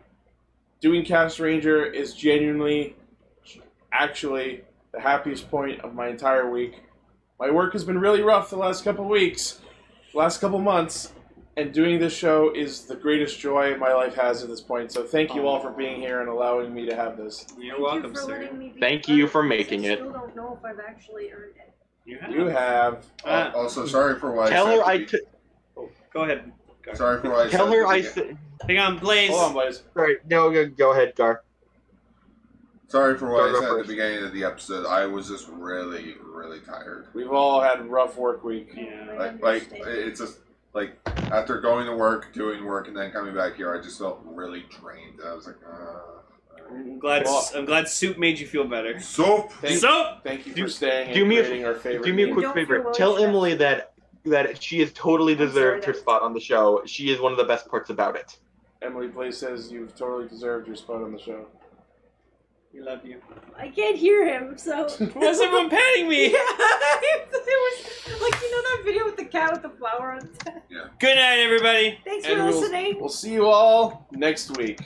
Doing Cast Ranger is genuinely, actually, the happiest point of my entire week. My work has been really rough the last couple weeks, last couple months, and doing this show is the greatest joy my life has at this point. So thank you all for being here and allowing me to have this.
you're
Thank
welcome,
you for
sir.
letting me be
Thank
part
you
of
for
this.
making
I
it.
still don't know if I've actually earned it.
You have.
You have.
Ah. oh,
also, Oh, sorry for why.
Tell
I said
her
to
I
be-
took.
Go ahead.
Sorry for why. I said
Tell her
to
I.
be-
s-
Hang on, Blaze.
Hold on, Blaze.
Sorry, no, go- go ahead, Gar.
Sorry for what
Sorry,
I
go
said at
first.
the beginning of the episode. I was just really, really tired.
We've all had a rough work week.
Yeah.
Like, like it's just like after going to work, doing work, and then coming back here, I just felt really drained. I was like, uh,
I'm glad.
Well-
I'm glad soup made you feel better.
soap.
Thank,
Soap.
thank you for
Do-
staying
do
and
me a-
creating our favorite.
Do me a
meme.
You
quick
don't feel
favor.
well
Tell
yet.
Emily that that she has totally
sorry,
deserved
that
her
was-
spot on the show. She is one of the best parts about it.
Emily Blaze says you've totally deserved your spot on the show.
We love you.
I can't hear
[LAUGHS]
him, so. [LAUGHS]
Why is everyone patting me?
it was like you know that video with the cat with the flower on.
Good night, everybody.
Thanks
And
for
we'll-
listening.
We'll see you all next week.